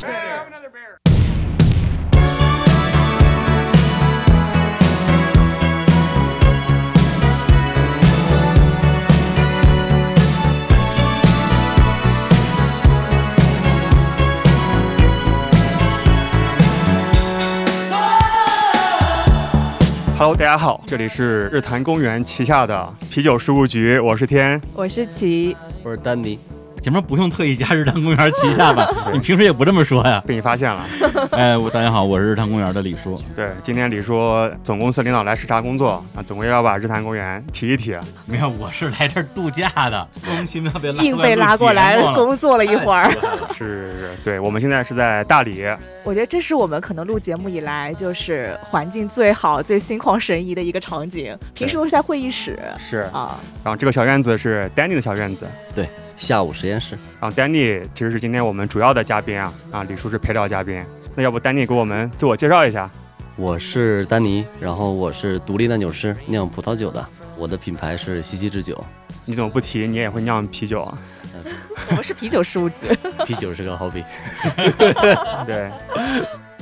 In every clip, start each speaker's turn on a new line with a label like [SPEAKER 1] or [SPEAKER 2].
[SPEAKER 1] Brother Bear.
[SPEAKER 2] Hello，大家好，这里是日坛公园旗下的啤酒事务局，我是天。
[SPEAKER 3] 我是琪，
[SPEAKER 4] 我是丹尼，
[SPEAKER 5] 前面不用特意加日坛公园旗 下吧？你平时也不这么说呀？
[SPEAKER 2] 被你发现了，
[SPEAKER 5] 哎，我大家好，我是日坛公园的李叔。
[SPEAKER 2] 对，今天李叔总公司领导来视察工作啊，总归要把日坛公园提一提。
[SPEAKER 5] 没有，我是来这儿度假的，莫名其妙被拉
[SPEAKER 3] 硬被拉过来
[SPEAKER 5] 了。哎
[SPEAKER 3] 工作了一会儿。
[SPEAKER 2] 是，是对，我们现在是在大理，
[SPEAKER 3] 我觉得这是我们可能录节目以来就是环境最好、最心旷神怡的一个场景。平时都是在会议室
[SPEAKER 2] 是，然
[SPEAKER 3] 啊，
[SPEAKER 2] 后这个小院子是 Danny 的小院子，
[SPEAKER 4] 下午实验室。
[SPEAKER 2] 然后 Danny 其实是今天我们主要的嘉宾啊，啊，李叔是陪聊嘉宾。那要不 Danny 给我们自我介绍一下？
[SPEAKER 4] 我是丹尼，然后我是独立酿酒师，酿葡萄酒的。我的品牌是西西之酒，
[SPEAKER 2] 你怎么不提你也会酿啤酒啊？
[SPEAKER 3] 我们是啤酒事务 局。
[SPEAKER 4] 啤酒是 个 hobby。
[SPEAKER 2] 对，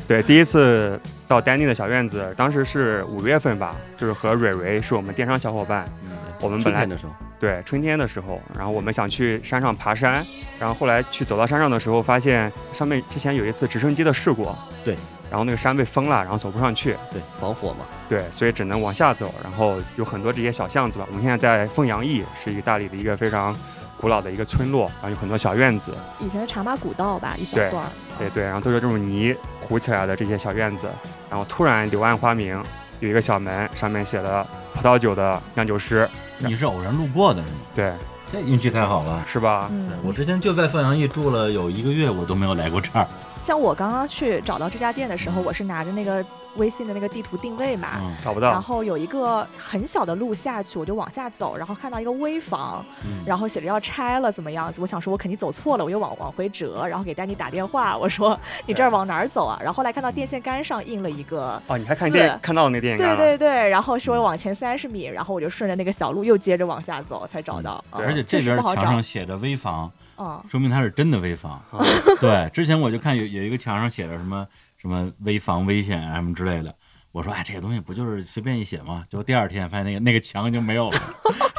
[SPEAKER 2] 对，第一次到丹尼的小院子，当时是五月份吧，就是和蕊蕊是我们电商小伙伴，嗯我们本
[SPEAKER 4] 春
[SPEAKER 2] 来
[SPEAKER 4] 天的时候，
[SPEAKER 2] 对春天的时候，然后我们想去山上爬山，然后后来去走到山上的时候，发现上面之前有一次直升机的事故，
[SPEAKER 4] 对，
[SPEAKER 2] 然后那个山被封了，然后走不上去，
[SPEAKER 4] 对，防火嘛。
[SPEAKER 2] 对，所以只能往下走，然后有很多这些小巷子吧。我们现在在凤阳驿，是一个大理的一个非常古老的一个村落，然后有很多小院子，
[SPEAKER 3] 以前的茶马古道吧，一小
[SPEAKER 2] 对
[SPEAKER 3] 段儿。
[SPEAKER 2] 对对，然后都是这种泥糊起来的这些小院子，然后突然柳暗花明，有一个小门，上面写了葡萄酒的酿酒师，
[SPEAKER 5] 你是偶然路过的是吗？
[SPEAKER 2] 对，
[SPEAKER 5] 这运气太好了。
[SPEAKER 2] 是吧？
[SPEAKER 3] 嗯，
[SPEAKER 5] 我之前就在凤阳驿住了有一个月，我都没有来过这儿。
[SPEAKER 3] 像我刚刚去找到这家店的时候，我是拿着那个微信的那个地图定位嘛，
[SPEAKER 5] 嗯
[SPEAKER 2] 找不
[SPEAKER 3] 然
[SPEAKER 2] 到，
[SPEAKER 3] 后有一个很小的路下去，我就往下走，然后看到一个危房，
[SPEAKER 5] 嗯，
[SPEAKER 3] 然后写着要拆了怎么样子，我想说我肯定走错了，我又往往回折，然后给丹尼打电话，我说你这儿往哪儿走啊？然后后来看到电线杆上印了一个。
[SPEAKER 2] 哦，你还看电
[SPEAKER 3] 对
[SPEAKER 2] 看到那电影啊
[SPEAKER 3] 对
[SPEAKER 2] 了？
[SPEAKER 3] 对对，然后说往前三十米，然后我就顺着那个小路又接着往下走，才找到。
[SPEAKER 2] 对
[SPEAKER 5] 而且这
[SPEAKER 3] 确实
[SPEAKER 5] 边
[SPEAKER 3] 不好
[SPEAKER 5] 墙
[SPEAKER 3] 找
[SPEAKER 5] 上写着危房，
[SPEAKER 3] 嗯，
[SPEAKER 5] 说明它是真的危房。
[SPEAKER 2] 啊
[SPEAKER 5] 对，之前我就看有有一个墙上写着什么什么危房危险啊什么之类的，我说哎这些东西不就是随便一写吗？结果第二天发现那个那个墙就没有 了，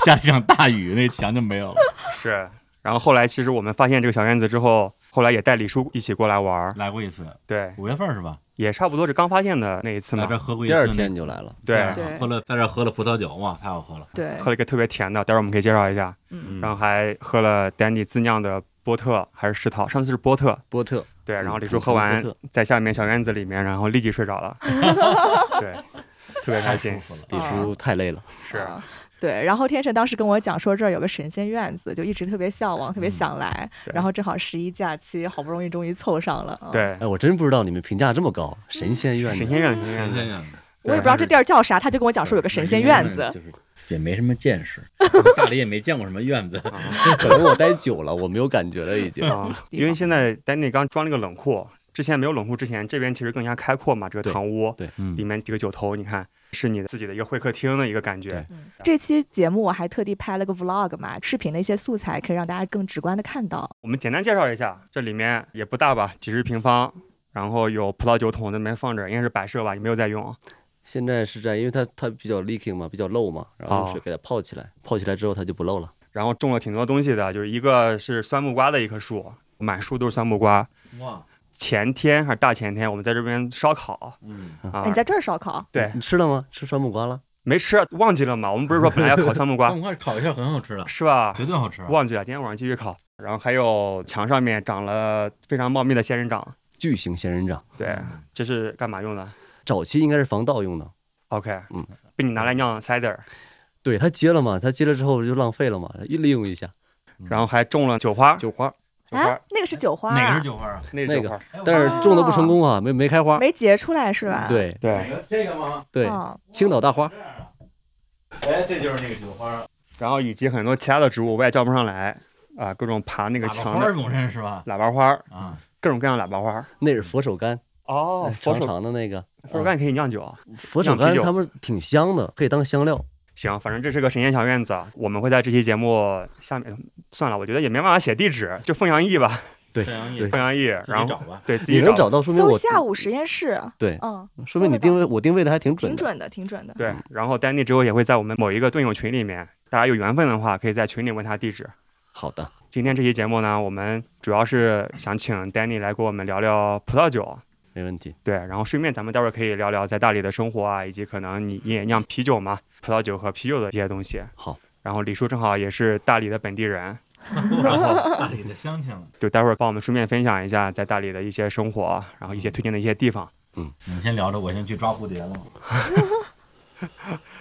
[SPEAKER 5] 下了一场大雨，那个墙就没有了。
[SPEAKER 2] 是。然后后来其实我们发现这个小院子之后，后来也带李叔一起过来玩儿，
[SPEAKER 5] 来过一次，
[SPEAKER 2] 对，
[SPEAKER 5] 五月份是吧？
[SPEAKER 2] 也差不多是刚发现的那一次
[SPEAKER 5] 来嗯
[SPEAKER 2] 嘛
[SPEAKER 5] 这，儿喝过一
[SPEAKER 4] 第
[SPEAKER 5] 次
[SPEAKER 4] 二
[SPEAKER 5] 那，
[SPEAKER 4] 天你就来了，
[SPEAKER 2] 对，
[SPEAKER 5] 第二天喝了在这儿喝了葡萄酒，哇，太好喝了。
[SPEAKER 3] 嗯对
[SPEAKER 2] 喝，了一个特别甜的，待会儿我们可以介绍一下，
[SPEAKER 3] 嗯，
[SPEAKER 2] 然后还喝了 Danny 自酿的波特还是石涛，上次是波特，
[SPEAKER 4] 波特。
[SPEAKER 2] 对，然后
[SPEAKER 4] 嗯
[SPEAKER 2] 李叔喝完
[SPEAKER 4] 波特
[SPEAKER 2] 在下面小院子里面，然后立即睡着了， 对，特别开心
[SPEAKER 5] 太，舒服了。
[SPEAKER 4] 李
[SPEAKER 2] 哦
[SPEAKER 4] 叔太累了，
[SPEAKER 2] 是
[SPEAKER 3] 啊对。然后天成当时跟我讲说这儿有个神仙院子，就一直特别向往，特别想来。
[SPEAKER 2] 对
[SPEAKER 3] 然后正好十一假期，好不容易终于凑上了。嗯，
[SPEAKER 2] 对，
[SPEAKER 4] 哎，我真不知道你们评价这么高，神仙院
[SPEAKER 2] 神
[SPEAKER 4] 的
[SPEAKER 2] 仙院，神仙
[SPEAKER 5] 神
[SPEAKER 2] 院
[SPEAKER 5] 仙
[SPEAKER 2] 子，
[SPEAKER 5] 院子
[SPEAKER 3] 我也不知道这地儿叫啥，他就跟我讲说有个神仙院子。
[SPEAKER 5] 就是也没什么 见识，大理也没见过什么院子。
[SPEAKER 4] 可能我待久了，我没有感觉了已经。
[SPEAKER 2] 啊，因为现在 Danny 刚装了个冷库，之前没有冷库之前，这边其实更加开阔嘛，这个
[SPEAKER 4] 对
[SPEAKER 2] 堂屋
[SPEAKER 5] 嗯
[SPEAKER 2] 里面几个酒头，你看是你自己的一个会客厅的一个感觉
[SPEAKER 4] 对，
[SPEAKER 3] 这期节目我还特地拍了个 vlog 嘛，视频的一些素材可以让大家更直观的看到。
[SPEAKER 2] 我们简单介绍一下，这里面也不大吧，几十平方。然后有葡萄酒桶在里面放着，应该是摆设吧，也没有在用。
[SPEAKER 4] 现在是这样，因为它它比较 leaking 嘛，比较漏嘛，然后用
[SPEAKER 2] 哦
[SPEAKER 4] 水给它泡起来，泡起来之后它就不漏了。
[SPEAKER 2] 然后种了挺多东西的，就是一个是酸木瓜的一棵树，满树都是酸木瓜。
[SPEAKER 5] 哇，
[SPEAKER 2] 前天还是大前天，我们在这边烧烤
[SPEAKER 5] 嗯，
[SPEAKER 2] 啊
[SPEAKER 3] 哎你，在这儿烧烤？
[SPEAKER 2] 对，
[SPEAKER 4] 你吃了吗？吃酸木瓜了？
[SPEAKER 2] 没吃，忘记了嘛。我们不是说本来要烤酸木瓜
[SPEAKER 3] 嗯
[SPEAKER 5] 我块烤一下很好吃的，
[SPEAKER 2] 是吧？
[SPEAKER 5] 绝对好吃。
[SPEAKER 2] 忘记了，今天晚上继续烤。然后还有墙上面长了非常茂密的仙人掌，
[SPEAKER 4] 巨型仙人掌，
[SPEAKER 2] 对，这是干嘛用的
[SPEAKER 4] 早期应该是防盗用的，
[SPEAKER 2] ？OK，
[SPEAKER 4] 嗯，
[SPEAKER 2] 被你拿来酿 cider，
[SPEAKER 4] 对它结了嘛，它结了之后就浪费了嘛，一利用一下。
[SPEAKER 2] 然后还种了酒花，
[SPEAKER 4] 酒花，
[SPEAKER 2] 酒花
[SPEAKER 3] 啊，那个是酒花、啊，
[SPEAKER 5] 哪个是酒花啊？
[SPEAKER 2] 那是
[SPEAKER 4] 那
[SPEAKER 2] 酒
[SPEAKER 4] 个
[SPEAKER 2] 花，
[SPEAKER 4] 但是种的不成功啊，没没开花。
[SPEAKER 3] 没啊结出来是吧？，
[SPEAKER 4] 对
[SPEAKER 2] 对。
[SPEAKER 5] 这个吗？
[SPEAKER 4] 对，
[SPEAKER 3] 嗯，
[SPEAKER 4] 青岛大花，
[SPEAKER 2] 哦
[SPEAKER 5] 哎，这就是那个酒花，
[SPEAKER 2] 然后以及很多其他的植物我也叫不上来啊、各种爬那个墙
[SPEAKER 5] 花
[SPEAKER 2] 的
[SPEAKER 5] 总认识吧？
[SPEAKER 2] 喇叭花儿，
[SPEAKER 5] 啊，
[SPEAKER 2] 各种各样的喇叭花儿。
[SPEAKER 4] 那是佛手柑，
[SPEAKER 2] 哦
[SPEAKER 4] 哎
[SPEAKER 2] 佛
[SPEAKER 4] 长
[SPEAKER 2] 手
[SPEAKER 4] 长的那个。
[SPEAKER 2] 佛手柑可以酿酒。
[SPEAKER 4] 嗯佛手
[SPEAKER 2] 酿啤
[SPEAKER 4] 柑
[SPEAKER 2] 酒
[SPEAKER 4] 它们挺香的，可以当香料。
[SPEAKER 2] 行，反正这是个神仙小院子，我们会在这期节目下面算了，我觉得也没办法写地址，就凤阳驿吧。
[SPEAKER 4] 对
[SPEAKER 5] 范阳
[SPEAKER 4] 对
[SPEAKER 2] 凤阳翼，
[SPEAKER 5] 自
[SPEAKER 2] 然
[SPEAKER 5] 己
[SPEAKER 2] 后
[SPEAKER 5] 找吧。
[SPEAKER 2] 对自
[SPEAKER 4] 你
[SPEAKER 2] 己
[SPEAKER 4] 能找到，说明
[SPEAKER 3] 搜
[SPEAKER 4] 我
[SPEAKER 3] 下午实验室，
[SPEAKER 4] 对，
[SPEAKER 3] 嗯，
[SPEAKER 4] 说明你
[SPEAKER 3] 搜得到
[SPEAKER 4] 定位我定位的还挺准
[SPEAKER 3] 挺
[SPEAKER 4] 的。
[SPEAKER 3] 准的，挺准的。
[SPEAKER 2] 对，
[SPEAKER 5] 嗯
[SPEAKER 2] 然后丹尼之后也会在我们某一个队友群里面，大家有缘分的话，可以在群里问他地址。
[SPEAKER 4] 好的，
[SPEAKER 2] 今天这期节目呢，我们主要是想请丹尼来给我们聊聊葡萄酒，
[SPEAKER 4] 没问题。
[SPEAKER 2] 对，然后顺便咱们待会儿可以聊聊在大理的生活啊，以及可能你也酿啤酒嘛，葡萄酒和啤酒的这些东西。
[SPEAKER 4] 好，
[SPEAKER 2] 然后李叔正好也是大理的本地人，
[SPEAKER 5] 然后大理的乡亲了，
[SPEAKER 2] 就待会儿帮我们顺便分享一下在大理的一些生活，啊然后一些
[SPEAKER 4] 嗯
[SPEAKER 2] 推荐的一些地方。
[SPEAKER 5] 你们先聊着，我先去抓蝴蝶了。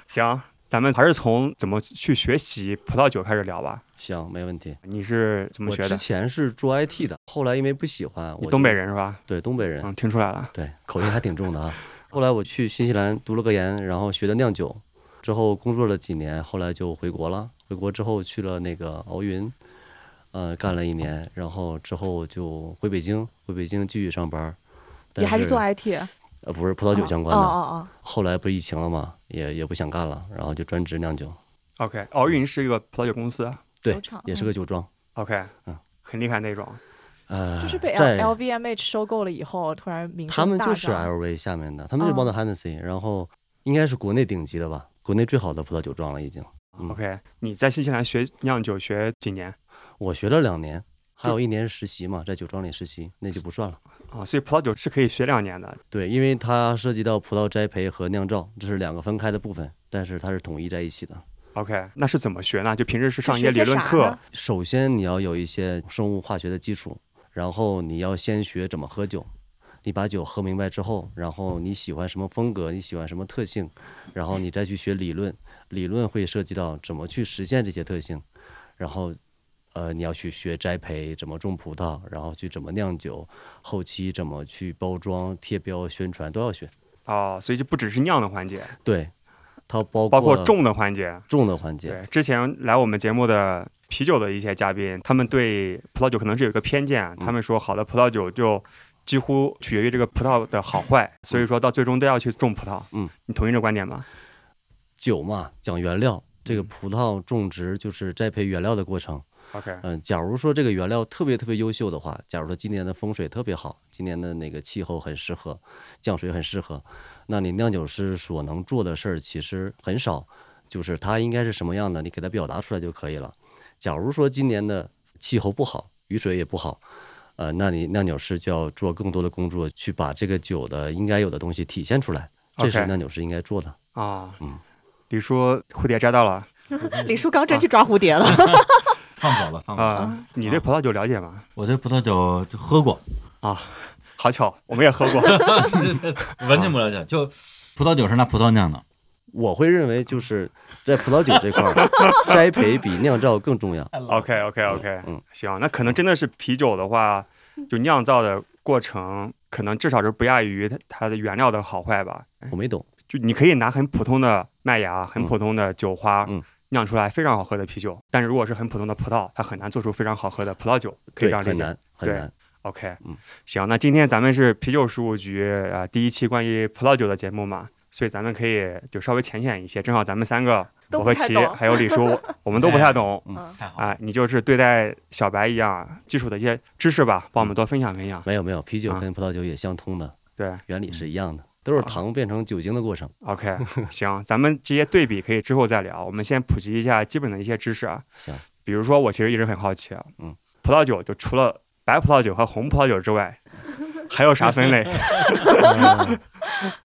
[SPEAKER 2] 行，咱们还是从怎么去学习葡萄酒开始聊吧。
[SPEAKER 4] 行，没问题。
[SPEAKER 2] 你是怎么
[SPEAKER 4] 我
[SPEAKER 2] 学
[SPEAKER 4] 之
[SPEAKER 2] 的？
[SPEAKER 4] 前是做 IT 的，后来因为不喜欢，
[SPEAKER 2] 你
[SPEAKER 4] 我
[SPEAKER 2] 东北
[SPEAKER 4] 就，
[SPEAKER 2] 人是吧？
[SPEAKER 4] 对东北人，
[SPEAKER 2] 嗯，听出来了。
[SPEAKER 4] 对口音还挺重的啊。后来我去新西兰读了个研，然后学的酿酒，之后工作了几年，后来就回国了。回国之后去了那个敖云，呃，干了一年，然后之后就回北京，回北京继续上班。但
[SPEAKER 3] 也还是做 IT，
[SPEAKER 4] 呃不是葡萄酒相关
[SPEAKER 3] 哦
[SPEAKER 4] 的，
[SPEAKER 3] 哦
[SPEAKER 4] 后来不是疫情了嘛，也也不想干了，然后就专职酿酒，
[SPEAKER 2] OK，敖云是一个葡萄酒公司。
[SPEAKER 4] 对
[SPEAKER 3] 酒厂，
[SPEAKER 4] 也是个酒庄。
[SPEAKER 2] OK，
[SPEAKER 4] 嗯
[SPEAKER 2] 很厉害那种。
[SPEAKER 3] 哦，
[SPEAKER 4] 呃，
[SPEAKER 3] 就是被
[SPEAKER 4] 在
[SPEAKER 3] L LVMH 收购了以后，突然名
[SPEAKER 4] 他
[SPEAKER 3] 声
[SPEAKER 4] 们
[SPEAKER 3] 大啊嗯
[SPEAKER 4] 就是啊
[SPEAKER 3] 涨
[SPEAKER 4] LV 下面的，他们就是 Mount Hennessy，、然后应该是国内顶级的吧，国内最好的葡萄酒庄了已经。嗯
[SPEAKER 2] OK，你在新西兰学酿酒学几年
[SPEAKER 4] 我学了两年，还有一年实习嘛，在酒庄里实习，那就不算了。
[SPEAKER 2] 啊？所以葡萄酒是可以学两年的。
[SPEAKER 4] 对，因为它涉及到葡萄栽培和酿造，这是两个分开的部分，但是它是统一在一起的。
[SPEAKER 2] OK，那是怎么学呢？就平时是上一
[SPEAKER 3] 学
[SPEAKER 2] 理
[SPEAKER 3] 些
[SPEAKER 2] 论
[SPEAKER 3] 啥
[SPEAKER 2] 课
[SPEAKER 3] 呢，
[SPEAKER 4] 首先你要有一些生物化学的基础，然后你要先学怎么喝酒。你把酒喝明白之后，然后你喜欢什么风格，你喜欢什么特性，然后你再去学理论，理论会涉及到怎么去实现这些特性，然后，呃，你要去学栽培，怎么种葡萄，然后去怎么酿酒，后期怎么去包装、贴标、宣传都要学。
[SPEAKER 2] 哦，所以就不只是酿的环节，
[SPEAKER 4] 对，它包括
[SPEAKER 2] 包括种的环节。
[SPEAKER 4] 种的环节。
[SPEAKER 2] 对，之前来我们节目的啤酒的一些嘉宾，他们对葡萄酒可能是有一个偏见，啊
[SPEAKER 4] 嗯
[SPEAKER 2] 他们说好的葡萄酒就几乎取决于这个葡萄的好坏，所以说到最终都要去种葡萄。
[SPEAKER 4] 嗯，
[SPEAKER 2] 你同意这个观点吗？
[SPEAKER 4] 酒嘛，讲原料，这个葡萄种植就是栽培原料的过程。
[SPEAKER 2] OK，
[SPEAKER 4] 嗯，假如说这个原料特别特别优秀的话，假如说今年的风水特别好，今年的那个气候很适合，降水很适合，那你酿酒师所能做的事儿其实很少，就是它应该是什么样的，你给它表达出来就可以了。假如说今年的气候不好，雨水也不好，呃，那你酿酒师就要做更多的工作，去把这个酒的应该有的东西体现出来，这是
[SPEAKER 2] OK
[SPEAKER 4] 酿酒师应该做的。
[SPEAKER 2] 啊，
[SPEAKER 4] 嗯
[SPEAKER 2] 李叔蝴蝶摘到了
[SPEAKER 3] 李叔刚真去
[SPEAKER 4] 啊
[SPEAKER 3] 抓蝴蝶了，
[SPEAKER 5] 放走了，
[SPEAKER 4] 嗯
[SPEAKER 5] 放走了。
[SPEAKER 2] 啊，你对葡萄酒了解吗？
[SPEAKER 5] 我对葡萄酒就 喝过，
[SPEAKER 2] 好巧，我们也喝过。
[SPEAKER 5] 完全不了解。啊就葡萄酒是拿葡萄酿的，
[SPEAKER 4] 我会认为就是在葡萄酒这块儿，栽培比酿造更重要。
[SPEAKER 2] OK OK OK，
[SPEAKER 4] 嗯
[SPEAKER 2] 行，那可能真的是啤酒的话，就酿造的过程，可能至少是不亚于它它的原料的好坏吧。
[SPEAKER 4] 我没懂，
[SPEAKER 2] 就你可以拿很普通的麦芽、很普通的酒花。
[SPEAKER 4] 嗯
[SPEAKER 2] 酿出来非常好喝的啤酒，但是如果是很普通的葡萄，它很难做出非常好喝的葡萄酒，可以
[SPEAKER 4] 对，
[SPEAKER 2] 这样理
[SPEAKER 4] 很
[SPEAKER 2] 解。
[SPEAKER 4] 难很
[SPEAKER 2] 对
[SPEAKER 4] 难。
[SPEAKER 2] OK，
[SPEAKER 4] 嗯
[SPEAKER 2] 行，那今天咱们是啤酒事务局啊、呃第一期关于葡萄酒的节目嘛，所以咱们可以就稍微浅显一些。正好咱们三个，
[SPEAKER 3] 都
[SPEAKER 2] 我
[SPEAKER 3] 不
[SPEAKER 2] 和
[SPEAKER 3] 太
[SPEAKER 2] 齐
[SPEAKER 3] 懂
[SPEAKER 2] 还有李 叔，我们都不太懂，
[SPEAKER 3] 嗯，
[SPEAKER 5] 太好了。
[SPEAKER 2] 啊，你就是对待小白一样，基础的一些知识吧，帮我们多分享分享。
[SPEAKER 4] 没有没有，啤酒
[SPEAKER 2] 啊
[SPEAKER 4] 跟葡萄酒也相通的，
[SPEAKER 2] 对
[SPEAKER 4] 原理是一样的，都是糖变成酒精的过程。
[SPEAKER 2] ，OK，行，咱们这些对比可以之后再聊，我们先普及一下基本的一些知识啊。
[SPEAKER 4] 行，
[SPEAKER 2] 比如说，我其实一直很好奇啊，
[SPEAKER 4] 嗯，
[SPEAKER 2] 葡萄酒就除了白葡萄酒和红葡萄酒之外， 还有啥分类嗯
[SPEAKER 4] 呃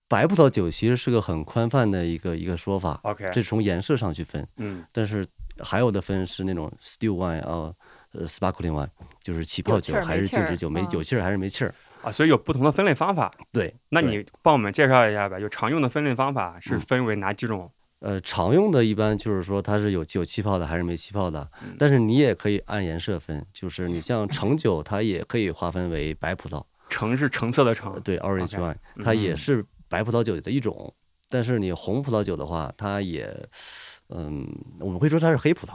[SPEAKER 4] 白葡萄酒其实是个很宽泛的一个一个说法，
[SPEAKER 2] ？OK，
[SPEAKER 4] 这是从颜色上去分，
[SPEAKER 2] 嗯，
[SPEAKER 4] 但是还有的分是那种 still wine 啊，呃 sparkling wine，就是起泡
[SPEAKER 3] 有气
[SPEAKER 4] 酒
[SPEAKER 3] 儿
[SPEAKER 4] 还
[SPEAKER 3] 没
[SPEAKER 4] 是
[SPEAKER 3] 气
[SPEAKER 4] 静
[SPEAKER 3] 儿
[SPEAKER 4] 止酒，没
[SPEAKER 3] 嗯
[SPEAKER 4] 有气儿还是没气儿。
[SPEAKER 2] 啊，所以有不同的分类方法。
[SPEAKER 4] 对，
[SPEAKER 2] 那
[SPEAKER 4] 对
[SPEAKER 2] 你帮我们介绍一下吧，就常用的分类方法是
[SPEAKER 4] 嗯
[SPEAKER 2] 分为哪几种？
[SPEAKER 4] 呃，常用的一般就是说它是有有气泡的还是没气泡的
[SPEAKER 2] 嗯，
[SPEAKER 4] 但是你也可以按颜色分，就是你像橙酒，它也可以划分为白葡萄，
[SPEAKER 2] 橙是橙色的
[SPEAKER 4] 呃
[SPEAKER 2] 橙，
[SPEAKER 4] 对 orange
[SPEAKER 2] OK，
[SPEAKER 4] wine，它也
[SPEAKER 5] 嗯
[SPEAKER 4] 是白葡萄酒的一种，但是你红葡萄酒的话，它也，嗯，我们会说它是黑葡萄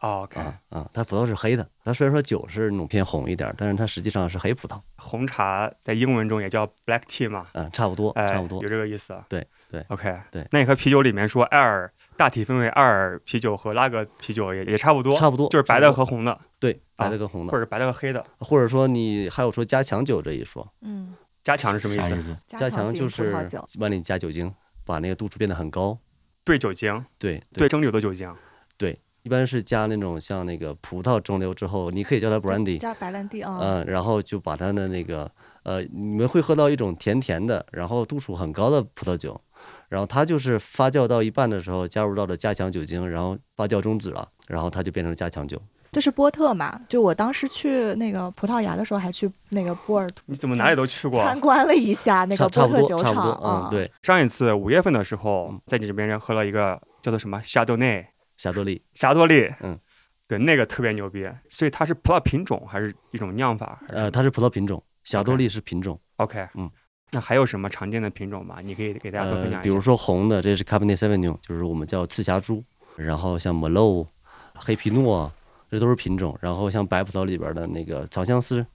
[SPEAKER 2] 哦，OK，
[SPEAKER 4] 啊啊，它葡萄是黑的，它虽然说酒是那种偏红一点儿，但是它实际上是黑葡萄
[SPEAKER 2] 红茶在英文中也叫 black tea 嘛，
[SPEAKER 4] 啊，差不多
[SPEAKER 2] 哎，
[SPEAKER 4] 差不多
[SPEAKER 2] 有，这个意思。
[SPEAKER 4] 对对
[SPEAKER 2] ，OK，
[SPEAKER 4] 对
[SPEAKER 2] 那你和啤酒里面说艾尔大体分为爱尔啤酒和拉格啤酒也也差不多，
[SPEAKER 4] 差不多
[SPEAKER 2] 就是白的和红的，
[SPEAKER 4] 对，白
[SPEAKER 2] 啊
[SPEAKER 4] 的跟红的，
[SPEAKER 2] 或者白的和黑的。
[SPEAKER 4] 或者说你还有说加强酒这一说，
[SPEAKER 3] 嗯，
[SPEAKER 2] 加强是什么意
[SPEAKER 5] 啥意
[SPEAKER 2] 思？
[SPEAKER 5] 思？
[SPEAKER 4] 加强
[SPEAKER 3] 自己
[SPEAKER 4] 就
[SPEAKER 3] 的葡
[SPEAKER 4] 是
[SPEAKER 3] 萄酒
[SPEAKER 4] 往里加酒精，把那个度数变得很高。
[SPEAKER 2] 对酒精，
[SPEAKER 4] 对
[SPEAKER 2] 对蒸馏的酒精。
[SPEAKER 4] 对，一般是加那种像那个葡萄蒸馏之后，你可以叫它 brandy，
[SPEAKER 3] 加白兰地啊，
[SPEAKER 4] 嗯，然后就把它的那个呃，你们会喝到一种甜甜的，然后度数很高的葡萄酒，然后它就是发酵到一半的时候加入到了加强酒精，然后发酵终止了，然后它就变成了加强酒。
[SPEAKER 3] 这是波特嘛？就我当时去那个葡萄牙的时候，还去那个波尔图
[SPEAKER 2] 你怎么哪里都去过？
[SPEAKER 3] 参观了一下那
[SPEAKER 4] 啊差
[SPEAKER 3] 个
[SPEAKER 4] 差
[SPEAKER 3] 波
[SPEAKER 4] 不
[SPEAKER 3] 特
[SPEAKER 4] 多
[SPEAKER 3] 酒
[SPEAKER 4] 差不
[SPEAKER 3] 厂
[SPEAKER 4] 多，
[SPEAKER 3] 啊
[SPEAKER 4] 嗯，。对，
[SPEAKER 2] 上一次五月份的时
[SPEAKER 4] 嗯
[SPEAKER 2] 候，在你这边喝了一个叫做什么夏多内
[SPEAKER 4] 霞多丽
[SPEAKER 2] 霞多丽，
[SPEAKER 4] 嗯，
[SPEAKER 2] 对，那个特别牛逼。所以它是葡萄品种还是一种酿法？还是
[SPEAKER 4] 呃，它是葡萄品种，霞多
[SPEAKER 2] OK
[SPEAKER 4] 丽是品种。
[SPEAKER 2] OK，
[SPEAKER 4] 嗯，
[SPEAKER 2] 那还有什么常见的品种吗？你可以给大家多分
[SPEAKER 4] 呃
[SPEAKER 2] 享，一
[SPEAKER 4] 比
[SPEAKER 2] 下。
[SPEAKER 4] 如说红的，这是 Cabernet Sauvignon，就是我们叫赤霞珠，然后像 Merlot、黑皮诺，这都是品种。然后像白葡萄里边的那个长相思，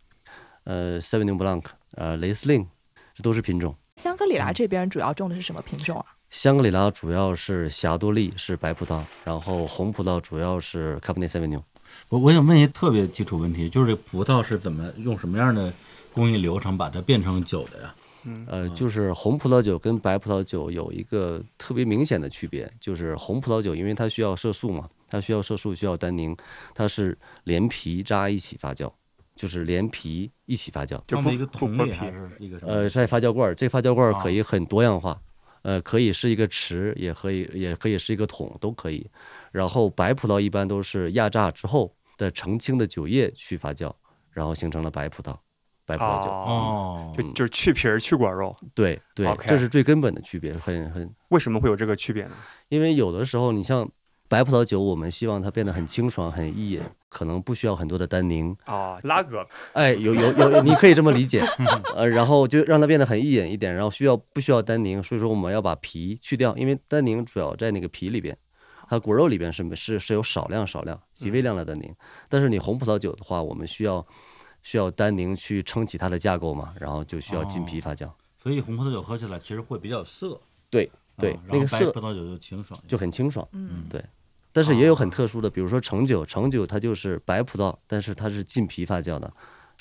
[SPEAKER 4] 呃，Sauvignon Blanc，呃，雷司令，这都是品种。
[SPEAKER 3] 香格里
[SPEAKER 4] 嗯
[SPEAKER 3] 拉这边主要种的是什么品种啊？
[SPEAKER 4] 香格里拉主要是霞多丽是白葡萄，然后红葡萄主要是 Cabernet Sauvignon。
[SPEAKER 5] 我我想问一个特别基础问题，就是这葡萄是怎么用什么样的工艺流程把它变成酒的呀？
[SPEAKER 4] 呃，就是红葡萄酒跟白葡萄酒有一个特别明显的区别，就是红葡萄酒因为它需要色素嘛，它需要色素，需要单宁，它是连皮渣一起发酵，就是连皮一起发酵。
[SPEAKER 2] 就
[SPEAKER 5] 放
[SPEAKER 2] 不
[SPEAKER 5] 在一个
[SPEAKER 2] 不
[SPEAKER 5] 桶
[SPEAKER 2] 不
[SPEAKER 5] 里
[SPEAKER 2] 皮
[SPEAKER 5] 还是一个什么？
[SPEAKER 4] 呃，在发酵罐儿，这发酵罐儿可
[SPEAKER 5] 嗯啊
[SPEAKER 4] 以很多样化，呃，可以是一个池，也可以也可以是一个桶，都可以。然后白葡萄一般都是压榨之后的澄清的酒液去发酵，然后形成了白葡萄，白葡萄酒。嗯
[SPEAKER 2] 哦，
[SPEAKER 5] 哦，
[SPEAKER 2] 就就是去皮儿去果肉，
[SPEAKER 4] 对对
[SPEAKER 2] OK
[SPEAKER 4] 这是最根本的区别，很很
[SPEAKER 2] 为什么会有这个区别呢？
[SPEAKER 4] 因为有的时候你像白葡萄酒，我们希望它变得很清爽、很易饮，可能不需要很多的单宁。
[SPEAKER 2] 啊，拉格
[SPEAKER 4] 哎，有有有，你可以这么理 解，呃，然后就让它变得很易饮一点，然后需要不需要单宁？所以说我们要把皮去掉，因为单宁主要在那个皮里边，它果肉里边是是是有少量少量极
[SPEAKER 5] 嗯
[SPEAKER 4] 微量的单宁，但是你红葡萄酒的话，我们需要需要单宁去撑起它的架构嘛，然后就需要浸皮
[SPEAKER 5] 哦
[SPEAKER 4] 发酵，
[SPEAKER 5] 所以红葡萄酒喝起来其实会比较涩，
[SPEAKER 4] 对对
[SPEAKER 5] 啊，
[SPEAKER 4] 那
[SPEAKER 5] 然
[SPEAKER 4] 个
[SPEAKER 5] 后白
[SPEAKER 4] 涩
[SPEAKER 5] 葡萄酒就清爽一点，
[SPEAKER 4] 就很清爽。
[SPEAKER 3] 嗯，
[SPEAKER 4] 但是也有很特殊的，比如说橙酒，橙酒它就是白葡萄，但是它是浸皮发酵的，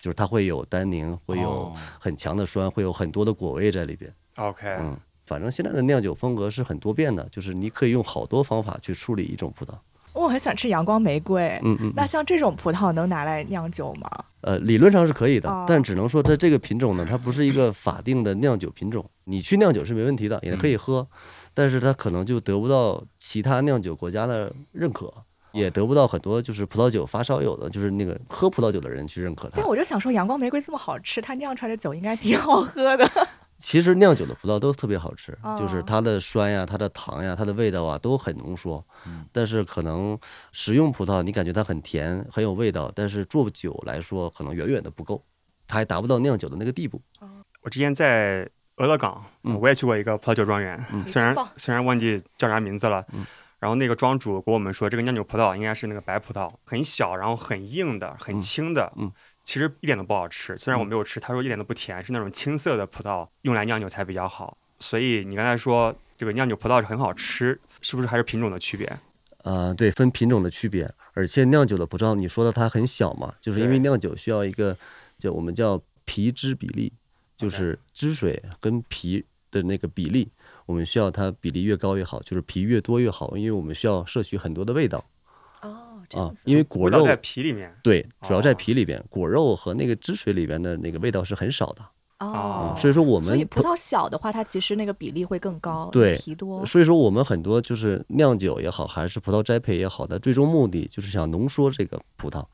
[SPEAKER 4] 就是它会有单宁，会有
[SPEAKER 5] 哦
[SPEAKER 4] 很强的酸，会有很多的果味在里边。
[SPEAKER 2] ，OK，
[SPEAKER 4] 嗯，反正现在的酿酒风格是很多变的，就是你可以用好多方法去处理一种葡萄。
[SPEAKER 3] 我很喜欢吃阳光玫瑰。
[SPEAKER 4] 嗯嗯，
[SPEAKER 3] 那像这种葡萄能拿来酿酒吗？
[SPEAKER 4] 呃，理论上是可以
[SPEAKER 3] 哦
[SPEAKER 4] 的，但只能说它这个品种呢，它不是一 个法定的酿酒品种。你去酿酒是没问题的，也可以喝，
[SPEAKER 3] 嗯
[SPEAKER 4] 但是它可能就得不到其他酿酒国家的认可，也得不到很多就是葡萄酒发烧友的，就是那个喝葡萄酒的人去认可它
[SPEAKER 3] 但。我就想说，阳光玫瑰这么好吃，它酿出来的酒应该挺好喝的。
[SPEAKER 4] 其实酿酒的葡萄都特别好吃，
[SPEAKER 3] 哦
[SPEAKER 4] 就是它的酸呀、它的糖呀、它的味道啊都很浓缩。
[SPEAKER 3] 嗯
[SPEAKER 4] 但是可能食用葡萄，你感觉它很甜，很有味道，但是做酒来说，可能远远的不够，它还达不到酿酒的那个地步。
[SPEAKER 2] 我之前在俄勒冈，
[SPEAKER 4] 嗯
[SPEAKER 2] 我也去过一个葡萄酒庄园， 虽然
[SPEAKER 3] 哎真棒
[SPEAKER 2] 虽然忘记叫啥名字了。
[SPEAKER 4] 嗯
[SPEAKER 2] 然后那个庄主给我们说，这个酿酒葡萄应该是那个白葡萄，很小，然后很硬的，很轻的，
[SPEAKER 4] 嗯
[SPEAKER 2] 其实一点都不好吃。虽然我没有吃，他说一点都不甜，是那种青色的葡萄用来酿酒才比较好。所以你刚才说这个酿酒葡萄是很好吃，是不是还是品种的区别？
[SPEAKER 4] 呃，对，分品种的区别，而且酿酒的葡萄，你说的它很小嘛，就是因为
[SPEAKER 2] 对
[SPEAKER 4] 酿酒需要一个叫我们叫皮汁比例，就
[SPEAKER 2] OK
[SPEAKER 4] 是汁水跟皮的那个比例，我们需要它比例越高越好，就是皮越多越好，因为我们需要摄取很多的味道
[SPEAKER 3] 哦，
[SPEAKER 4] 啊，因为果
[SPEAKER 2] 味道
[SPEAKER 4] 肉
[SPEAKER 2] 在皮里面。
[SPEAKER 4] 对，主要在
[SPEAKER 2] 哦
[SPEAKER 4] 皮里边，果肉和那个汁水里边的那个味道是很少的
[SPEAKER 2] 哦
[SPEAKER 4] 啊，
[SPEAKER 3] 哦，
[SPEAKER 4] 所以说我
[SPEAKER 3] 所以
[SPEAKER 4] 们
[SPEAKER 3] 葡萄小的话，它其实那个比例会更高，
[SPEAKER 4] 对
[SPEAKER 3] 皮多。
[SPEAKER 4] 所以说，我们很多就是酿酒也好，还是葡萄栽培也好的最终目的，就是想浓缩这个葡萄，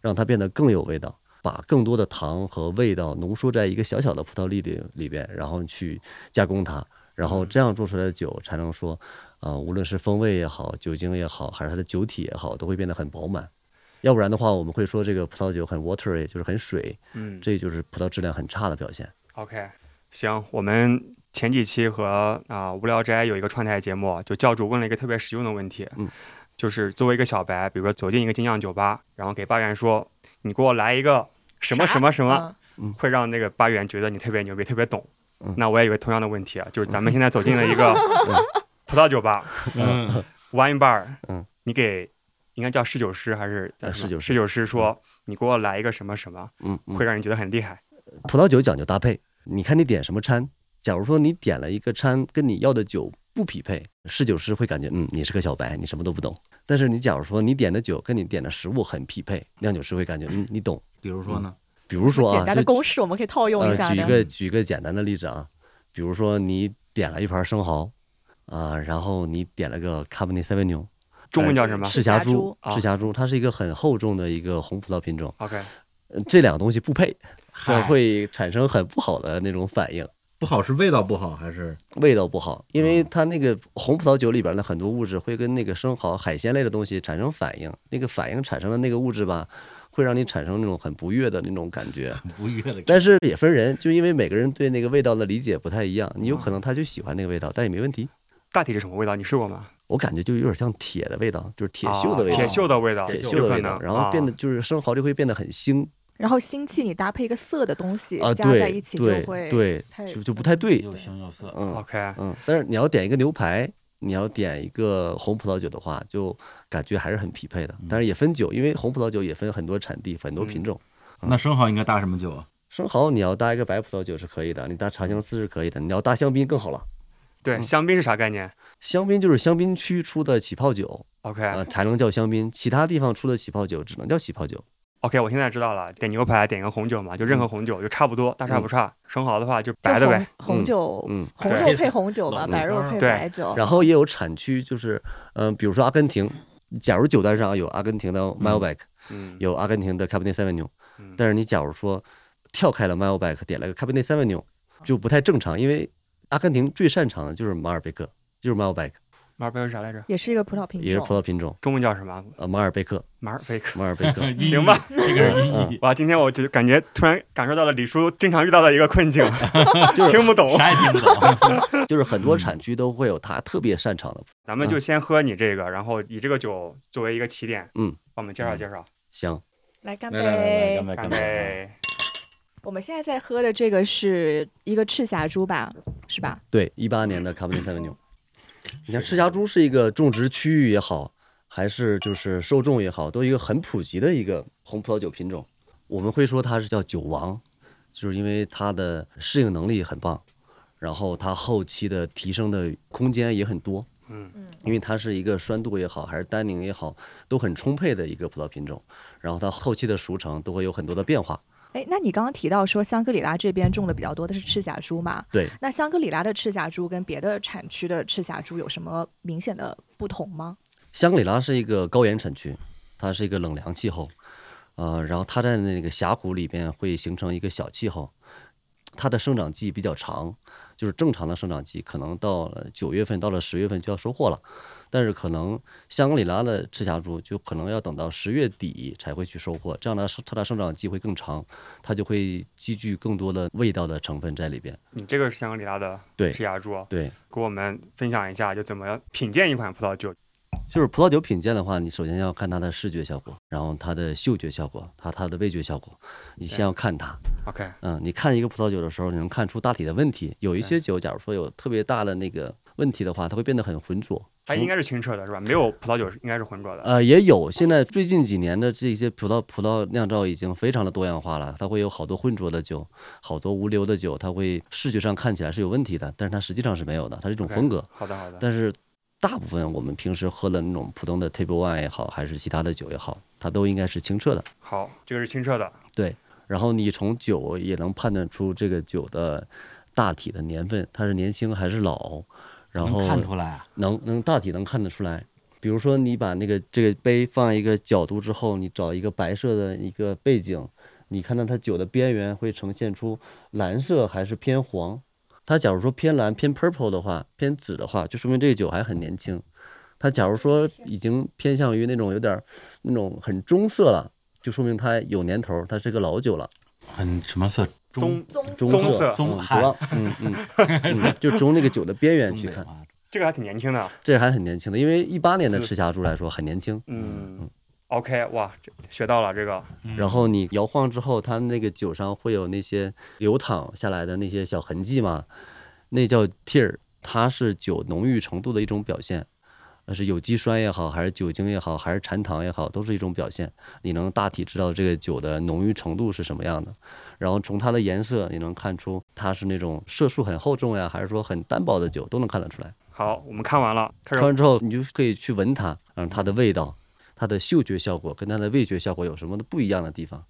[SPEAKER 4] 让它变得更有味道，把更多的糖和味道浓缩在一个小小的葡萄粒里里边，然后去加工它，然后这样做出来的酒才能说，呃，无论是风味也好，酒精也好，还是它的酒体也好，都会变得很饱满。要不然的话，我们会说这个葡萄酒很 watery，就是很水，
[SPEAKER 2] 嗯
[SPEAKER 4] 这就是葡萄质量很差的表现。
[SPEAKER 2] OK，行，我们前几期和啊、无聊斋有一个串台节目，就教主问了一个特别实用的问题，
[SPEAKER 4] 嗯
[SPEAKER 2] 就是作为一个小白，比如说走进一个精酿酒吧，然后给吧员说，你给我来一个什么
[SPEAKER 3] 啥
[SPEAKER 2] 什么什么，
[SPEAKER 3] 嗯
[SPEAKER 2] 会让那个吧员觉得你特别牛逼，特别懂。
[SPEAKER 4] 嗯
[SPEAKER 2] 那我也有个同样的问题啊，就是咱们现在走进了一个葡萄酒吧，
[SPEAKER 5] 嗯，
[SPEAKER 2] wine bar，
[SPEAKER 4] 嗯，
[SPEAKER 2] 你给应该叫侍酒师还是叫
[SPEAKER 4] 呃
[SPEAKER 2] 什
[SPEAKER 4] 侍
[SPEAKER 2] 么
[SPEAKER 4] 酒师
[SPEAKER 2] 侍酒师说，你给我来一个什么什么，
[SPEAKER 4] 嗯嗯
[SPEAKER 2] 会，让人觉得很厉害。
[SPEAKER 4] 葡萄酒讲究搭配，你看你点什么餐。假如说你点了一个餐跟你要的酒不匹配，侍酒师会感觉嗯你是个小白，你什么都不懂。但是你假如说你点的酒跟你点的食物很匹配，酿酒师会感觉嗯你懂。
[SPEAKER 5] 比如说呢，
[SPEAKER 4] 比如说啊，
[SPEAKER 3] 简单的
[SPEAKER 4] 就
[SPEAKER 3] 公式我们可以套用一下
[SPEAKER 4] 呃。举一
[SPEAKER 3] 的。
[SPEAKER 4] 个举一个简单的例子啊，比如说你点了一盘生蚝，啊、然后你点了个 Cabernet Sauvignon，呃
[SPEAKER 2] 中文叫什么
[SPEAKER 4] 赤
[SPEAKER 3] 赤
[SPEAKER 4] 霞
[SPEAKER 3] 霞
[SPEAKER 4] 珠
[SPEAKER 3] 珠，
[SPEAKER 2] 啊
[SPEAKER 4] 赤霞珠，它是一个很厚重的一个红葡萄品种，
[SPEAKER 2] ？OK，
[SPEAKER 4] 呃这两个东西不配，这
[SPEAKER 5] 嗨
[SPEAKER 4] 会产生很不好的那种反应。
[SPEAKER 5] 不好是味道不好还是
[SPEAKER 4] 味道不好，因为它那个红葡萄酒里边的很多物质会跟那个生蚝、海鲜类的东西产生反应，那个反应产生的那个物质吧，会让你产生那种很不悦的那种感 觉。
[SPEAKER 5] 不悦的？
[SPEAKER 4] 但是也分人，就因为每个人对那个味道的理解不太一样，你有可能他就喜欢那个味道，但也没问题。
[SPEAKER 2] 大体是什么味道？你试过吗？
[SPEAKER 4] 我感觉就有点像铁的味道，就是铁锈的味
[SPEAKER 2] 啊
[SPEAKER 4] 道，
[SPEAKER 2] 铁锈的味道，
[SPEAKER 4] 哦铁锈
[SPEAKER 2] 有
[SPEAKER 4] 的
[SPEAKER 2] 可
[SPEAKER 4] 味道，
[SPEAKER 2] 能。
[SPEAKER 4] 然后变得
[SPEAKER 2] 啊
[SPEAKER 4] 就是生蚝就会变得很腥
[SPEAKER 3] 然后腥气你搭配一个涩的东西
[SPEAKER 4] 啊，
[SPEAKER 3] 加在
[SPEAKER 4] 对
[SPEAKER 3] 一起就
[SPEAKER 4] 对
[SPEAKER 3] 会
[SPEAKER 4] 对，
[SPEAKER 3] 太
[SPEAKER 4] 就就不太对，
[SPEAKER 5] 又腥又涩，
[SPEAKER 4] 嗯
[SPEAKER 2] OK，
[SPEAKER 4] 嗯。但是你要点一个牛排，你要点一个红葡萄酒的话，就感觉还是很匹配的。但是也分酒，因为红葡萄酒也分很多产地、很多品种。
[SPEAKER 5] 那生蚝应该搭什么酒啊？
[SPEAKER 4] 生蚝你要搭一个白葡萄酒是可以的，你搭长相思是可以的，你要搭香槟更好了。
[SPEAKER 2] 对，
[SPEAKER 4] 嗯
[SPEAKER 2] 香槟是啥概念
[SPEAKER 4] 香槟就是香槟区出的起泡酒，啊、
[SPEAKER 2] ？OK，OK，
[SPEAKER 4] 才能叫香槟，其他地方出的起泡酒只能叫起泡酒。
[SPEAKER 2] 我现在知道了，点牛排点个红酒嘛，就任何红酒就差不多，大差不差。生蚝的话就白的
[SPEAKER 3] 就
[SPEAKER 2] 呗，
[SPEAKER 3] 红
[SPEAKER 4] 嗯
[SPEAKER 3] 红酒，
[SPEAKER 4] 嗯
[SPEAKER 3] 红
[SPEAKER 2] 对
[SPEAKER 3] 肉配红酒吧，
[SPEAKER 5] 嗯。
[SPEAKER 3] 白肉配
[SPEAKER 2] 对
[SPEAKER 3] 白酒。
[SPEAKER 4] 然后也有产区，就是嗯、呃比如说阿根廷，假如酒单上啊有阿根廷的 m i l b a c
[SPEAKER 2] 嗯，
[SPEAKER 4] 有阿根廷的 Cabernet Sauvignon，
[SPEAKER 2] 嗯
[SPEAKER 4] 但是你假如说跳开了 m i l b a c 点了个 Cabernet Sauvignon，就不太正常，因为阿根廷最擅长的就是马尔贝克，就是 m i l b a c
[SPEAKER 2] 马尔贝克是啥来着？
[SPEAKER 3] 也是一个葡萄品
[SPEAKER 4] 也是葡
[SPEAKER 3] 种，
[SPEAKER 4] 萄品种，
[SPEAKER 2] 中文叫什么？
[SPEAKER 4] 呃，马尔贝克，
[SPEAKER 2] 马尔贝克。
[SPEAKER 4] 马尔贝 克
[SPEAKER 5] 音译
[SPEAKER 2] 行吧，
[SPEAKER 5] 这个是
[SPEAKER 4] 嗯
[SPEAKER 5] 音译，
[SPEAKER 2] 哇，今天我就感觉突然感受到了李叔经常遇到的一个困境，
[SPEAKER 4] 就是嗯
[SPEAKER 2] 听不懂。
[SPEAKER 5] 啥也听不懂。
[SPEAKER 4] 就是很多产区都会有他特别擅长的。
[SPEAKER 2] 咱们就先喝你这个，然后以这个酒作为一个起点，
[SPEAKER 4] 嗯，
[SPEAKER 2] 帮我们介绍介绍。
[SPEAKER 4] 香，
[SPEAKER 3] 来干
[SPEAKER 5] 来来来来，
[SPEAKER 3] 杯
[SPEAKER 5] 干！杯
[SPEAKER 2] 干
[SPEAKER 5] 干杯！
[SPEAKER 2] 杯！
[SPEAKER 3] 我们现在在喝的这个是一个赤霞珠吧，是吧？
[SPEAKER 4] 对，一八年的 Cabernet Sauvignon。你看赤霞珠是一个种植区域也好，还是就是受众也好，都一个很普及的一个红葡萄酒品种。我们会说它是叫酒王，就是因为它的适应能力很棒，然后它后期的提升的空间也很多。
[SPEAKER 2] 嗯
[SPEAKER 4] 因为它是一个酸度也好，还是单宁也好，都很充沛的一个葡萄品种。然后它后期的熟成都会有很多的变化。
[SPEAKER 3] 哎，那你刚刚提到说香格里拉这边种的比较多的是赤霞珠嘛？
[SPEAKER 4] 对，
[SPEAKER 3] 那香格里拉的赤霞珠跟别的产区的赤霞珠有什么明显的不同吗？
[SPEAKER 4] 香格里拉是一个高原产区，它是一个冷凉气候，呃，然后它在那个峡谷里边会形成一个小气候，它的生长季比较长，就是正常的生长季，可能到了九月份，到了十月份就要收获了，但是可能香格里拉的赤霞珠就可能要等到十月底才会去收获，这样呢，它的生长季会更长，它就会积聚更多的味道的成分在里边。
[SPEAKER 2] 你这个是香格里拉的
[SPEAKER 4] 对
[SPEAKER 2] 赤啊霞珠，
[SPEAKER 4] 对，
[SPEAKER 2] 给我们分享一下，就怎么品鉴一款葡萄酒。
[SPEAKER 4] 就是葡萄酒品鉴的话，你首先要看它的视觉效果，然后它的嗅觉效果，它它的味觉效果，你先要看它。
[SPEAKER 2] OK，
[SPEAKER 4] 嗯，你看一个葡萄酒的时候，你能看出大体的问题。有一些酒，假如说有特别大的那个问题的话，它会变得很浑浊。
[SPEAKER 2] 它应该是清澈的，是吧？没有葡萄酒是应该是浑浊的。
[SPEAKER 4] 嗯呃，也有现在最近几年的这些葡萄葡萄酿造已经非常的多样化了，它会有好多浑浊的酒，好多无硫的酒，它会视觉上看起来是有问题的，但是它实际上是没有的，它是一种
[SPEAKER 2] OK
[SPEAKER 4] 风格。
[SPEAKER 2] 好的，好的。
[SPEAKER 4] 但是大部分我们平时喝的那种普通的 table wine 也好，还是其他的酒也好，它都应该是清澈的。
[SPEAKER 2] 好，这个是清澈的。
[SPEAKER 4] 对，然后你从酒也能判断出这个酒的大体的年份，它是年轻还是老，然后
[SPEAKER 5] 能看出来啊，
[SPEAKER 4] 能能大体能看得出来。比如说，你把那个这个杯放一个角度之后，你找一个白色的一个背景，你看到它酒的边缘会呈现出蓝色还是偏黄。它假如说偏蓝、偏 purple 的话，偏紫的话，就说明这个酒还很年轻。它假如说已经偏向于那种有点儿那种很棕色了，就说明它有年头儿，它是个老酒了。
[SPEAKER 5] 很什么色？
[SPEAKER 2] 棕，
[SPEAKER 3] 棕
[SPEAKER 4] 棕
[SPEAKER 2] 棕
[SPEAKER 4] 色，
[SPEAKER 2] 色
[SPEAKER 4] 嗯，
[SPEAKER 5] 棕
[SPEAKER 4] 不
[SPEAKER 5] 嗨
[SPEAKER 4] 让，嗯嗯嗯，就从那个酒的边缘
[SPEAKER 5] 东
[SPEAKER 4] 去
[SPEAKER 5] 北
[SPEAKER 4] 看，
[SPEAKER 5] 话
[SPEAKER 2] 这个还挺年轻的。
[SPEAKER 4] 这还很年轻的，因为一八年的赤霞珠来说很年轻。
[SPEAKER 2] 嗯，OK，哇，这学到了这个。
[SPEAKER 4] 然后你摇晃之后，它那个酒上会有那些流淌下来的那些小痕迹嘛，那叫 tear，它是酒浓郁程度的一种表现。呃是有机酸也好，还是酒精也好，还是残糖也好，都是一种表现。你能大体知道这个酒的浓郁程度是什么样的，然后从它的颜色，你能看出它是那种色素很厚重呀，还是说很单薄的酒，都能看得出来。
[SPEAKER 2] 好，我们看完了，开
[SPEAKER 4] 吃
[SPEAKER 2] 始
[SPEAKER 4] 完之后，你就可以去闻它，嗯，它的味道，它的嗅觉效果跟它的味觉效果有什么的不一样的地方？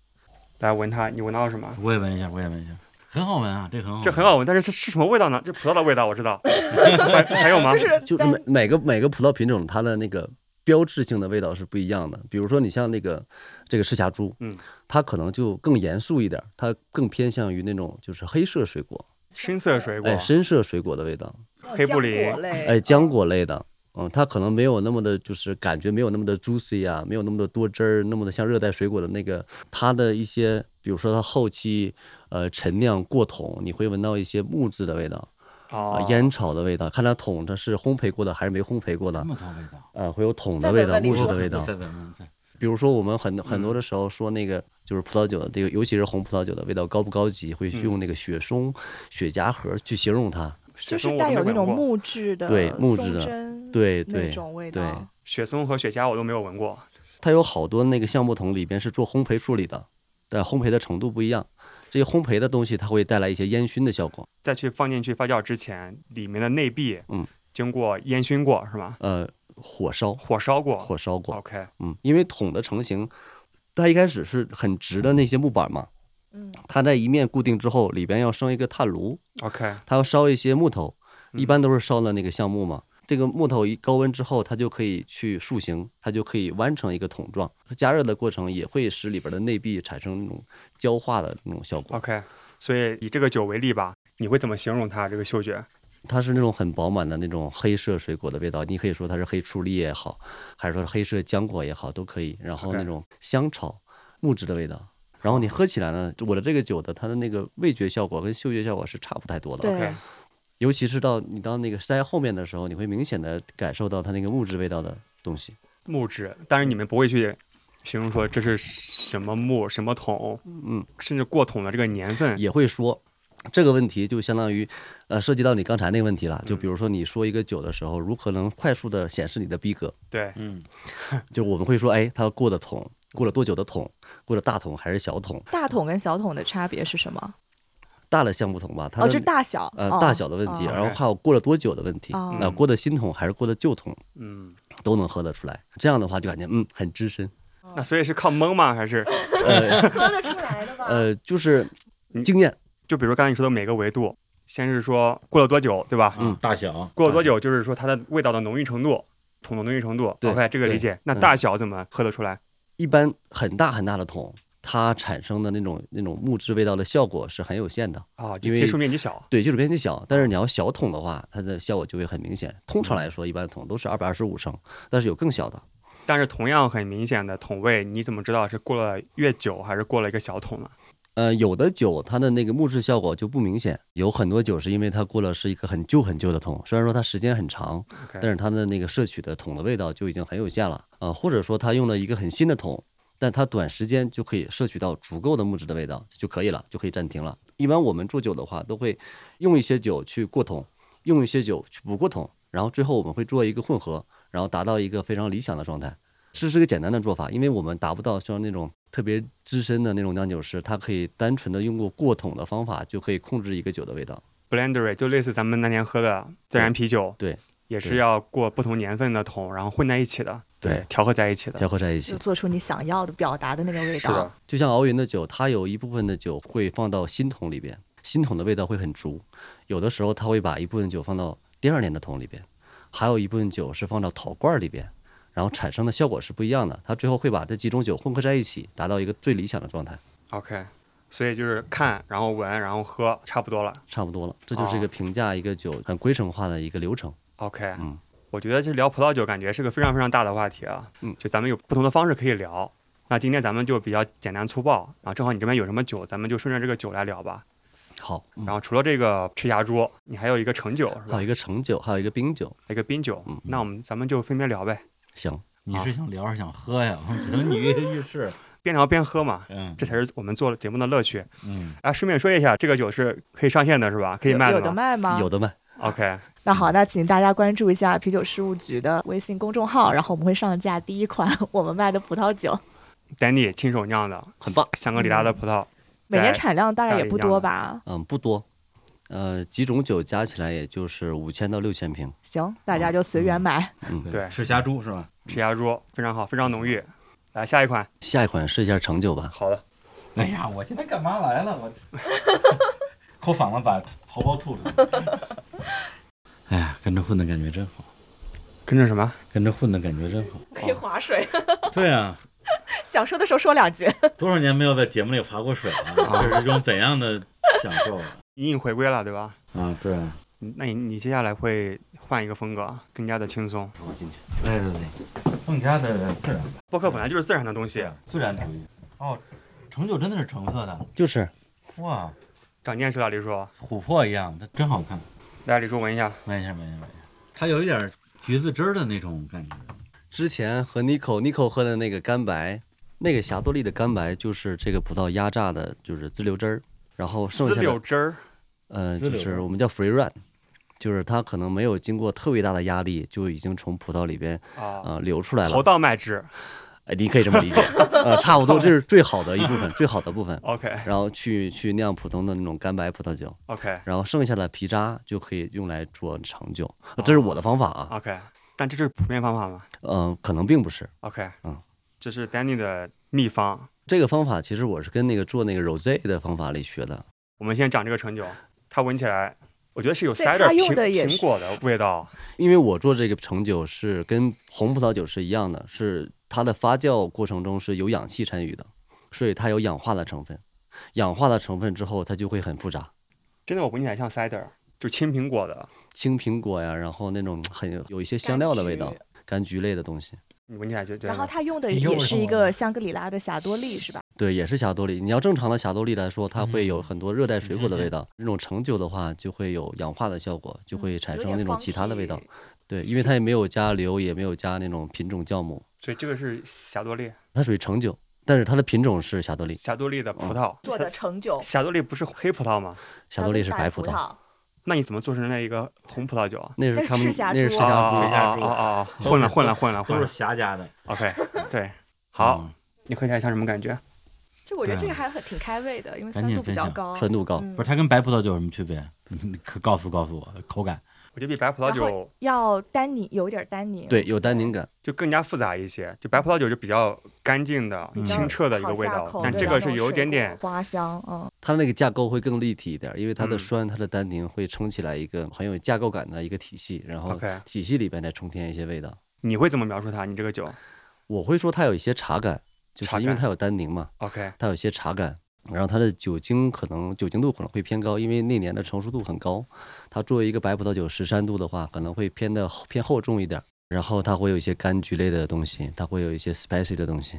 [SPEAKER 2] 来闻它，你闻到了什么？
[SPEAKER 5] 我也闻一下，我也闻一下，很好闻啊，这很好闻，
[SPEAKER 4] 哦
[SPEAKER 2] 这很好闻，但是是是什么味道呢？这葡萄的味道我知 道，还还有吗？
[SPEAKER 3] 就是
[SPEAKER 4] 就
[SPEAKER 3] 但
[SPEAKER 4] 每每个每个葡萄品种它的那个标志性的味道是不一样的。比如说你像那个这个赤霞珠，
[SPEAKER 2] 嗯，
[SPEAKER 4] 它可能就更严肃一点，它更偏向于那种就是黑色水果，
[SPEAKER 2] 深色水果
[SPEAKER 4] 哎，，深色水果的味道，
[SPEAKER 2] 黑布里
[SPEAKER 3] 呃浆果类
[SPEAKER 4] 哎，浆果类的。嗯，它可能没有那么的，就是感觉没有那么的 juicy 啊，没有那么的多汁儿，那么的像热带水果的那个，它的一些，比如说它后期呃陈酿过桶，你会闻到一些木质的味道啊、
[SPEAKER 2] 哦，
[SPEAKER 4] 烟草的味道，看它桶它是烘焙过的还是没烘焙过的
[SPEAKER 5] 这，么多味道，
[SPEAKER 4] 呃，会有桶
[SPEAKER 3] 再
[SPEAKER 4] 的味
[SPEAKER 3] 闻
[SPEAKER 4] 道、
[SPEAKER 3] 闻你
[SPEAKER 4] 木质
[SPEAKER 3] 说
[SPEAKER 4] 的味道
[SPEAKER 5] 再。闻闻，再
[SPEAKER 4] 比如说，我们很很多
[SPEAKER 3] 嗯
[SPEAKER 4] 的时候说那个就是葡萄酒的这个，尤其是红葡萄酒的味道高不高级，会去
[SPEAKER 3] 嗯
[SPEAKER 4] 用那个雪松、雪茄盒去形容它。
[SPEAKER 2] 雪
[SPEAKER 3] 就
[SPEAKER 2] 松
[SPEAKER 3] 是
[SPEAKER 2] 我
[SPEAKER 3] 带
[SPEAKER 2] 都没
[SPEAKER 3] 有那
[SPEAKER 2] 闻
[SPEAKER 3] 种
[SPEAKER 2] 过
[SPEAKER 3] 木质的
[SPEAKER 4] 对木质的
[SPEAKER 3] 松针
[SPEAKER 4] 对
[SPEAKER 3] 那
[SPEAKER 4] 对
[SPEAKER 3] 种味
[SPEAKER 4] 对
[SPEAKER 3] 道。
[SPEAKER 2] 雪松和雪茄我都没有闻过，
[SPEAKER 4] 它有好多那个橡木桶里边是做烘焙处理的，但烘焙的程度不一样。这些烘焙的东西，它会带来一些烟熏的效果。
[SPEAKER 2] 在去放进去发酵之前，里面的内壁，
[SPEAKER 4] 嗯，
[SPEAKER 2] 经过烟熏过是吧？
[SPEAKER 4] 呃，火烧、
[SPEAKER 2] 火烧过
[SPEAKER 4] 火烧过，
[SPEAKER 2] ，OK，
[SPEAKER 4] 嗯，因为桶的成型，它一开始是很直的那些木板嘛，
[SPEAKER 3] 嗯，
[SPEAKER 4] 它在一面固定之后，里边要生一个炭炉，
[SPEAKER 2] OK，
[SPEAKER 4] 它要烧一些木头，
[SPEAKER 2] 嗯
[SPEAKER 4] 一般都是烧的那个橡木嘛。这个木头一高温之后，它就可以去塑形，它就可以弯成一个桶状。加热的过程也会使里边的内壁产生那种焦化的那种效果。
[SPEAKER 2] OK，所以以这个酒为例吧，你会怎么形容它这个嗅觉？
[SPEAKER 4] 它是那种很饱满的那种黑色水果的味道，你可以说它是黑醋栗也好，还是说黑色浆果也好，都可以。然后
[SPEAKER 2] OK
[SPEAKER 4] 那种香草、木质的味道，然后你喝起来呢，我的这个酒的它的那个味觉效果跟嗅觉效果是差不太多的。啊
[SPEAKER 3] 对
[SPEAKER 2] OK，
[SPEAKER 4] 尤其是到你到那个塞后面的时候，你会明显的感受到它那个木质味道的东西。
[SPEAKER 2] 木质，但是你们不会去形容说这是什么木、什么桶，
[SPEAKER 4] 嗯，
[SPEAKER 2] 甚至过桶的这个年份。
[SPEAKER 4] 也会说这个问题，就相当于呃涉及到你刚才那个问题了。
[SPEAKER 3] 嗯
[SPEAKER 4] 就比如说你说一个酒的时候，如何能快速的显示你的逼格？
[SPEAKER 2] 对，
[SPEAKER 5] 嗯，
[SPEAKER 4] 就我们会说，哎，它过的桶，过了多久的桶，过了大桶还是小桶？
[SPEAKER 3] 大桶跟小桶的差别是什么？
[SPEAKER 4] 大的橡木桶吧，它
[SPEAKER 3] 哦，
[SPEAKER 4] 的、
[SPEAKER 3] 就是大小，
[SPEAKER 4] 呃
[SPEAKER 3] 哦
[SPEAKER 4] 大小的问题，
[SPEAKER 2] 哦
[SPEAKER 4] 然后还有过了多久的问题，那、
[SPEAKER 3] 哦
[SPEAKER 4] 过的新桶还是过的旧桶
[SPEAKER 2] 嗯，
[SPEAKER 4] 都能喝得出来。这样的话就感觉嗯很 资深，
[SPEAKER 2] 那所以是靠蒙吗？还是
[SPEAKER 4] 呃
[SPEAKER 3] 喝得出来的吧？
[SPEAKER 4] 呃就是
[SPEAKER 2] 嗯
[SPEAKER 4] 经验，
[SPEAKER 2] 就比如刚才你说的每个维度，先是说过了多久，对吧？
[SPEAKER 5] 嗯，大小，
[SPEAKER 2] 过了多久就是说它的味道的浓郁程度，桶的浓郁程度。
[SPEAKER 4] 对
[SPEAKER 2] OK，这个
[SPEAKER 4] 对
[SPEAKER 2] 理解。那
[SPEAKER 4] 嗯
[SPEAKER 2] 大小怎么喝得出来？
[SPEAKER 4] 一般很大很大的桶，它产生的那种那种木质味道的效果是很有限的。
[SPEAKER 2] 啊，
[SPEAKER 4] 因为
[SPEAKER 2] 接触面积小。
[SPEAKER 4] 对，就是面积小，但是你要小桶的话，它的效果就会很明显。通常来说，一般桶都是二百二十五升，但是有更小的。
[SPEAKER 2] 但是同样很明显的桶味，你怎么知道是过了越久还是过了一个小桶呢？
[SPEAKER 4] 呃，有的酒它的那个木质效果就不明显，有很多酒是因为它过了是一个很旧很旧的桶，虽然说它时间很长，
[SPEAKER 2] OK
[SPEAKER 4] 但是它的那个摄取的桶的味道就已经很有限了啊、呃或者说它用了一个很新的桶，但它短时间就可以摄取到足够的木质的味道就可以了，就可以暂停了。一般我们做酒的话，都会用一些酒去过桶，用一些酒去不过桶，然后最后我们会做一个混合，然后达到一个非常理想的状态。这是个简单的做法，因为我们达不到像那种特别资深的那种酿酒师，他可以单纯的用过过桶的方法就可以控制一个酒的味道。
[SPEAKER 2] Blendery 就类似咱们那年喝的自然啤酒，
[SPEAKER 4] 对对
[SPEAKER 2] 也是
[SPEAKER 4] 对
[SPEAKER 2] 要过不同年份的桶，然后混在一起的，
[SPEAKER 4] 对，
[SPEAKER 2] 调和在一起的。
[SPEAKER 4] 调和在一 起
[SPEAKER 3] 就，做出你想要的表达的那个味
[SPEAKER 2] 是的
[SPEAKER 3] 道。
[SPEAKER 4] 就像熬云的酒，它有一部分的酒会放到新桶里边，新桶的味道会很足。有的时候他会把一部分酒放到第二年的桶里边，还有一部分酒是放到陶罐里边，然后产生的效果是不一样的。他最后会把这几种酒混合在一起，达到一个最理想的状态，
[SPEAKER 2] OK，所以就是看，然后闻，然后喝，差不多了。
[SPEAKER 4] 差不多了。这就是一
[SPEAKER 2] 哦
[SPEAKER 4] 个评价一个酒很规程化的一个流程。
[SPEAKER 2] OK，
[SPEAKER 4] 嗯
[SPEAKER 2] 我觉得这聊葡萄酒感觉是个非常非常大的话题啊，
[SPEAKER 4] 嗯
[SPEAKER 2] 就咱们有不同的方式可以聊。那今天咱们就比较简单粗暴啊，正好你这边有什么酒，咱们就顺着这个酒来聊吧。
[SPEAKER 4] 好，嗯
[SPEAKER 2] 然后除了这个赤霞珠，你还有一个橙酒是
[SPEAKER 4] 还有
[SPEAKER 2] 吧？
[SPEAKER 4] 一个橙酒，还有一个冰酒。
[SPEAKER 2] 一个冰酒
[SPEAKER 4] 嗯，
[SPEAKER 2] 那我们咱们就分别聊呗，
[SPEAKER 4] 行，
[SPEAKER 5] 你是想聊还是想喝呀？ 我只能你 跃跃欲试，
[SPEAKER 2] 边聊边喝嘛，
[SPEAKER 5] 嗯
[SPEAKER 2] 这才是我们做节目的乐趣。哎
[SPEAKER 5] 嗯，
[SPEAKER 2] 啊，顺便说一下，这个酒是可以上线的是吧？可以
[SPEAKER 3] 有
[SPEAKER 2] 卖
[SPEAKER 3] 有
[SPEAKER 2] 的
[SPEAKER 3] 的
[SPEAKER 2] 吗
[SPEAKER 3] 卖吗？
[SPEAKER 4] 有的卖。
[SPEAKER 2] ？OK，
[SPEAKER 3] 那好，那请大家关注一下啤酒事务局的微信公众号，然后我们会上架第一款我们卖的葡萄酒，
[SPEAKER 2] 丹尼亲手酿的，
[SPEAKER 4] 很棒。
[SPEAKER 2] 香格里拉的葡萄，
[SPEAKER 3] 每
[SPEAKER 2] 在
[SPEAKER 3] 年产量大概
[SPEAKER 2] 大
[SPEAKER 3] 也
[SPEAKER 2] 力
[SPEAKER 3] 不
[SPEAKER 2] 酿
[SPEAKER 3] 多
[SPEAKER 2] 的
[SPEAKER 3] 吧？
[SPEAKER 4] 嗯，不多，呃，几种酒加起来也就是五千到六千瓶。
[SPEAKER 3] 行，大
[SPEAKER 4] 嗯
[SPEAKER 3] 家就随缘买。
[SPEAKER 2] 对
[SPEAKER 5] 赤霞珠是吧？
[SPEAKER 2] 赤霞珠非常好，非常浓郁。来下一款，
[SPEAKER 4] 下一款试一下橙酒吧，
[SPEAKER 2] 好的，
[SPEAKER 5] 哎呀，我今天干嘛来 了？我抠反了，把头包吐出来。 哎呀，跟着混的感觉真好，
[SPEAKER 2] 跟着什么？
[SPEAKER 5] 跟着混的感觉真好。
[SPEAKER 4] 嗯
[SPEAKER 3] 可以划水，
[SPEAKER 5] 对啊，
[SPEAKER 3] 想说的时候说两句。
[SPEAKER 5] 多少年没有在节目里划过水 了，这是一种怎样的享受啊？
[SPEAKER 2] 隐隐回归了，对吧？
[SPEAKER 5] 啊，对啊，
[SPEAKER 2] 那你你接下来会换一个风格，更加的轻松。
[SPEAKER 5] 我进去。对对对，更加的自然，
[SPEAKER 2] 播客本来就是自然的东西，
[SPEAKER 5] 自然主义。哦，成就真的是橙色的，
[SPEAKER 4] 就是
[SPEAKER 5] 哇，
[SPEAKER 2] 长见识了，李叔。
[SPEAKER 5] 琥珀一样，它真好看。
[SPEAKER 2] 来，李叔闻一下，
[SPEAKER 5] 闻一下，闻一下，闻一下，它有一点橘子汁儿的那种感觉。
[SPEAKER 4] 之前和 Nico Nico 喝的那个干白，那个霞多丽的干白就是这个葡萄压榨的，就是自流汁儿，然后剩
[SPEAKER 2] 丝
[SPEAKER 4] 下
[SPEAKER 2] 柳
[SPEAKER 4] 的
[SPEAKER 2] 汁儿，
[SPEAKER 4] 呃
[SPEAKER 5] 自
[SPEAKER 4] 就
[SPEAKER 5] 流汁
[SPEAKER 4] 是
[SPEAKER 5] 儿
[SPEAKER 4] 我们叫 free run，就是它可能没有经过特别大的压力，就已经从葡萄里边
[SPEAKER 2] 啊，
[SPEAKER 4] 呃流出来
[SPEAKER 2] 头
[SPEAKER 4] 了。
[SPEAKER 2] 道麦汁。
[SPEAKER 4] 哎，你可以这么理解，呃，差不多这是最好的一部分，最好的部分。
[SPEAKER 2] OK
[SPEAKER 4] 然后去去酿普通的那种干白葡萄酒，
[SPEAKER 2] OK
[SPEAKER 4] 然后剩下的皮渣就可以用来做橙酒，呃这是我的方法啊。
[SPEAKER 2] OK，但这是普遍方法吗
[SPEAKER 4] 嗯，可能并不是。
[SPEAKER 2] ？OK，
[SPEAKER 4] 嗯，
[SPEAKER 2] 这是 Danny 的秘方。
[SPEAKER 4] 这个方法其实我是跟那个做那个 rose 的方法里学的，
[SPEAKER 2] 我们先讲这个橙酒，它闻起来，我觉得是有
[SPEAKER 3] 对
[SPEAKER 2] cider
[SPEAKER 3] 它用
[SPEAKER 2] 苹
[SPEAKER 3] 的也是
[SPEAKER 2] 苹果的味道。
[SPEAKER 4] 因为我做这个橙酒是跟红葡萄酒是一样的，是它的发酵过程中是有氧气参与的，所以它有氧化的成分。氧化的成分之后，它就会很复杂，
[SPEAKER 2] 真的，我闻起来像 cider，就青苹果的。
[SPEAKER 4] 青苹果呀，然后那种很有一些香料的 味道，柑橘类的东西。
[SPEAKER 2] 你闻起来就觉
[SPEAKER 3] 然后
[SPEAKER 2] 得
[SPEAKER 3] 他用的
[SPEAKER 5] 你又
[SPEAKER 3] 也是一
[SPEAKER 5] 上网
[SPEAKER 3] 个
[SPEAKER 5] 了
[SPEAKER 3] 香格里拉的霞多丽，是吧？
[SPEAKER 4] 对，也是霞多丽。你要正常的霞多丽来说，它会有
[SPEAKER 5] 嗯
[SPEAKER 4] 很多热带水果的
[SPEAKER 5] 是是
[SPEAKER 4] 味道。这种橙酒的话，就会有氧化的效果，就会
[SPEAKER 3] 嗯
[SPEAKER 4] 产
[SPEAKER 3] 有
[SPEAKER 4] 生
[SPEAKER 3] 点
[SPEAKER 4] 那种
[SPEAKER 3] 放
[SPEAKER 4] 其他的味道
[SPEAKER 3] 屁。
[SPEAKER 4] 对，因为它也没有加硫，也没有加那种品种酵母，
[SPEAKER 2] 所以这个是霞多丽，
[SPEAKER 4] 它属于橙酒，但是它的品种是霞多丽。
[SPEAKER 2] 霞多丽的葡萄。
[SPEAKER 3] 嗯做的橙酒，
[SPEAKER 2] 霞多丽不是黑葡萄吗？
[SPEAKER 4] 霞多丽是白
[SPEAKER 3] 葡
[SPEAKER 4] 葡萄，，
[SPEAKER 2] 那你怎么做成了一个红葡萄酒啊？
[SPEAKER 4] 那
[SPEAKER 3] 那
[SPEAKER 4] 是
[SPEAKER 3] 是
[SPEAKER 4] 他们
[SPEAKER 3] 赤霞
[SPEAKER 4] 那是
[SPEAKER 3] 珠
[SPEAKER 4] 赤
[SPEAKER 2] 啊
[SPEAKER 4] 霞
[SPEAKER 2] 啊
[SPEAKER 4] 珠。
[SPEAKER 2] 啊啊
[SPEAKER 4] 哦
[SPEAKER 2] 啊！啊混了混了混了混了。
[SPEAKER 5] 霞家的。
[SPEAKER 2] OK，对，好，
[SPEAKER 5] 嗯，
[SPEAKER 2] 你喝起来像什么感觉？
[SPEAKER 3] 就我觉得这
[SPEAKER 5] 对啊
[SPEAKER 3] 个还很挺开胃的，因为
[SPEAKER 5] 赶
[SPEAKER 3] 酸
[SPEAKER 5] 紧
[SPEAKER 3] 度比
[SPEAKER 5] 分
[SPEAKER 3] 较
[SPEAKER 5] 享
[SPEAKER 3] 高。
[SPEAKER 4] 酸度高，
[SPEAKER 3] 嗯
[SPEAKER 5] 不是它跟白葡萄酒有什么区别？你可告诉告诉我口感。
[SPEAKER 2] 我觉得比白葡萄
[SPEAKER 3] 然
[SPEAKER 2] 酒
[SPEAKER 3] 要单宁，有一点单宁。
[SPEAKER 4] 对，有单宁感。
[SPEAKER 2] 就更加复杂一些，就白葡萄酒就比较干净的、
[SPEAKER 5] 嗯
[SPEAKER 2] 清澈的一个
[SPEAKER 3] 好
[SPEAKER 2] 味
[SPEAKER 3] 下
[SPEAKER 2] 道
[SPEAKER 3] 口，
[SPEAKER 2] 但
[SPEAKER 3] 对
[SPEAKER 2] 这
[SPEAKER 3] 然
[SPEAKER 2] 个
[SPEAKER 3] 后
[SPEAKER 2] 是有一
[SPEAKER 3] 水
[SPEAKER 2] 点
[SPEAKER 3] 果
[SPEAKER 2] 点
[SPEAKER 3] 花香，嗯，
[SPEAKER 4] 它那个架构会更立体一点，因为它的
[SPEAKER 2] 嗯
[SPEAKER 4] 酸、它的单宁会撑起来一个很有架构感的一个体系，然后
[SPEAKER 2] OK。
[SPEAKER 4] 体系里边再充填一些味道。
[SPEAKER 2] 你会怎么描述它？你这个酒
[SPEAKER 4] 我会说它有一些茶感，就
[SPEAKER 2] 茶
[SPEAKER 4] 是因为
[SPEAKER 2] 感
[SPEAKER 4] 它有单宁嘛。
[SPEAKER 2] OK？
[SPEAKER 4] 它有些茶感，然后它的酒精可能酒精度可能会偏高，因为那年的成熟度很高。它作为一个白葡萄酒十三度的话，可能会偏的偏厚重一点。然后它会有一些柑橘类的东西，它会有一些 spicy 的东西，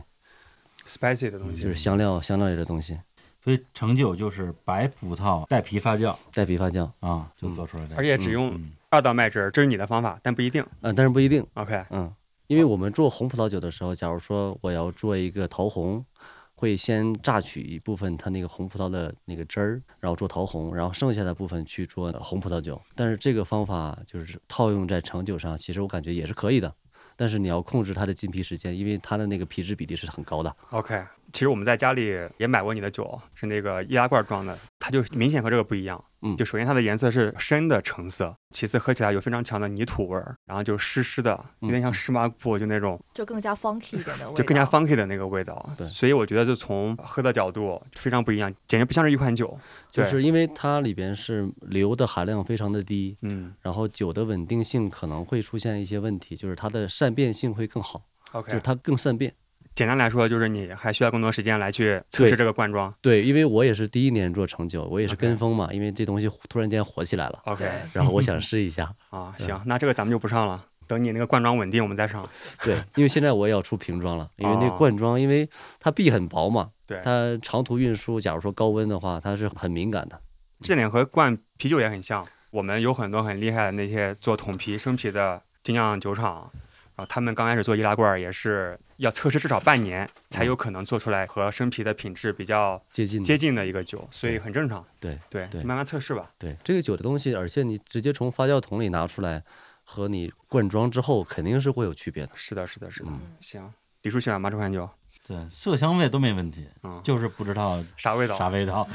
[SPEAKER 2] spicy 的东西
[SPEAKER 4] 就。是香料香料类的东西，
[SPEAKER 5] 所以橙酒就是白葡萄带皮发酵
[SPEAKER 4] 带皮发酵。
[SPEAKER 5] 啊，就做出来的。
[SPEAKER 2] 而且只用
[SPEAKER 5] 嗯
[SPEAKER 2] 二道麦汁，这是你的方法，但不一定。
[SPEAKER 4] 嗯，但是不一定，
[SPEAKER 2] OK，
[SPEAKER 4] 嗯，因为我们做红葡萄酒的时候，假如说我要做一个桃红，会先榨取一部分它那个红葡萄的那个汁儿，然后做桃红，然后剩下的部分去做红葡萄酒。但是这个方法就是套用在橙酒上，其实我感觉也是可以的。但是你要控制它的浸皮时间，因为它的那个皮质比例是很高的。
[SPEAKER 2] OK，其实我们在家里也买过你的酒，是那个易拉罐装的，它就明显和这个不一样。
[SPEAKER 4] 嗯
[SPEAKER 2] 就首先它的颜色是深的橙色，其次喝起来有非常强的泥土味儿，然后就湿湿的，有点像湿抹布，就那种
[SPEAKER 3] 就更加 funky 一点的味道，
[SPEAKER 2] 就更加 funky 的那个味道。啊
[SPEAKER 4] 对
[SPEAKER 2] 所以我觉得就从喝的角度非常不一样，简直不像是一款酒。
[SPEAKER 4] 就
[SPEAKER 2] 对
[SPEAKER 4] 是因为它里边是硫的含量非常的低，
[SPEAKER 2] 嗯
[SPEAKER 4] 然后酒的稳定性可能会出现一些问题，就是它的善变性会更好，就
[SPEAKER 2] ，OK，
[SPEAKER 4] 是它更善变。
[SPEAKER 2] 简单来说就是你还需要更多时间来去测试
[SPEAKER 4] 对
[SPEAKER 2] 这个罐装。
[SPEAKER 4] 对，因为我也是第一年做橙酒，我也是
[SPEAKER 2] OK 哦
[SPEAKER 4] 跟风嘛因为这东西突然间火起来了，
[SPEAKER 2] OK，
[SPEAKER 3] 对
[SPEAKER 4] 然后我想试一下。
[SPEAKER 2] 啊，行，那这个咱们就不上了，等你那个罐装稳定我们再上。
[SPEAKER 4] 对，因为现在我也要出瓶装了，因为那
[SPEAKER 2] 哦
[SPEAKER 4] 罐装，因为它壁很薄嘛，
[SPEAKER 2] 对，
[SPEAKER 4] 它长途运输，假如说高温的话，它是很敏感的。
[SPEAKER 2] 这点和灌啤酒也很像。我们有很多很厉害的那些做桶啤、生啤的精酿酒厂，啊，他们刚开始做易拉罐儿也是要测试至少半年，才有可能做出来和生啤的品质比较
[SPEAKER 4] 接近
[SPEAKER 2] 接近的一个酒，所以很正常。
[SPEAKER 4] 嗯对
[SPEAKER 2] 对
[SPEAKER 4] 对
[SPEAKER 2] 慢慢测试吧。
[SPEAKER 4] 对这个酒的东西，而且你直接从发酵桶里拿出来，和你灌装之后肯定是会有区别的。
[SPEAKER 2] 是的，是的，是的。
[SPEAKER 4] 嗯
[SPEAKER 2] 行，李叔喜欢吗？这款酒？
[SPEAKER 5] 对，色香味都没问题，
[SPEAKER 2] 嗯，
[SPEAKER 5] 就是不知道
[SPEAKER 2] 啥味道？
[SPEAKER 5] 啥味道。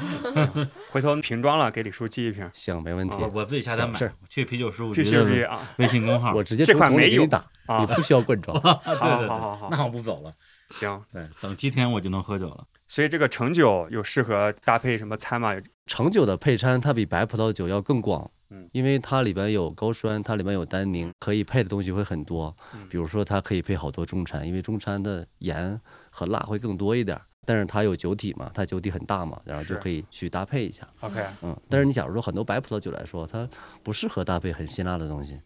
[SPEAKER 2] 回头瓶装了给李叔寄一瓶，
[SPEAKER 4] 行，没问题。
[SPEAKER 5] 我
[SPEAKER 2] 哦
[SPEAKER 5] 我自己下单买
[SPEAKER 4] 是，
[SPEAKER 5] 去啤酒十五
[SPEAKER 2] 必
[SPEAKER 5] 局
[SPEAKER 2] 须必须
[SPEAKER 5] 的
[SPEAKER 2] 啊
[SPEAKER 5] 微信公号。
[SPEAKER 4] 我直接
[SPEAKER 2] 这款
[SPEAKER 4] 从桶里
[SPEAKER 2] 没
[SPEAKER 4] 给你
[SPEAKER 2] 有
[SPEAKER 4] 打，
[SPEAKER 2] 啊
[SPEAKER 4] 你！不需要灌装。
[SPEAKER 5] 啊对
[SPEAKER 2] 好
[SPEAKER 5] 对对
[SPEAKER 2] 好好好
[SPEAKER 5] 那我不走了。
[SPEAKER 2] 行，
[SPEAKER 5] 对，等七天我就能喝酒了。
[SPEAKER 2] 所以这个橙酒有适合搭配什么餐吗？
[SPEAKER 4] 橙酒的配餐它比白葡萄酒要更广，
[SPEAKER 2] 嗯
[SPEAKER 4] 因为它里边有高酸，它里边有单宁，可以配的东西会很多
[SPEAKER 2] 嗯。
[SPEAKER 4] 比如说，它可以配好多中餐，因为中餐的盐和辣会更多一点儿，但是它有酒体嘛，它酒体很大嘛，然后就是可以去搭配一下。
[SPEAKER 2] OK，
[SPEAKER 4] 嗯，但是你假如说很多白葡萄酒来说，它不适合搭配很辛辣的东西，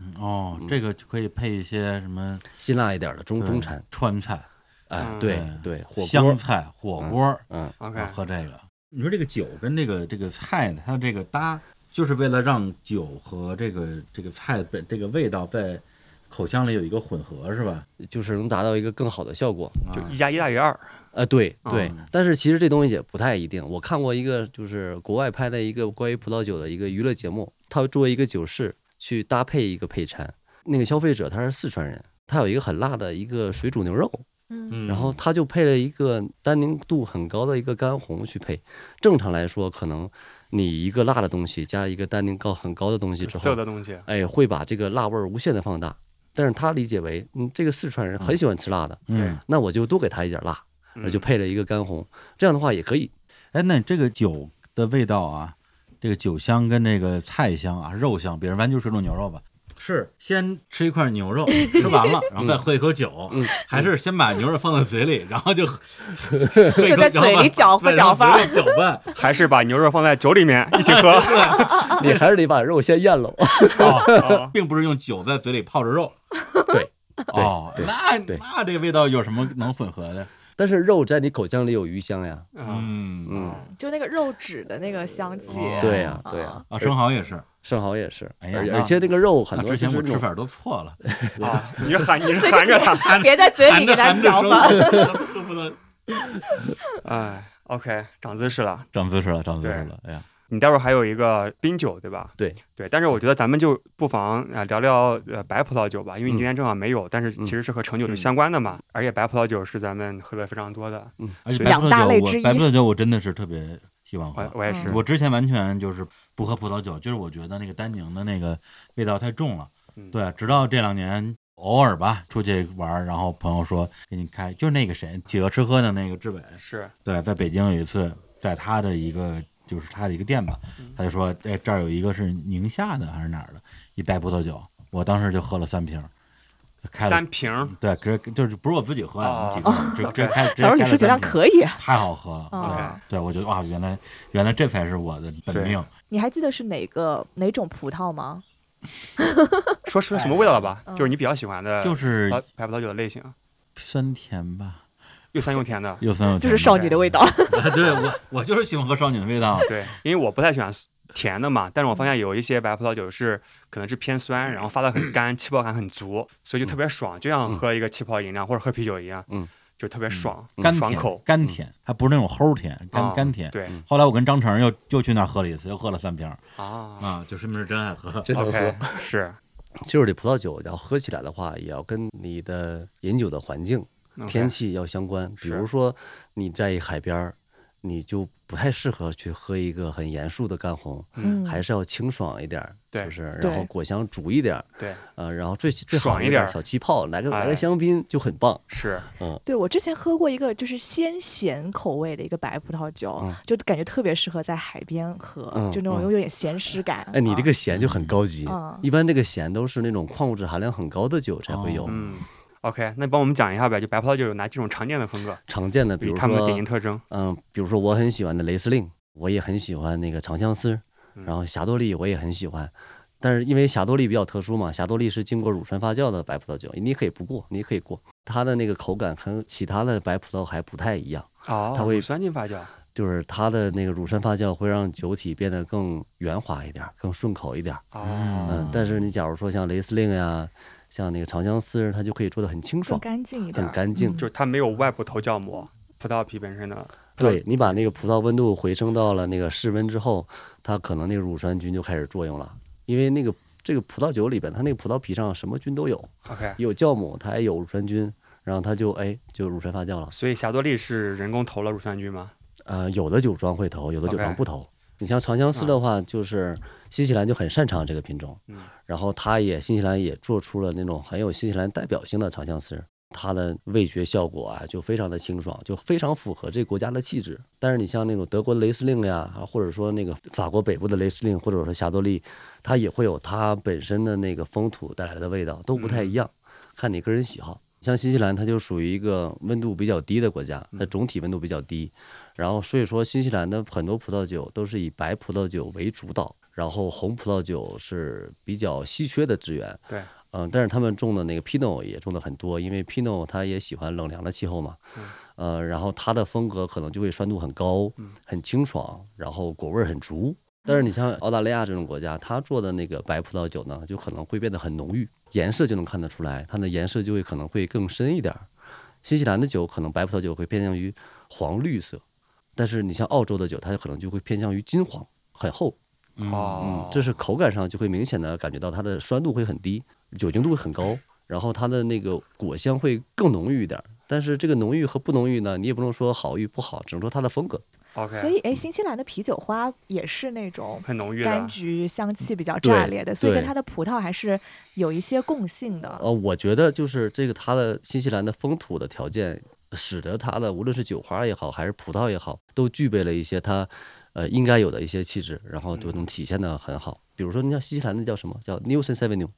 [SPEAKER 5] 嗯哦，这个就可以配一些什么
[SPEAKER 4] 辛辣一点儿的中中餐，
[SPEAKER 5] 川菜、
[SPEAKER 4] 哎
[SPEAKER 2] 嗯，
[SPEAKER 4] 对对，火
[SPEAKER 5] 湘
[SPEAKER 4] 锅，
[SPEAKER 5] 菜、火锅，
[SPEAKER 4] 嗯，
[SPEAKER 2] OK，
[SPEAKER 5] 然啊后喝这个。你说这个酒跟这个这个菜呢，它这个搭，就是为了让酒和这个这个菜本这个味道在口腔里有一个混合，是吧？
[SPEAKER 4] 就是能达到一个更好的效果。
[SPEAKER 5] 啊
[SPEAKER 2] 就一加一大于二。
[SPEAKER 4] 呃，对
[SPEAKER 2] 嗯
[SPEAKER 4] 对，但是其实这东西也不太一定。我看过一个就是国外拍的一个关于葡萄酒的一个娱乐节目，他作为一个酒市去搭配一个配餐，那个消费者他是四川人，他有一个很辣的一个水煮牛肉，
[SPEAKER 3] 嗯，
[SPEAKER 5] 嗯
[SPEAKER 4] 然后他就配了一个单宁度很高的一个干红去配。正常来说，可能你一个辣的东西加一个单宁高很高的东西之
[SPEAKER 2] 色
[SPEAKER 4] 后，
[SPEAKER 2] 的东西，
[SPEAKER 4] 哎，会把这个辣味儿无限的放大。但是他理解为，嗯，这个四川人很喜欢吃辣的，
[SPEAKER 5] 嗯，
[SPEAKER 4] 那我就多给他一点辣。
[SPEAKER 2] 嗯
[SPEAKER 4] 我就配了一个干红，这样的话也可以。
[SPEAKER 5] 哎，那这个酒的味道啊，这个酒香跟这个菜香啊、肉香，比如咱就水煮牛肉吧，是先吃一块牛肉，吃完了，然后再喝一口 酒，
[SPEAKER 4] 嗯
[SPEAKER 5] 还是先把牛肉放在嘴里，然后就 喝
[SPEAKER 3] 就在嘴里搅和搅和，
[SPEAKER 5] 一口酒吧
[SPEAKER 2] 还是把牛肉放在酒里面一起 喝。
[SPEAKER 4] 你还是得把肉先咽了。
[SPEAKER 5] 对然后再搅拌，哦并不是用酒在嘴里泡着肉。
[SPEAKER 4] 对，
[SPEAKER 5] 哦，
[SPEAKER 4] 对
[SPEAKER 5] 那
[SPEAKER 4] 对
[SPEAKER 5] 那这个味道有什么能混合的？
[SPEAKER 4] 但是肉在你口腔里有余香呀。
[SPEAKER 2] 嗯，
[SPEAKER 5] 嗯
[SPEAKER 4] 嗯，
[SPEAKER 3] 就那个肉质的那个香气。嗯
[SPEAKER 5] 哦
[SPEAKER 4] 对呀、对呀、
[SPEAKER 5] 啊，生蚝也是，
[SPEAKER 4] 生蚝也是，
[SPEAKER 5] 哎呀
[SPEAKER 4] 而
[SPEAKER 5] 那
[SPEAKER 4] 而且那个肉很
[SPEAKER 5] 那
[SPEAKER 4] 多
[SPEAKER 5] 之
[SPEAKER 4] 就
[SPEAKER 5] 前
[SPEAKER 4] 是
[SPEAKER 5] 我
[SPEAKER 4] 那
[SPEAKER 5] 吃
[SPEAKER 4] 种
[SPEAKER 5] 法都错了，
[SPEAKER 2] 啊，你是含你是含着它，
[SPEAKER 3] 嗯别在嘴
[SPEAKER 5] 含
[SPEAKER 3] 里给
[SPEAKER 5] 着
[SPEAKER 3] 它
[SPEAKER 5] 含着
[SPEAKER 3] 搅
[SPEAKER 5] 生
[SPEAKER 3] 拌。
[SPEAKER 5] 蚝，恨不得
[SPEAKER 2] 哎，OK，长姿势了。
[SPEAKER 5] 长姿势了，长姿势
[SPEAKER 2] 对
[SPEAKER 5] 了，哎呀，
[SPEAKER 2] 你待会儿还有一个冰酒，对吧？
[SPEAKER 4] 对
[SPEAKER 2] 对，但是我觉得咱们就不妨啊、呃聊聊呃白葡萄酒吧，因为你
[SPEAKER 4] 嗯
[SPEAKER 2] 今天正好没有，但是
[SPEAKER 4] 嗯
[SPEAKER 2] 其实是和橙酒是相关的嘛，而且白葡萄酒是咱们喝的非常多的。
[SPEAKER 5] 而
[SPEAKER 2] 是
[SPEAKER 5] 且白葡
[SPEAKER 3] 两大
[SPEAKER 5] 萄
[SPEAKER 3] 类
[SPEAKER 5] 酒，
[SPEAKER 3] 之
[SPEAKER 5] 我
[SPEAKER 3] 一
[SPEAKER 5] 白葡萄酒我真的是特别喜欢喝
[SPEAKER 2] 哎我，我也是，
[SPEAKER 3] 嗯
[SPEAKER 5] 我之前完全就是不喝葡萄酒，就是我觉得那个单宁的那个味道太重了。
[SPEAKER 2] 嗯
[SPEAKER 5] 对，直到这两年偶尔吧出去玩儿，然后朋友说给你开，就是那个谁，企鹅吃喝的那个志伟，
[SPEAKER 2] 是
[SPEAKER 5] 对，在北京有一次，在他的一个就是他的一个店吧，
[SPEAKER 2] 嗯
[SPEAKER 5] 他就说，哎，这儿有一个是宁夏的还是哪儿的，一白葡萄酒，我当时就喝了三瓶儿，就开了嗯
[SPEAKER 2] 三。瓶儿，
[SPEAKER 5] 对，直接就是不是我自己喝的，我们几
[SPEAKER 2] 哦
[SPEAKER 5] 个人直直接开，直接
[SPEAKER 3] 小时候
[SPEAKER 5] 开
[SPEAKER 3] 你
[SPEAKER 5] 了
[SPEAKER 3] 说酒
[SPEAKER 5] 三
[SPEAKER 3] 量
[SPEAKER 5] 瓶儿
[SPEAKER 3] 可以，
[SPEAKER 5] 太好喝了，
[SPEAKER 3] 哦
[SPEAKER 5] 对对，我觉得哇，原来原来这才是我的本
[SPEAKER 2] 对
[SPEAKER 5] 命，
[SPEAKER 3] 你还记得是哪个哪种葡萄吗？
[SPEAKER 2] 说出来什么味道了吧？
[SPEAKER 3] 嗯
[SPEAKER 2] 就是你比较喜欢的，
[SPEAKER 5] 就是
[SPEAKER 2] 白白葡萄酒的类型，
[SPEAKER 5] 酸甜吧，
[SPEAKER 2] 又酸又甜的。
[SPEAKER 5] 又酸又甜，
[SPEAKER 3] 就是少女的味道。
[SPEAKER 5] 啊， 对我我就是喜欢喝少女的味道，
[SPEAKER 2] 对，因为我不太喜欢甜的嘛，但是我发现有一些白葡萄酒是可能是偏酸，然后发的很干，气泡感很足，所以就特别爽，就像喝一个气泡饮料或者喝啤酒一样，
[SPEAKER 4] 嗯，
[SPEAKER 2] 就特别爽，
[SPEAKER 5] 甘
[SPEAKER 2] 嗯爽
[SPEAKER 5] 甜
[SPEAKER 2] 口，
[SPEAKER 5] 甘甜，它不是那种齁甜，
[SPEAKER 2] 啊
[SPEAKER 5] 甘甘甜。
[SPEAKER 2] 对
[SPEAKER 4] 嗯
[SPEAKER 5] 后来我跟张成又又去那儿喝了一次，又喝了三瓶儿
[SPEAKER 2] 啊
[SPEAKER 5] 啊，就说明是真爱喝。
[SPEAKER 4] 真能喝。
[SPEAKER 2] ，OK，是
[SPEAKER 4] 就是这葡萄酒，然后喝起来的话，也要跟你的饮酒的环境、天，气要相关。比
[SPEAKER 2] 是
[SPEAKER 4] 如说你在海边儿，你就不太适合去喝一个很严肃的干红，
[SPEAKER 2] 嗯
[SPEAKER 4] 还是要清爽一点儿，
[SPEAKER 2] 对
[SPEAKER 4] 就是
[SPEAKER 3] 对
[SPEAKER 4] 然后果香足一点儿，
[SPEAKER 2] 对，
[SPEAKER 4] 呃，然后最最好
[SPEAKER 2] 爽一
[SPEAKER 4] 有
[SPEAKER 2] 点儿
[SPEAKER 4] 小气泡，来个来
[SPEAKER 2] 哎
[SPEAKER 4] 个香槟就很棒。
[SPEAKER 2] 是
[SPEAKER 3] 对我之前喝过一个就是鲜咸口味的一个白葡萄酒，
[SPEAKER 4] 嗯
[SPEAKER 3] 就感觉特别适合在海边喝，
[SPEAKER 4] 嗯
[SPEAKER 3] 就那种
[SPEAKER 4] 嗯
[SPEAKER 3] 有点咸湿感。
[SPEAKER 4] 哎，你这
[SPEAKER 3] 啊
[SPEAKER 4] 个咸就很高级
[SPEAKER 3] 嗯，
[SPEAKER 4] 一般这个咸都是那种矿物质含量很高的酒才会有
[SPEAKER 5] 哦。
[SPEAKER 2] 嗯。OK，那帮我们讲一下呗，就白葡萄酒有哪几种常见的风格，
[SPEAKER 4] 常见的，比
[SPEAKER 2] 比
[SPEAKER 4] 如
[SPEAKER 2] 他们的典型
[SPEAKER 4] 说，
[SPEAKER 2] 特征。
[SPEAKER 4] 嗯，比如说我很喜欢的雷司令，我也很喜欢那个长相思，
[SPEAKER 2] 嗯
[SPEAKER 4] 然后霞多丽我也很喜欢。但是因为霞多丽比较特殊嘛，霞多丽是经过乳酸发酵的白葡萄酒，你可以不过，你也可以过。它的那个口感和其他的白葡萄还不太一样，
[SPEAKER 2] 哦，
[SPEAKER 4] 它会
[SPEAKER 2] 乳酸菌发酵，
[SPEAKER 4] 就是它的那个乳酸发酵会让酒体变得更圆滑一点儿，更顺口一点儿。
[SPEAKER 2] 哦，
[SPEAKER 4] 呃
[SPEAKER 5] 嗯
[SPEAKER 4] 嗯，但是你假如说像雷司令呀、像那个长江丝，它就可以做的很清
[SPEAKER 3] 更
[SPEAKER 4] 爽、
[SPEAKER 3] 干净一点
[SPEAKER 4] 很
[SPEAKER 3] 儿，嗯
[SPEAKER 4] 干净。
[SPEAKER 2] 就是它没有外部头酵母，葡萄皮本身的葡萄
[SPEAKER 4] 对你把那个葡萄温度回升到了那个室温之后，它可能那个乳酸菌就开始作用了，因为那个这个葡萄酒里边，它那个葡萄皮上什么菌都有，
[SPEAKER 2] OK。
[SPEAKER 4] 有酵母，它也有乳酸菌，然后它就哎就乳酸发酵了。
[SPEAKER 2] 所以霞多丽是人工投了乳酸菌吗？
[SPEAKER 4] 呃，有的酒庄会投，有的酒庄
[SPEAKER 2] OK
[SPEAKER 4] 不投。你像长相思的话，就是新西兰就很擅长这个品种，
[SPEAKER 2] 嗯
[SPEAKER 4] 然后它也新西兰也做出了那种很有新西兰代表性的长相思，它的味觉效果啊就非常的清爽，就非常符合这国家的气质。但是你像那种德国的雷司令呀，啊或者说那个法国北部的雷司令，或者说霞多丽，它也会有它本身的那个风土带来的味道，都不
[SPEAKER 2] 嗯
[SPEAKER 4] 太一样，看你个人喜好。像新西兰，它就属于一个温度比较低的国家，
[SPEAKER 2] 嗯
[SPEAKER 4] 它总体温度比较低，然后所以说新西兰的很多葡萄酒都是以白葡萄酒为主导，然后红葡萄酒是比较稀缺的资源。
[SPEAKER 2] 对，
[SPEAKER 4] 嗯、但是他们种的那个 Pinot 也种的很多，因为 Pinot 它也喜欢冷凉的气候嘛。呃，然后它的风格可能就会酸度很高，很清爽，然后果味儿很足。但是你像澳大利亚这种国家，它做的那个白葡萄酒呢，就可能会变得很浓郁，颜色就能看得出来，它的颜色就会可能会更深一点儿。新西兰的酒可能白葡萄酒会偏向于黄绿色，但是你像澳洲的酒，它可能就会偏向于金黄，很厚，
[SPEAKER 5] 嗯
[SPEAKER 2] 哦，
[SPEAKER 4] 这是口感上就会明显的感觉到它的酸度会很低，酒精度会很高，然后它的那个果香会更浓郁一点儿。但是这个浓郁和不浓郁呢，你也不能说好与不好，只能说它的风格。
[SPEAKER 2] OK，
[SPEAKER 3] 所以哎，新西兰的啤酒花也是那种
[SPEAKER 2] 很浓郁
[SPEAKER 3] 柑
[SPEAKER 2] 的。
[SPEAKER 3] 橘香气比较
[SPEAKER 4] 对
[SPEAKER 3] 炸裂的，所以跟
[SPEAKER 4] 对
[SPEAKER 3] 它的葡萄还是有一些共性的。
[SPEAKER 4] 呃，我觉得就是这个它的新西兰的风土的条件，使得它的无论是酒花也好，还是葡萄也好，都具备了一些它呃应该有的一些气质，然后就能体现的很好。比如说，你像新西兰的叫什么叫 n e w s o n Sauvignon，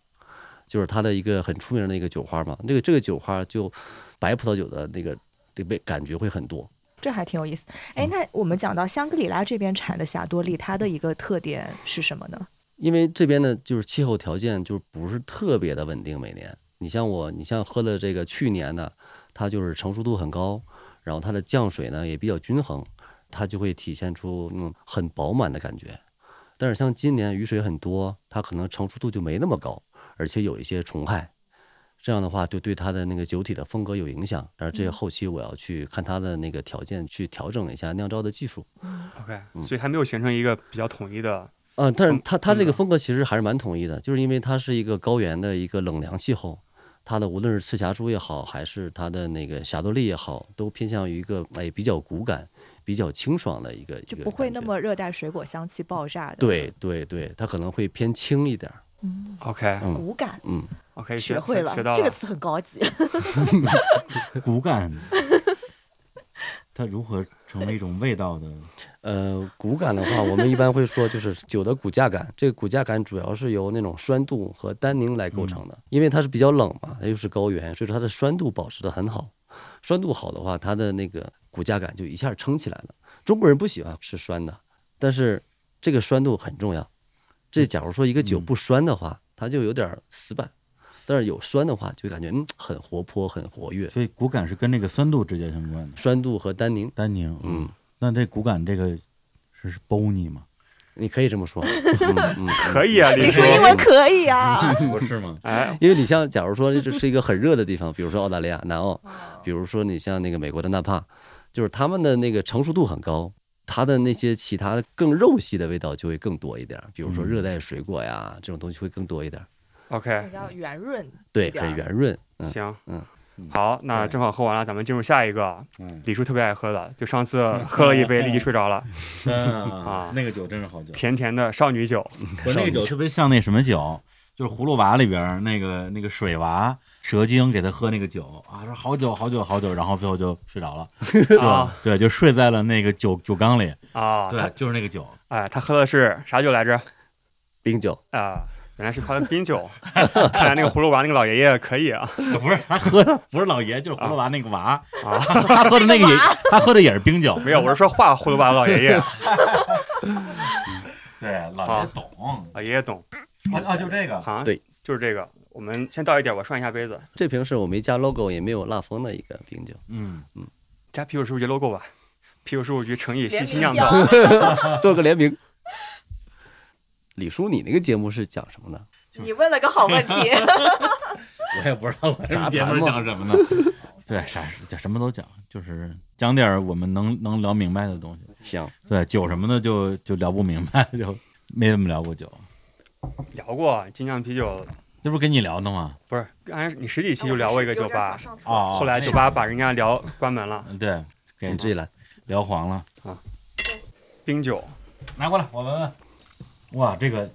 [SPEAKER 4] 就是它的一个很出名的一个酒花嘛。那个这个酒花就白葡萄酒的那个这个味感觉会很多。
[SPEAKER 3] 这还挺有意思。哎，那我们讲到香格里拉这边产的霞多丽，它的一个特点是什么呢？
[SPEAKER 4] 因为这边呢，就是气候条件就是不是特别的稳定，每年。你像我，你像喝的这个去年呢，它就是成熟度很高，然后它的降水呢也比较均衡，它就会体现出那种很饱满的感觉。但是像今年雨水很多，它可能成熟度就没那么高，而且有一些虫害，这样的话就对它的那个酒体的风格有影响。但是这个后期我要去看它的那个条件去调整一下酿造的技术。
[SPEAKER 2] OK，所以还没有形成一个比较统一的。
[SPEAKER 4] 嗯，但是
[SPEAKER 2] 风
[SPEAKER 4] 它它这
[SPEAKER 2] 嗯
[SPEAKER 4] 个风格其实还是蛮统一的，就是因为它是一个高原的一个冷凉气候，它的无论是赤霞珠也好，还是它的那个霞多丽也好，都偏向于一个哎比较骨感、比较清爽的一个，
[SPEAKER 3] 就
[SPEAKER 4] 一个
[SPEAKER 3] 不会
[SPEAKER 4] 感
[SPEAKER 3] 那
[SPEAKER 4] 觉
[SPEAKER 3] 么热带水果香气爆炸的。
[SPEAKER 4] 对对对，它可能会偏轻一点儿。
[SPEAKER 2] OK
[SPEAKER 4] 嗯
[SPEAKER 3] 骨感。
[SPEAKER 4] 嗯，
[SPEAKER 2] OK，
[SPEAKER 3] 学会了
[SPEAKER 2] 哎学到
[SPEAKER 3] 这个
[SPEAKER 2] 了。
[SPEAKER 3] 词很高级，
[SPEAKER 5] 骨感，它如何成为一种味道的？
[SPEAKER 4] 呃，骨感的话，我们一般会说就是酒的骨架感，这个骨架感主要是由那种酸度和单宁来构成的，因为它是比较冷嘛，它又是高原，所以说它的酸度保持的很好。酸度好的话，它的那个骨架感就一下撑起来了。中国人不喜欢吃酸的，但是这个酸度很重要。这假如说一个酒
[SPEAKER 5] 嗯
[SPEAKER 4] 不酸的话，它就有点儿死板；但是有酸的话，就感觉嗯很活泼、很活跃。
[SPEAKER 5] 所以骨感是跟这个酸度直接相关的。
[SPEAKER 4] 酸度和单宁，
[SPEAKER 5] 丹宁，
[SPEAKER 4] 嗯，
[SPEAKER 5] 那这骨感这个是是 bony 吗？
[SPEAKER 4] 你可以这么说。嗯嗯、
[SPEAKER 2] 可以啊，李
[SPEAKER 3] 你
[SPEAKER 2] 叔
[SPEAKER 3] 说。英文可以啊。
[SPEAKER 5] 不是吗？
[SPEAKER 2] 哎，
[SPEAKER 4] 因为你像，假如说这是一个很热的地方，比如说澳大利亚、南
[SPEAKER 3] 哦
[SPEAKER 4] 澳，比如说你像那个美国的纳帕，就是他们的那个成熟度很高，它的那些其他更肉系的味道就会更多一点儿，比如
[SPEAKER 2] 嗯
[SPEAKER 4] 说热带水果呀这种东西会更多一点儿，
[SPEAKER 3] 比
[SPEAKER 2] OK，
[SPEAKER 3] 较圆润，
[SPEAKER 4] 对，
[SPEAKER 3] 一点儿
[SPEAKER 4] 很圆润，嗯
[SPEAKER 2] 行，
[SPEAKER 4] 嗯
[SPEAKER 2] 好，那正好喝完了，咱们进入下一个。啊
[SPEAKER 5] 嗯，
[SPEAKER 2] 李叔特别爱喝的，就上次
[SPEAKER 4] 嗯
[SPEAKER 2] 喝了一杯，立即睡着了，
[SPEAKER 5] 啊，那个酒真是好酒，
[SPEAKER 2] 甜甜的少女 酒。
[SPEAKER 5] 我那个酒特别像那什么酒，就是葫芦娃里边儿那个那个水娃蛇精给他喝那个酒啊，说好酒好酒好酒，然后最后就睡着了，就
[SPEAKER 2] 啊
[SPEAKER 5] 对，就睡在了那个酒酒缸里，
[SPEAKER 2] 啊，
[SPEAKER 5] 对，就是那个酒，
[SPEAKER 2] 他哎，他喝的是啥酒来着？
[SPEAKER 4] 冰酒。
[SPEAKER 2] 啊，原来是喝的冰 酒。看来那个葫芦娃那个老爷爷可以啊。
[SPEAKER 5] 不是他喝的不是老爷，就是葫芦娃那个娃，
[SPEAKER 2] 啊
[SPEAKER 5] 他喝 他喝的那个也他喝的也是冰酒，
[SPEAKER 2] 没有，我是说画葫芦娃的老爷爷，啊
[SPEAKER 5] 对，老爷懂，
[SPEAKER 2] 老爷爷懂。
[SPEAKER 5] 啊，就这个，
[SPEAKER 2] 好像
[SPEAKER 4] 对，
[SPEAKER 2] 就是这个。我们先倒一点，我涮一下杯子。
[SPEAKER 4] 这瓶是我没加 logo 也没有蜡封的一个 冰酒，
[SPEAKER 5] 嗯，
[SPEAKER 2] 加啤酒事务局 logo 吧，啤酒事务局乘以
[SPEAKER 3] 联
[SPEAKER 2] 西西
[SPEAKER 3] 名
[SPEAKER 2] 酿
[SPEAKER 3] 标
[SPEAKER 2] 造。
[SPEAKER 4] 做个联名。李叔，你那个节目是讲什么的？
[SPEAKER 3] 你问了个好问题，
[SPEAKER 5] 我也不知道我这
[SPEAKER 4] 杂
[SPEAKER 5] 节
[SPEAKER 4] 谈
[SPEAKER 5] 目
[SPEAKER 4] 嘛
[SPEAKER 5] 讲什么呢。对，啥讲什么都讲，就是讲点儿我们能能聊明白的东西。
[SPEAKER 4] 行，
[SPEAKER 5] 对，酒什么的就就聊不明白，就没怎么聊过酒。
[SPEAKER 2] 聊过精酿啤酒，
[SPEAKER 5] 这不是跟你聊的吗？
[SPEAKER 2] 不是刚才你十几期就聊过一个酒吧，
[SPEAKER 5] 哦
[SPEAKER 2] 后来酒吧把人家聊关门
[SPEAKER 4] 哦
[SPEAKER 2] 了，
[SPEAKER 5] 嗯对，给
[SPEAKER 4] 你自己来。
[SPEAKER 5] 聊黄了，
[SPEAKER 2] 冰酒
[SPEAKER 5] 拿过来我闻闻。哇，这个，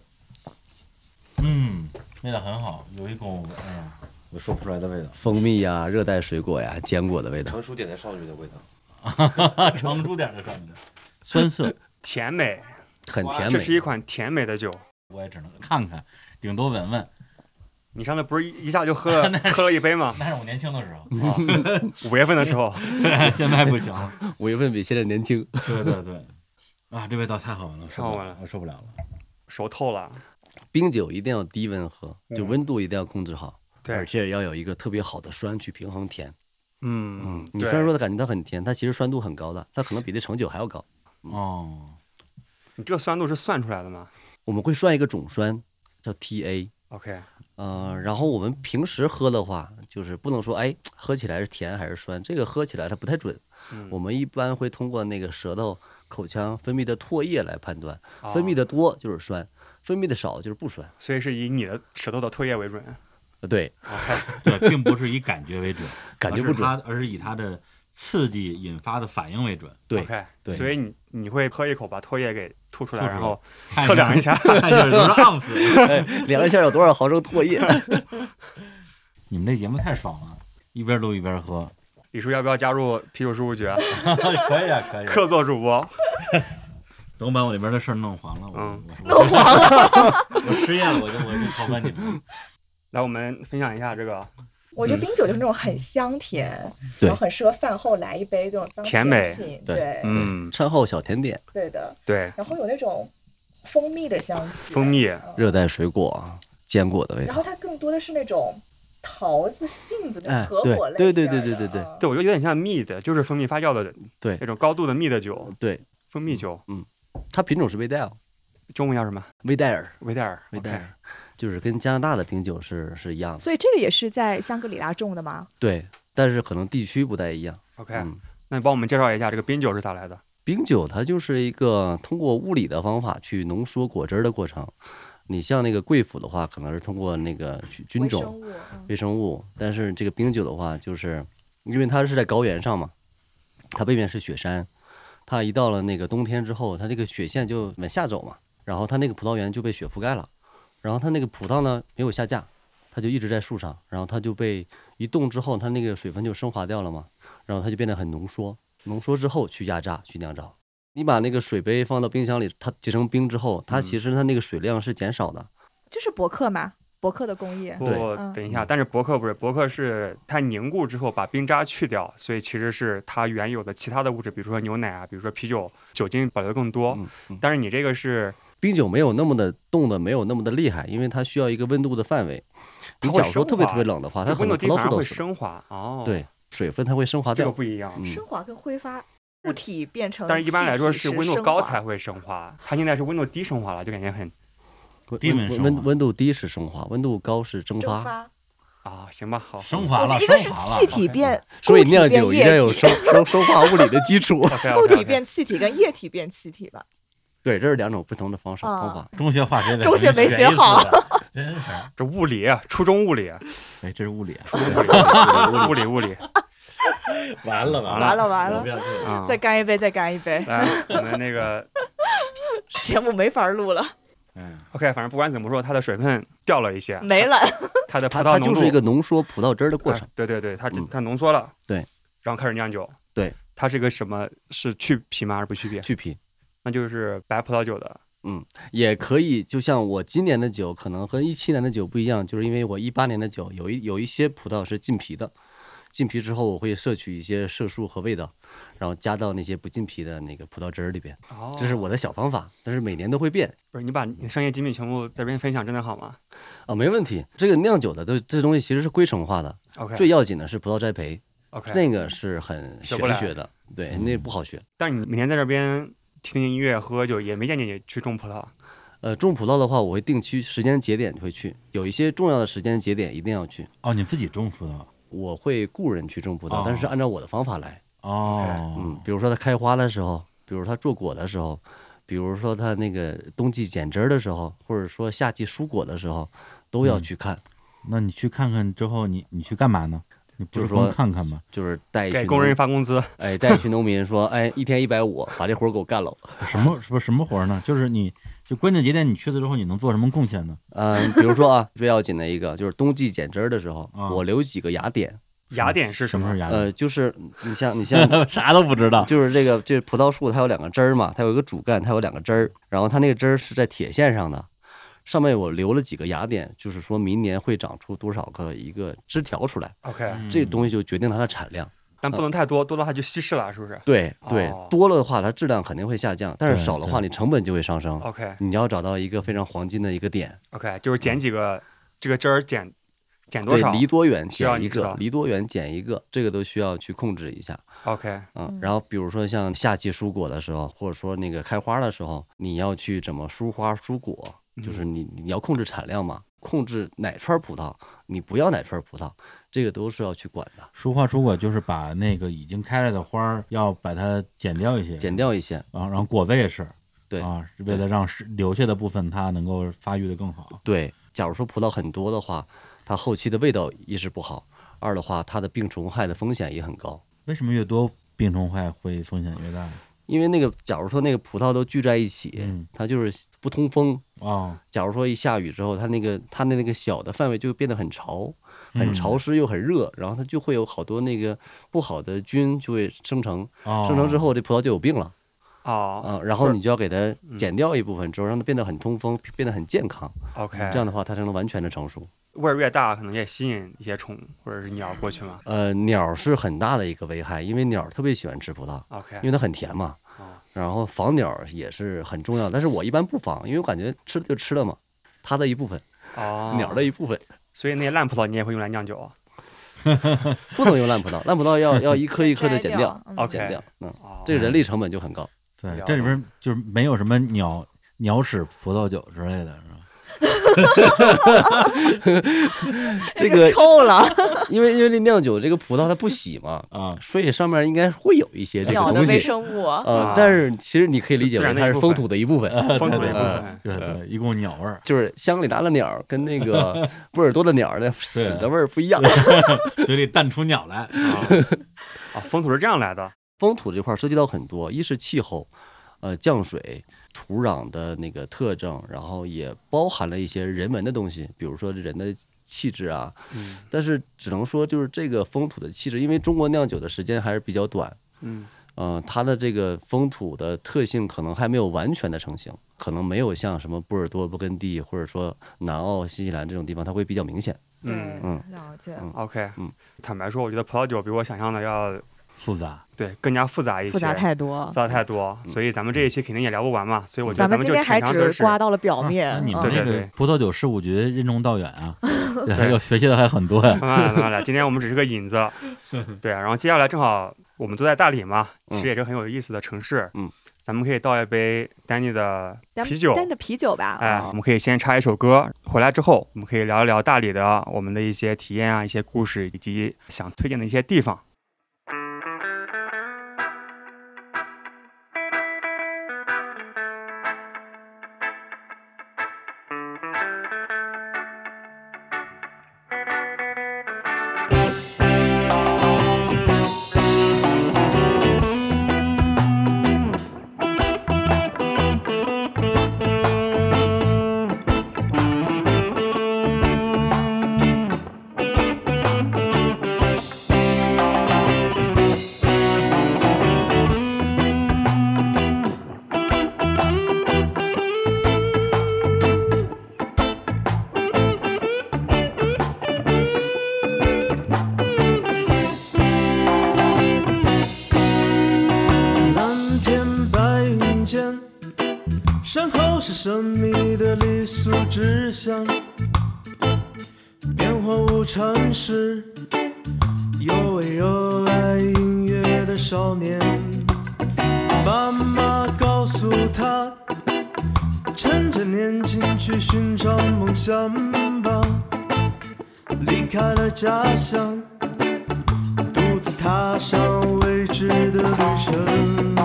[SPEAKER 5] 嗯，味道很好，有一股哎呀，我说不出来的味道。
[SPEAKER 4] 蜂蜜呀、热带水果呀、坚果的味道。
[SPEAKER 1] 成熟点的少女的味道，
[SPEAKER 5] 成熟点的少女，酸涩，
[SPEAKER 2] 甜美，
[SPEAKER 4] 很甜
[SPEAKER 2] 这是
[SPEAKER 4] 美
[SPEAKER 2] 一，款甜美的酒。
[SPEAKER 5] 我也只能看看，顶多闻闻。
[SPEAKER 2] 你上次不是一下就喝 了喝了一杯吗？
[SPEAKER 5] 那是我年轻的时候，
[SPEAKER 2] 啊五月份的时候，
[SPEAKER 5] 现在不行了。
[SPEAKER 4] 五月份比现在年轻。
[SPEAKER 5] 对对对，啊，这味道太好闻了，受
[SPEAKER 2] 太
[SPEAKER 5] 不
[SPEAKER 2] 好闻
[SPEAKER 5] 了
[SPEAKER 2] 了，
[SPEAKER 5] 我受不了了。
[SPEAKER 2] 熟透了。
[SPEAKER 4] 冰酒一定要低温喝，就
[SPEAKER 2] 嗯
[SPEAKER 4] 温度一定要控制好，而
[SPEAKER 2] 对，
[SPEAKER 4] 且要有一个特别好的酸去平衡甜。
[SPEAKER 2] 嗯，
[SPEAKER 4] 你
[SPEAKER 2] 对
[SPEAKER 4] 虽然说它感觉到很甜，它其实酸度很高的，它可能比这橙酒还要高。
[SPEAKER 5] 哦，
[SPEAKER 2] 你这个酸度是算出来的吗
[SPEAKER 4] 我们会算一个总酸，叫 TA。
[SPEAKER 2] ？OK，
[SPEAKER 4] 呃，然后我们平时喝的话，就是不能说哎，喝起来是甜还是酸，这个喝起来它不太准。
[SPEAKER 2] 嗯
[SPEAKER 4] 我们一般会通过那个舌头、口腔分泌的唾液来判断，
[SPEAKER 2] 哦
[SPEAKER 4] 分泌的多就是酸，分泌的少就是不酸。
[SPEAKER 2] 所以是以你的舌头的唾液为 准。
[SPEAKER 4] 呃，对，
[SPEAKER 5] 对，并不是以感觉为准，
[SPEAKER 4] 感觉
[SPEAKER 5] 而
[SPEAKER 4] 不
[SPEAKER 5] 是
[SPEAKER 4] 准。
[SPEAKER 5] 它，而是以它的刺激引发的反应为准。哦
[SPEAKER 4] 对
[SPEAKER 2] OK，
[SPEAKER 4] 对
[SPEAKER 2] 所以你你会喝一口把唾液给吐出来，
[SPEAKER 5] 吐出来
[SPEAKER 2] 然后
[SPEAKER 5] 看
[SPEAKER 2] 测量一下
[SPEAKER 5] 看有多少盎司。
[SPEAKER 4] 哎量一下有多少毫升唾液。
[SPEAKER 5] 你们这节目太爽了，一边录一边喝，
[SPEAKER 2] 李叔要不要加入啤酒事务局啊？
[SPEAKER 5] 可以啊，可以啊。
[SPEAKER 2] 客座主播，
[SPEAKER 5] 等我把我里边的事儿弄黄了，我
[SPEAKER 2] 嗯
[SPEAKER 5] 弄黄了， 我失业了，我就我就投奔你们。
[SPEAKER 2] 来我们分享一下这个
[SPEAKER 6] 我觉得冰酒就是那种很香甜，
[SPEAKER 4] 对
[SPEAKER 6] 然后很适合饭后来一杯这种当
[SPEAKER 2] 甜美
[SPEAKER 6] 甜品
[SPEAKER 4] 对
[SPEAKER 6] 对
[SPEAKER 2] 嗯，
[SPEAKER 4] 餐后小甜点，
[SPEAKER 6] 对的，
[SPEAKER 2] 对，
[SPEAKER 6] 然后有那种蜂蜜的香气，啊
[SPEAKER 2] 蜂蜜，
[SPEAKER 4] 热带水果、坚果的味
[SPEAKER 6] 然
[SPEAKER 4] 道
[SPEAKER 6] 后。它更多的是那种桃子、杏子
[SPEAKER 4] 哎
[SPEAKER 6] 的合伙类
[SPEAKER 4] 对
[SPEAKER 6] 一
[SPEAKER 4] 对
[SPEAKER 6] 点的，
[SPEAKER 4] 对对对对
[SPEAKER 6] 嗯
[SPEAKER 2] 对我觉得有点像蜜的，就是蜂蜜发酵的，
[SPEAKER 4] 对
[SPEAKER 2] 那种高度的蜜的酒，
[SPEAKER 4] 对，
[SPEAKER 2] 蜂蜜酒，
[SPEAKER 4] 它品种是威戴尔，
[SPEAKER 2] 中文叫什么？
[SPEAKER 4] 威戴尔，
[SPEAKER 2] 维戴尔，
[SPEAKER 4] 嗯威戴尔，就是跟加拿大的冰酒是是一样的。
[SPEAKER 3] 所以这个也是在香格里拉种的吗？
[SPEAKER 4] 对，但是可能地区不太一样。
[SPEAKER 2] OK，
[SPEAKER 4] 嗯。
[SPEAKER 2] 那你帮我们介绍一下这个冰酒是咋来的？
[SPEAKER 4] 冰酒它就是一个通过物理的方法去浓缩果汁儿的过程。你像那个贵腐的话，可能是通过那个菌
[SPEAKER 6] 微生
[SPEAKER 4] 菌种
[SPEAKER 6] 物，嗯
[SPEAKER 4] 微生物，但是这个冰酒的话，就是因为它是在高原上嘛，它背面是雪山，它一到了那个冬天之后，它这个雪线就往下走嘛，然后它那个葡萄园就被雪覆盖了，然后它那个葡萄呢没有下架，它就一直在树上，然后它就被一冻之后，它那个水分就升华掉了嘛，然后它就变得很浓缩，浓缩之后去压榨去酿造。你把那个水杯放到冰箱里，它结成冰之后，它其实它那个水量是减少的，
[SPEAKER 3] 这是博客吗？博客的工业
[SPEAKER 2] 不
[SPEAKER 4] 对，
[SPEAKER 3] 嗯
[SPEAKER 2] 等一下，但是伯克不是，伯克是它凝固之后把冰渣去掉，所以其实是它原有的其他的物质，比如说牛奶啊，比如说啤酒酒精保留得更多。
[SPEAKER 4] 嗯嗯
[SPEAKER 2] 但是你这个是
[SPEAKER 4] 冰酒没有那么的冻的没有那么的厉害，因为它需要一个温度的范围。
[SPEAKER 2] 它
[SPEAKER 4] 你
[SPEAKER 2] 会
[SPEAKER 4] 假如说
[SPEAKER 2] 升
[SPEAKER 4] 特别
[SPEAKER 2] 华
[SPEAKER 4] 特别冷的话，它可
[SPEAKER 2] 温度
[SPEAKER 4] 能葡
[SPEAKER 2] 低
[SPEAKER 4] 萄
[SPEAKER 2] 反
[SPEAKER 4] 树
[SPEAKER 2] 而
[SPEAKER 4] 都
[SPEAKER 2] 会
[SPEAKER 4] 死了。
[SPEAKER 2] 升华哦，，
[SPEAKER 4] 对，水分它会升华
[SPEAKER 2] 这个
[SPEAKER 4] 掉。
[SPEAKER 2] 不一样。
[SPEAKER 4] 嗯
[SPEAKER 3] 升华跟挥发，物体变成，
[SPEAKER 2] 但是一般来说是温度高才
[SPEAKER 3] 会。
[SPEAKER 2] 会升华，它现在是温度低升华了，就感觉很
[SPEAKER 4] 温
[SPEAKER 5] 低
[SPEAKER 4] 温
[SPEAKER 5] 温升
[SPEAKER 4] 温
[SPEAKER 5] 华
[SPEAKER 4] 温度低是升华，温度高是蒸
[SPEAKER 6] 蒸
[SPEAKER 4] 发。
[SPEAKER 6] 发，
[SPEAKER 2] 啊，行吧，好，
[SPEAKER 5] 升
[SPEAKER 2] 好
[SPEAKER 5] 华了，
[SPEAKER 3] 一个是
[SPEAKER 5] 升华了
[SPEAKER 3] 气体变，
[SPEAKER 4] 所以
[SPEAKER 3] 固体
[SPEAKER 4] 酿
[SPEAKER 3] 变
[SPEAKER 4] 酒一
[SPEAKER 3] 液
[SPEAKER 4] 定要有
[SPEAKER 3] 体
[SPEAKER 4] 升升升华 物理的基础。
[SPEAKER 2] OK，OK，OK
[SPEAKER 3] 固体变气体跟液体变气体吧。
[SPEAKER 4] 对，这是两种不同的方式
[SPEAKER 3] 嗯
[SPEAKER 4] 方法。
[SPEAKER 5] 中学化学在
[SPEAKER 3] 中学没学好
[SPEAKER 5] 学一次的， 真是。
[SPEAKER 2] 这物理，初中物理，
[SPEAKER 5] 哎，这是物理啊，
[SPEAKER 2] 初中物理，物理，物理
[SPEAKER 5] 完了
[SPEAKER 2] 完
[SPEAKER 3] 完了完
[SPEAKER 5] 我
[SPEAKER 3] 了
[SPEAKER 5] 不，要去了。
[SPEAKER 2] 啊
[SPEAKER 3] 再。干一杯，再干一杯，
[SPEAKER 2] 来，我们那个
[SPEAKER 3] 节目没法录了，
[SPEAKER 5] 嗯，
[SPEAKER 2] OK，反正不管怎么说，它的水分掉了一些，
[SPEAKER 3] 没了。
[SPEAKER 2] 它的葡
[SPEAKER 4] 它
[SPEAKER 2] 萄
[SPEAKER 4] 它
[SPEAKER 2] 浓
[SPEAKER 4] 就
[SPEAKER 2] 度
[SPEAKER 4] 是一个浓缩葡萄汁儿的过
[SPEAKER 2] 哎
[SPEAKER 4] 程。
[SPEAKER 2] 对对对，它只
[SPEAKER 4] 嗯
[SPEAKER 2] 它浓缩了，
[SPEAKER 4] 对，
[SPEAKER 2] 然后开始酿酒，
[SPEAKER 4] 对，
[SPEAKER 2] 它是个什么是去皮吗？还是不去皮？
[SPEAKER 4] 去皮
[SPEAKER 2] 那就是白葡萄酒的
[SPEAKER 4] 也可以，就像我今年的酒可能和一七年的酒不一样，就是因为我一八年的酒有一有一些葡萄是浸皮的，浸皮之后我会摄取一些色素和味道，然后加到那些不浸皮的那个葡萄汁儿里边。
[SPEAKER 2] 哦
[SPEAKER 4] 这是我的小方法，但是每年都会变
[SPEAKER 2] 不是你把你的商业机密全部在这边分享，真的好吗
[SPEAKER 4] 啊，没问题。这个酿酒的都这东西其实是规程化的，
[SPEAKER 2] ？OK，
[SPEAKER 4] 最要紧的是葡萄栽培，
[SPEAKER 2] OK，
[SPEAKER 4] 那个是很
[SPEAKER 2] 学
[SPEAKER 4] 玄
[SPEAKER 2] 不来
[SPEAKER 4] 学的，对，那不好学。
[SPEAKER 2] 但是你每天在这边听听音乐、喝酒，也没见你去种葡萄，
[SPEAKER 4] 呃，种葡萄的话，我会定期时间节点会去，有一些重要的时间节点一定要去。
[SPEAKER 5] 哦，你自己种葡萄
[SPEAKER 4] 我会雇人去种葡萄，但是
[SPEAKER 5] 哦
[SPEAKER 4] 按照我的方法来。嗯
[SPEAKER 5] 哦，，
[SPEAKER 4] 比如说它开花的时候，比如它做果的时候，比如说它那个冬季剪枝儿的时候，或者说夏季蔬果的时候，都要去看，
[SPEAKER 5] 那你去看看之后，你你去干嘛呢？你不
[SPEAKER 4] 就是是说
[SPEAKER 5] 光看看吗？
[SPEAKER 4] 就是带一群
[SPEAKER 2] 给工人
[SPEAKER 4] 农
[SPEAKER 2] 发工资，
[SPEAKER 4] 哎，带一群农民说，哎，一天一百五，把这活儿给我干了。
[SPEAKER 5] 什 么什么什么活儿呢？就是你就关键节点你去了之后，你能做什么贡献呢？
[SPEAKER 4] 嗯，比如说啊， 最要紧的一个就是冬季剪枝儿的时候，
[SPEAKER 5] 啊
[SPEAKER 4] 我留几个芽点，
[SPEAKER 2] 雅典是什
[SPEAKER 5] 什么
[SPEAKER 2] 么
[SPEAKER 5] 是？雅典？
[SPEAKER 4] 呃，就是你像你像
[SPEAKER 5] 啥都不知
[SPEAKER 2] 啊
[SPEAKER 5] 道。
[SPEAKER 4] 就是这个这葡萄树它有两个枝儿嘛，它有一个主干，它有两个枝儿，然后它那个枝儿是在铁线上的，上面我留了几个芽点，就是说明年会长出多少个一个枝条出来，
[SPEAKER 2] OK，
[SPEAKER 4] 这东西就决定它的产量。
[SPEAKER 2] 但不能太多，多了它就稀释了，是不是
[SPEAKER 4] 对对
[SPEAKER 2] 哦，
[SPEAKER 4] 多了的话它质量肯定会下降，但
[SPEAKER 5] 对
[SPEAKER 4] 是少的话你成本就会上升。
[SPEAKER 2] ？OK
[SPEAKER 4] 你要找到一个非常黄金的一个点，
[SPEAKER 2] OK，就是减几个这个汁儿减减多
[SPEAKER 4] 嗯对
[SPEAKER 2] 少，
[SPEAKER 4] 离多远
[SPEAKER 2] 需要
[SPEAKER 4] 减
[SPEAKER 2] 你
[SPEAKER 4] 一
[SPEAKER 2] 知道
[SPEAKER 4] 个，离多远减一个，这个都需要去控制一下。
[SPEAKER 2] ？OK，
[SPEAKER 4] 嗯
[SPEAKER 6] 嗯，
[SPEAKER 4] 然后比如说像夏季蔬果的时候，或者说那个开花的时候，你要去怎么疏花疏果，
[SPEAKER 5] 嗯
[SPEAKER 2] 嗯
[SPEAKER 4] 就是你你要控制产量嘛，控制哪串葡萄，你不要哪串葡萄，这个都是要去管的，
[SPEAKER 5] 疏花疏果就是把那个已经开了的花儿要把它剪掉一些，
[SPEAKER 4] 减掉一些。
[SPEAKER 5] 啊，然后果子也是，
[SPEAKER 4] 对
[SPEAKER 5] 啊，是为了让是留下的部分它能够发育的更好。
[SPEAKER 4] 对，假如说葡萄很多的话，它后期的味道一是不好，二的话它的病虫害的风险也很高。
[SPEAKER 5] 为什么越多病虫害会风险越大？
[SPEAKER 4] 因为那个，假如说那个葡萄都聚在一起，
[SPEAKER 5] 嗯
[SPEAKER 4] 它就是不通风。
[SPEAKER 5] 哦，
[SPEAKER 4] 假如说一下雨之后，它那个它的那个小的范围就变得很潮，
[SPEAKER 5] 嗯
[SPEAKER 4] 很潮湿又很热，然后它就会有好多那个不好的菌就会生成，
[SPEAKER 5] 哦，
[SPEAKER 4] 生成之后这葡萄就有病了
[SPEAKER 2] 哦
[SPEAKER 4] 啊。然后你就要给它
[SPEAKER 2] 嗯
[SPEAKER 4] 剪掉一部分之后，让它变得很通风，变得很健康，
[SPEAKER 2] ，OK，
[SPEAKER 4] 啊这样的话它才能完全的成熟。
[SPEAKER 2] 味儿越大，可能也吸引一些虫或者是鸟过去嘛。
[SPEAKER 4] 呃，鸟是很大的一个危害，因为鸟特别喜欢吃葡萄，
[SPEAKER 2] OK，
[SPEAKER 4] 嗯因为它很甜嘛
[SPEAKER 2] 哦。
[SPEAKER 4] 然后防鸟也是很重要，但是我一般不防，因为我感觉吃了就吃了嘛，它的一部分，
[SPEAKER 2] 哦，
[SPEAKER 4] 鸟的，一部分，
[SPEAKER 2] 所以那些烂葡萄你也会用来酿酒啊。
[SPEAKER 4] 不能用烂葡萄，烂葡 萄要要一颗一颗的剪 掉，
[SPEAKER 6] 嗯
[SPEAKER 2] OK
[SPEAKER 4] 剪掉，嗯，
[SPEAKER 2] 哦，
[SPEAKER 4] 这个人力成本就很高。
[SPEAKER 5] 对
[SPEAKER 2] 了，
[SPEAKER 5] 这里边就是没有什么鸟鸟屎葡萄酒之类的，是吧？
[SPEAKER 4] 这个
[SPEAKER 3] 臭了，
[SPEAKER 4] 因为因为那酿酒这个葡萄它不洗嘛，
[SPEAKER 5] 啊，
[SPEAKER 4] 所以上面应该会有一些这
[SPEAKER 3] 鸟
[SPEAKER 4] 个
[SPEAKER 3] 的
[SPEAKER 4] 东
[SPEAKER 3] 微
[SPEAKER 4] 西。
[SPEAKER 3] 生物。
[SPEAKER 4] 呃，但是其实你可以理解
[SPEAKER 2] 啊自
[SPEAKER 4] 为
[SPEAKER 2] 然的
[SPEAKER 4] 它
[SPEAKER 2] 一
[SPEAKER 4] 是
[SPEAKER 2] 部
[SPEAKER 4] 风
[SPEAKER 2] 分
[SPEAKER 4] 土的一部分，，
[SPEAKER 2] 风土的一部分。
[SPEAKER 5] 对对，一共鸟味儿
[SPEAKER 4] 就是香格里拉的鸟儿跟 那个波尔多的鸟儿的死的味儿不一样。
[SPEAKER 5] 嘴里淡出鸟来。
[SPEAKER 2] 啊，风土是这样来的。
[SPEAKER 4] 风土这块儿涉及到很多，一是气候，呃，降水、土壤的那个特征，然后也包含了一些人文的东西，比如说人的气质啊。
[SPEAKER 2] 嗯
[SPEAKER 4] 但是只能说就是这个风土的气质，因为中国酿酒的时间还是比较短，
[SPEAKER 2] 嗯
[SPEAKER 4] 呃，它的这个风土的特性可能还没有完全的成型，可能没有像什么波尔多、勃艮第或者说南澳、新西兰这种地方，它会比较明显。
[SPEAKER 6] 对
[SPEAKER 2] 嗯，
[SPEAKER 4] 嗯
[SPEAKER 6] 了解。
[SPEAKER 2] ，OK，
[SPEAKER 4] 嗯
[SPEAKER 2] 坦白说，我觉得葡萄酒比我想象的要
[SPEAKER 5] 复杂，
[SPEAKER 4] 嗯
[SPEAKER 2] 对更加复杂一些，
[SPEAKER 3] 复杂太多
[SPEAKER 2] 复。杂太多，所以咱们这一期肯定也聊不完嘛。所以我觉得
[SPEAKER 3] 咱们
[SPEAKER 2] 们
[SPEAKER 3] 今
[SPEAKER 2] 就
[SPEAKER 3] 天还
[SPEAKER 2] 浅尝辄
[SPEAKER 3] 只
[SPEAKER 2] 止。
[SPEAKER 3] 刮到了表面，
[SPEAKER 5] 那你
[SPEAKER 3] 嗯
[SPEAKER 5] 们
[SPEAKER 2] 对
[SPEAKER 5] 那
[SPEAKER 2] 对
[SPEAKER 5] 个
[SPEAKER 2] 对
[SPEAKER 5] 葡萄酒事务局任重道 远啊，这还有学习的还很 多呀。
[SPEAKER 2] 慢慢来，慢慢来。今天我们只是个引子，对啊。然后接下来正好我们都在大理嘛，其实也是很有意思的城市。
[SPEAKER 4] 嗯，
[SPEAKER 2] 咱们可以倒一杯丹尼的
[SPEAKER 3] 咱们
[SPEAKER 2] 啤酒，
[SPEAKER 3] 单的啤酒吧。
[SPEAKER 2] 哎，我们可以先插一首歌，回来之后我们可以聊一聊大理的我们的一些体验啊、一些故事以及想推荐的一些地方。
[SPEAKER 1] 蓝天白云间，山后是神秘的傈僳之乡。变幻无常时，有位热爱音乐的少年。爸妈告诉他，趁着年年轻去寻找梦想吧，离开了家乡，独自踏上未知的旅程。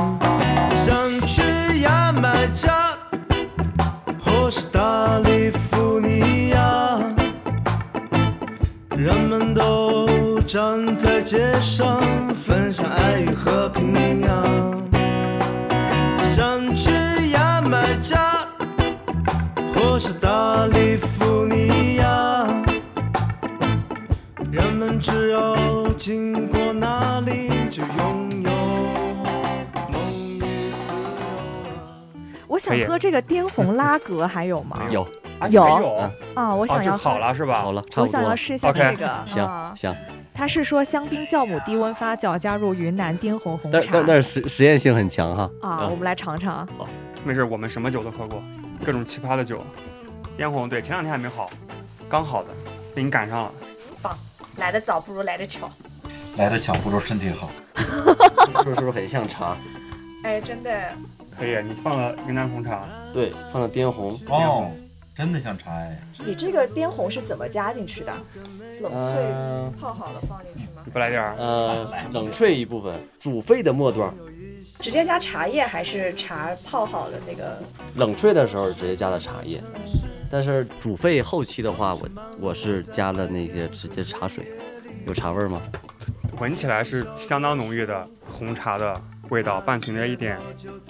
[SPEAKER 1] 想去牙买加，或是大利福尼亚，人们都站在街上，分享爱与和平呀。想去牙买加，或是大利福尼亚，人们只要经过那里，就拥有梦与自由啊
[SPEAKER 3] 我想
[SPEAKER 2] 可以
[SPEAKER 3] 喝这个滇红拉格，还有吗？
[SPEAKER 4] 有，
[SPEAKER 2] 啊
[SPEAKER 3] 有
[SPEAKER 2] 还有
[SPEAKER 4] 啊
[SPEAKER 3] 啊，我
[SPEAKER 2] 啊，
[SPEAKER 3] 想
[SPEAKER 2] 就
[SPEAKER 3] 要喝
[SPEAKER 2] 好，了是吧？
[SPEAKER 4] 好了，差
[SPEAKER 3] 我
[SPEAKER 4] 不多
[SPEAKER 3] 想要
[SPEAKER 4] 了。
[SPEAKER 3] 试一下
[SPEAKER 2] OK
[SPEAKER 3] 这个。
[SPEAKER 4] 行
[SPEAKER 3] 啊
[SPEAKER 4] 行，
[SPEAKER 3] 他是说香槟酵母低温发酵，加入云南滇红红
[SPEAKER 4] 但
[SPEAKER 3] 茶
[SPEAKER 4] 但但是实实验性很强哈。
[SPEAKER 3] 啊，我们来尝尝。
[SPEAKER 2] 没事，我们什么酒都喝过，各种奇葩的酒。嫣红对，前两天还没好，刚好的，被你赶上了。
[SPEAKER 3] 来的早不如来的巧，
[SPEAKER 5] 来的巧不如身体好。
[SPEAKER 4] 是不是很像茶？
[SPEAKER 6] 哎，真的，
[SPEAKER 2] 可以，你放了云南红茶，
[SPEAKER 4] 对，放了滇红。
[SPEAKER 5] 哦，真的像茶哎。
[SPEAKER 6] 你这个滇红是怎么加进去的？冷萃
[SPEAKER 4] 呃
[SPEAKER 6] 泡好了放进去吗
[SPEAKER 2] 你？不来点儿？
[SPEAKER 4] 呃，冷萃一部分，煮沸的末段，
[SPEAKER 6] 直接加茶叶还是茶泡好的那个？
[SPEAKER 4] 冷萃的时候直接加的茶叶，但是煮沸后期的话，我我是加了那个直接茶水，有茶味儿吗？
[SPEAKER 2] 闻起来是相当浓郁的红茶的味道，伴随着一点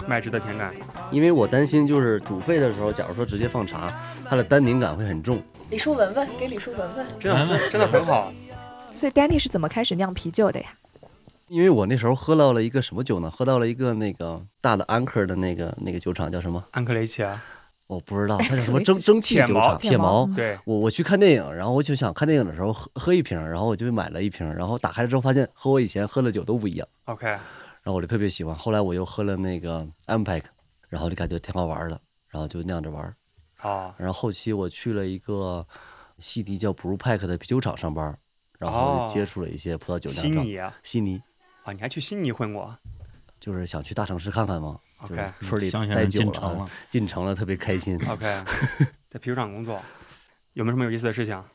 [SPEAKER 2] 麦汁的甜感。
[SPEAKER 4] 因为我担心就是煮沸的时候，假如说直接放茶，它的单宁感会很重。
[SPEAKER 6] 李叔闻闻，给李叔闻闻。
[SPEAKER 2] 真的真的真的很好。
[SPEAKER 3] 所以 Danny 是怎么开始酿啤酒 的呀？
[SPEAKER 4] 因为我那时候喝到了一个什么酒呢？喝到了一个那个大的安克的那个那个酒厂叫什么？
[SPEAKER 2] 安克雷奇啊，
[SPEAKER 4] 我不知道，它叫什么
[SPEAKER 3] 我一直
[SPEAKER 4] 蒸蒸汽
[SPEAKER 2] 铁
[SPEAKER 4] 酒
[SPEAKER 2] 锚
[SPEAKER 4] 厂，
[SPEAKER 3] 铁
[SPEAKER 4] 铁
[SPEAKER 3] 锚
[SPEAKER 4] 锚。
[SPEAKER 2] 对，
[SPEAKER 4] 我我去看电影，然后我就想看电影的时候喝喝一瓶，然后我就买了一瓶，然后打开了之后发现和我以前喝的酒都不一样，
[SPEAKER 2] OK，
[SPEAKER 4] 然后我就特别喜欢。后来我又喝了那个 m p a c 然后就感觉挺好玩的，然后就酿着玩儿。
[SPEAKER 2] 好，
[SPEAKER 4] 然后后期我去了一个西迪叫 Brew Pack 的啤酒厂上班，然后
[SPEAKER 2] 哦
[SPEAKER 4] 就接触了一些葡萄酒
[SPEAKER 2] 悉
[SPEAKER 4] 酿造。
[SPEAKER 2] 尼啊，
[SPEAKER 4] 悉尼
[SPEAKER 2] 啊你还去悉尼混过
[SPEAKER 4] 就是想去大城市看看嘛，就是
[SPEAKER 2] OK 嗯
[SPEAKER 4] 村里
[SPEAKER 5] 乡下
[SPEAKER 4] 待
[SPEAKER 5] 人
[SPEAKER 4] 久
[SPEAKER 5] 进
[SPEAKER 4] 了
[SPEAKER 5] 城
[SPEAKER 4] 啊
[SPEAKER 5] 了，，
[SPEAKER 4] 进城了特别开心。
[SPEAKER 2] ？OK，在啤酒厂工作，有没有什么有意思的事情？啊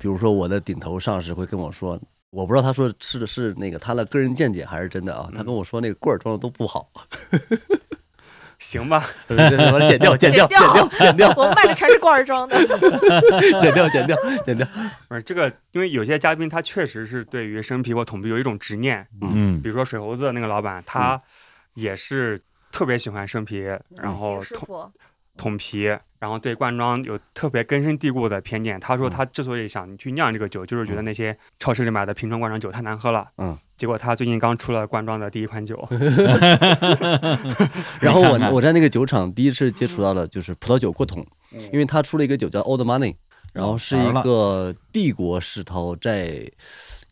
[SPEAKER 4] 比如说我的顶头上司会跟我说，我不知道他说是的是那个他的个人见解还是真的啊，他
[SPEAKER 2] 嗯
[SPEAKER 4] 跟我说那个棍儿装的都不好，
[SPEAKER 2] 行吧，
[SPEAKER 4] 对对对我说剪 掉剪掉
[SPEAKER 3] 剪
[SPEAKER 4] 剪
[SPEAKER 3] 掉
[SPEAKER 4] 掉剪掉
[SPEAKER 3] 我们卖的全是罐儿装 的。
[SPEAKER 4] 剪掉剪掉剪掉，
[SPEAKER 2] 不是这个，因为有些嘉宾他确实是对于生啤或桶啤有一种执念，
[SPEAKER 5] 嗯
[SPEAKER 2] 比如说水猴子那个老板，他也是特别喜欢生啤，然后
[SPEAKER 6] 师
[SPEAKER 2] 桶
[SPEAKER 6] 傅，
[SPEAKER 2] 桶啤，然后对罐装有特别根深蒂固的偏见。
[SPEAKER 4] 嗯
[SPEAKER 2] 他说他之所以想去酿这个酒，就是觉得那些超市里买的瓶装罐装酒太难喝了。
[SPEAKER 4] 嗯，
[SPEAKER 2] 结果他最近刚出了罐装的第一款 酒，
[SPEAKER 4] 然后我我在那个酒厂第一次接触到了就是葡萄酒过桶，因为他出了一个酒叫 Old Money，然后是一个帝国世涛在。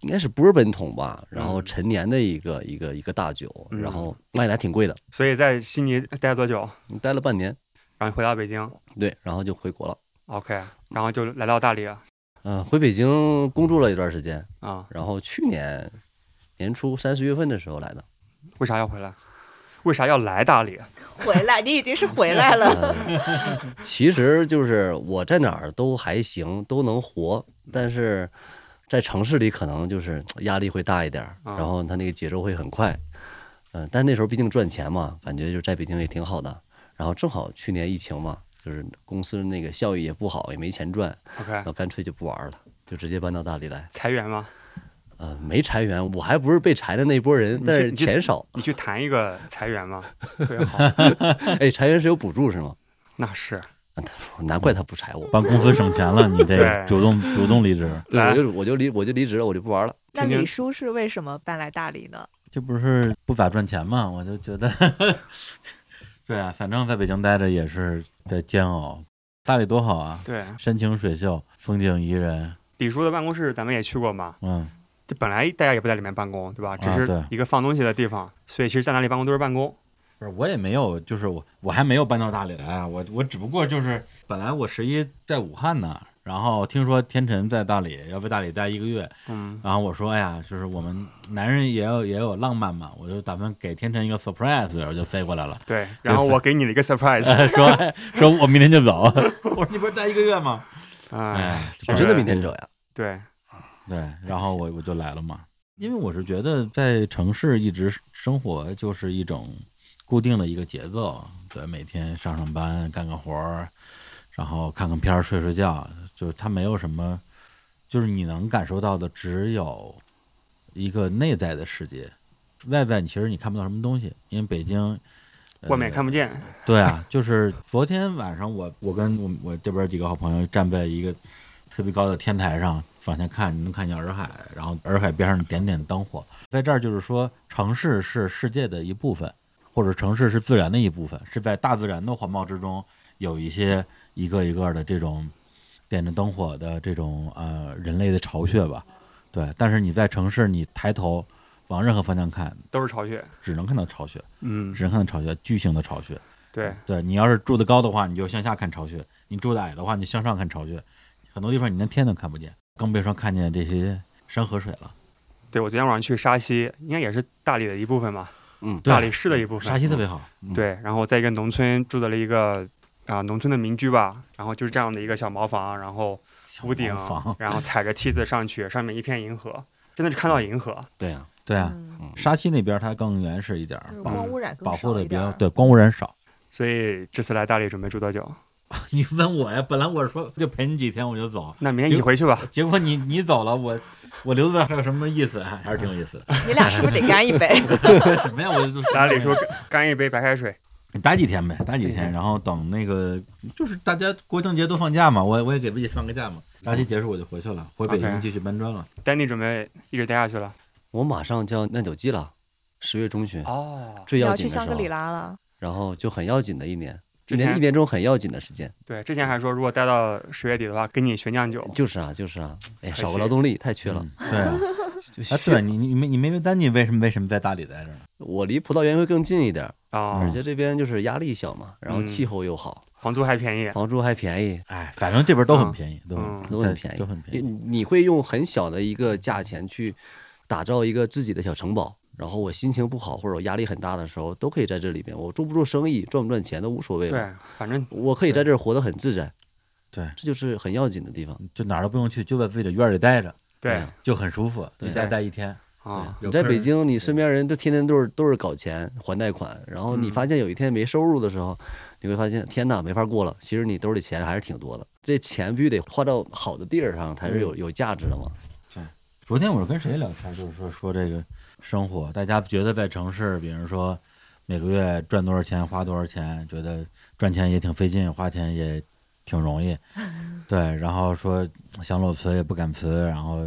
[SPEAKER 4] 应该是波本桶吧，然后陈年的一个一个一个大酒，
[SPEAKER 2] 嗯
[SPEAKER 4] 然后卖的还挺贵的，
[SPEAKER 2] 所以在悉尼待了多久？
[SPEAKER 4] 待了半年，
[SPEAKER 2] 然后回到北京
[SPEAKER 4] 对，然后就回国了。
[SPEAKER 2] ，OK，然后就来到大理啊。
[SPEAKER 4] 嗯、回北京工作了一段时间，
[SPEAKER 2] 啊
[SPEAKER 4] 然后去年年初三四月份的时候来的。
[SPEAKER 2] 为啥要回来？为啥要来大理？
[SPEAKER 3] 回来，你已经是回来 了。
[SPEAKER 4] 呃 其实就是我在哪儿都还行，都能活，但是在城市里可能就是压力会大一点儿，
[SPEAKER 2] 啊
[SPEAKER 4] 然后他那个节奏会很快。嗯、但是那时候毕竟赚钱嘛，感觉就在北京也挺好的。然后正好去年疫情嘛，就是公司那个效益也不好，也没钱赚，
[SPEAKER 2] OK，
[SPEAKER 4] 然后干脆就不玩儿了，就直接搬到大理来。
[SPEAKER 2] 裁员吗？
[SPEAKER 4] 呃，没裁员，我还不是被裁的那波人，
[SPEAKER 2] 你
[SPEAKER 4] 但
[SPEAKER 2] 是
[SPEAKER 4] 是
[SPEAKER 2] 你是
[SPEAKER 4] 钱 少。
[SPEAKER 2] 你去谈一个裁员吗？特别 好，
[SPEAKER 4] 哎，裁员是有补助是吗？
[SPEAKER 2] 那是
[SPEAKER 4] 啊难怪他不裁我。
[SPEAKER 5] 帮公司省钱 了，你这
[SPEAKER 2] 对
[SPEAKER 5] 个主动主动离职，
[SPEAKER 4] 对，
[SPEAKER 2] 来
[SPEAKER 4] 我就我就离我就离职了，我就不玩了。
[SPEAKER 3] 那
[SPEAKER 2] 天天
[SPEAKER 3] 李叔是为什么搬来大理呢？
[SPEAKER 5] 这不是不咋赚钱嘛？我 就觉得，对啊，反正在北京待着也是在煎熬。大理多好啊，
[SPEAKER 2] 对。
[SPEAKER 5] 山清水秀，风景宜人。
[SPEAKER 2] 李叔的办公室咱们也去过嘛，
[SPEAKER 5] 嗯，
[SPEAKER 2] 这本来大家也不在里面办公，对吧？只
[SPEAKER 5] 啊对
[SPEAKER 2] 是一个放东西的地方，所以其实在哪里办公都是办公。
[SPEAKER 5] 不是，我也没有，就是我我还没有搬到大理来啊，我我只不过就是本来我十一在武汉呢，然后听说天辰在大理，要在大理待一个月，
[SPEAKER 2] 嗯，
[SPEAKER 5] 然后我说，哎呀，就是我们男人也有也有浪漫嘛，我就打算给天辰一个 surprise，然后就飞过来了。
[SPEAKER 2] 对，然后我给你了一个 surprise，
[SPEAKER 5] 说哎说我明天就走， 我说你不是待一个月吗？
[SPEAKER 2] 哎，
[SPEAKER 5] 哎，
[SPEAKER 4] 我真的明天走呀？
[SPEAKER 2] 对，
[SPEAKER 5] 对，然后我我就来了嘛，因为我是觉得在城市一直生活就是一种固定的一个节奏，对，每天上上班干个活儿，然后看看片儿睡睡觉，就是它没有什么，就是你能感受到的只有一个内在的世界，外在你其实你看不到什么东西，因为北京。呃
[SPEAKER 2] 外面看不见，
[SPEAKER 5] 对啊， 就是昨天晚上我我跟我我这边几个好朋友站在一个特别高的天台上往下看，你能看见洱海，然后洱海边上点点灯火。在这儿就是说，城市是世界的一部分，或者城市是自然的一部分，是在大自然的环抱之中有一些一个一个的这种点着灯火的这种呃人类的巢穴吧。对，但是你在城市，你抬头往任何方向看，
[SPEAKER 2] 都是巢穴，
[SPEAKER 5] 只能看到巢穴，
[SPEAKER 2] 嗯，
[SPEAKER 5] 只能看到巢穴，巨型的巢穴。
[SPEAKER 2] 对，
[SPEAKER 5] 对你要是住得高的话，你就向下看巢穴；你住得矮的话，你向上看巢穴。很多地方你连天都看不见，更别说看见这些山河水了。
[SPEAKER 2] 对我昨天晚上去沙溪，应该也是大理的一部分嘛，
[SPEAKER 4] 嗯，
[SPEAKER 5] 对
[SPEAKER 2] 大理市的一部分，
[SPEAKER 5] 沙溪特别好，嗯，
[SPEAKER 2] 对，然后在一个农村住的了一个啊、农村的民居吧，然后就是这样的一个小茅房，然后
[SPEAKER 5] 小
[SPEAKER 2] 屋顶
[SPEAKER 5] 茅房，
[SPEAKER 2] 然后踩着梯子上去，上面一片银河，真的是看到银河，
[SPEAKER 4] 对呀，
[SPEAKER 5] 对啊，
[SPEAKER 3] 嗯
[SPEAKER 5] 沙溪那边它更原始一点儿
[SPEAKER 3] 就，是
[SPEAKER 5] 保
[SPEAKER 3] 光污染更
[SPEAKER 5] 嗯保护
[SPEAKER 3] 少
[SPEAKER 5] 的
[SPEAKER 3] 一
[SPEAKER 5] 比
[SPEAKER 3] 点
[SPEAKER 5] 较
[SPEAKER 3] 儿。
[SPEAKER 5] 对，光污染少。
[SPEAKER 2] 所以这次来大理准备住多久？
[SPEAKER 5] 你问我呀，本来我说就陪你几天我就走，
[SPEAKER 2] 那明天一起回去吧。
[SPEAKER 5] 结果你你走了，我我留在这儿有什么意思？哎还是挺有意思的。
[SPEAKER 3] 你俩是不是得干一杯？
[SPEAKER 5] 什么呀？我就
[SPEAKER 2] 大理说干干一杯白开水，
[SPEAKER 5] 待几天呗，待几天，然后等那个就是大家国庆节都放假嘛，我我也给自己放个假嘛。假期结束我就回去了，回北京
[SPEAKER 2] OK
[SPEAKER 5] 继续搬砖了。
[SPEAKER 2] 丹尼准备一直待下去了。
[SPEAKER 4] 我马上就要酿酒季了，十月中旬
[SPEAKER 2] 哦，
[SPEAKER 4] 最要
[SPEAKER 3] 要
[SPEAKER 4] 紧
[SPEAKER 3] 去
[SPEAKER 4] 的时
[SPEAKER 3] 香格
[SPEAKER 4] 候
[SPEAKER 3] 里，拉了，
[SPEAKER 4] 然后就很要紧的一年，一
[SPEAKER 2] 之
[SPEAKER 4] 年
[SPEAKER 2] 前
[SPEAKER 4] 一年中很要紧的时间，
[SPEAKER 2] 对，之前还说如果待到十月底的话，给你学酿酒。
[SPEAKER 4] 就是啊，就是啊，哎呀，
[SPEAKER 2] 可
[SPEAKER 4] 少个
[SPEAKER 2] 惜
[SPEAKER 4] 劳动力太缺了
[SPEAKER 5] 嗯。对啊，
[SPEAKER 4] 就
[SPEAKER 5] 哎，
[SPEAKER 4] 需
[SPEAKER 5] 对你你没你没问丹尼为什么为什么在大理待着呢？
[SPEAKER 4] 我离葡萄园会更近一点儿，
[SPEAKER 2] 哦
[SPEAKER 4] 而，且这边就是压力小嘛，然后
[SPEAKER 2] 嗯
[SPEAKER 4] 气候又好，
[SPEAKER 2] 房租还便宜。
[SPEAKER 4] 房租还便宜，
[SPEAKER 5] 哎，反正这边都很
[SPEAKER 2] 嗯
[SPEAKER 5] 便宜，都
[SPEAKER 2] 嗯
[SPEAKER 4] 都
[SPEAKER 5] 在
[SPEAKER 4] 很便宜，
[SPEAKER 5] 都很便宜。
[SPEAKER 4] 你你会用很小的一个价钱去打造一个自己的小城堡。然后我心情不好或者我压力很大的时候，都可以在这里边，我做不做生意、赚不赚钱都无所谓了。
[SPEAKER 2] 对，反正
[SPEAKER 4] 我可以在这儿活得很自在，
[SPEAKER 5] 对，
[SPEAKER 4] 这就是很要紧的地方。
[SPEAKER 5] 就哪儿都不用去，就在自己的院儿里待着，
[SPEAKER 2] 对
[SPEAKER 4] 啊
[SPEAKER 5] 就很舒服，
[SPEAKER 4] 对
[SPEAKER 5] 一待待一天。
[SPEAKER 2] 啊，
[SPEAKER 5] 嗯有
[SPEAKER 4] 你在
[SPEAKER 5] 客
[SPEAKER 4] 北
[SPEAKER 5] 人嗯
[SPEAKER 4] 京，你身边人都天天都是都是搞钱还贷款，然后你
[SPEAKER 2] 嗯
[SPEAKER 4] 发现有一天没收入的时候，你会发现天哪，没法过了。其实你兜里钱还是挺多的，这钱必须得花到好的地儿上
[SPEAKER 2] 嗯
[SPEAKER 4] 才是有有价值的嘛。
[SPEAKER 5] 昨天我是跟谁聊天，就是说说这个生活，大家觉得在城市，比如说每个月赚多少钱，花多少钱，觉得赚钱也挺费劲，花钱也挺容易，对。然后说想裸辞也不敢辞，然后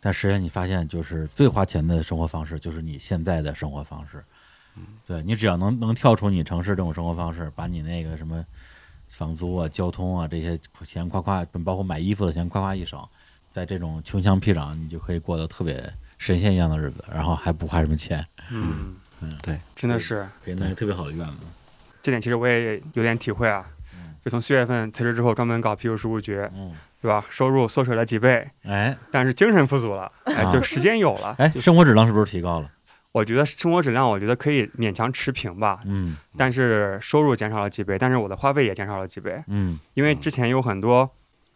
[SPEAKER 5] 但实际上你发现，就是最花钱的生活方式，就是你现在的生活方式。对你只要能能跳出你城市这种生活方式，把你那个什么房租啊、交通啊这些钱夸夸，包括买衣服的钱夸夸一省，在这种穷乡僻壤，你就可以过得特别神仙一样的日子，然后还不花什么钱，
[SPEAKER 2] 嗯，
[SPEAKER 4] 对，
[SPEAKER 2] 真的是
[SPEAKER 5] 可以弄个特别好的院子。
[SPEAKER 2] 这点，其实我也有点体会啊。就从四月份辞职之后，专门搞啤酒事务局，
[SPEAKER 5] 嗯，
[SPEAKER 2] 对吧？收入缩水了几倍，
[SPEAKER 5] 哎
[SPEAKER 2] 但是精神富足了，哎，
[SPEAKER 5] 啊
[SPEAKER 2] 就时间有了。
[SPEAKER 5] 哎，生活质量是不是提高了？
[SPEAKER 2] 我觉得生活质量，我觉得可以勉强持平吧。
[SPEAKER 5] 嗯
[SPEAKER 2] 但是收入减少了几倍，但是我的花费也减少了几倍，
[SPEAKER 5] 嗯，
[SPEAKER 2] 因为之前有很多，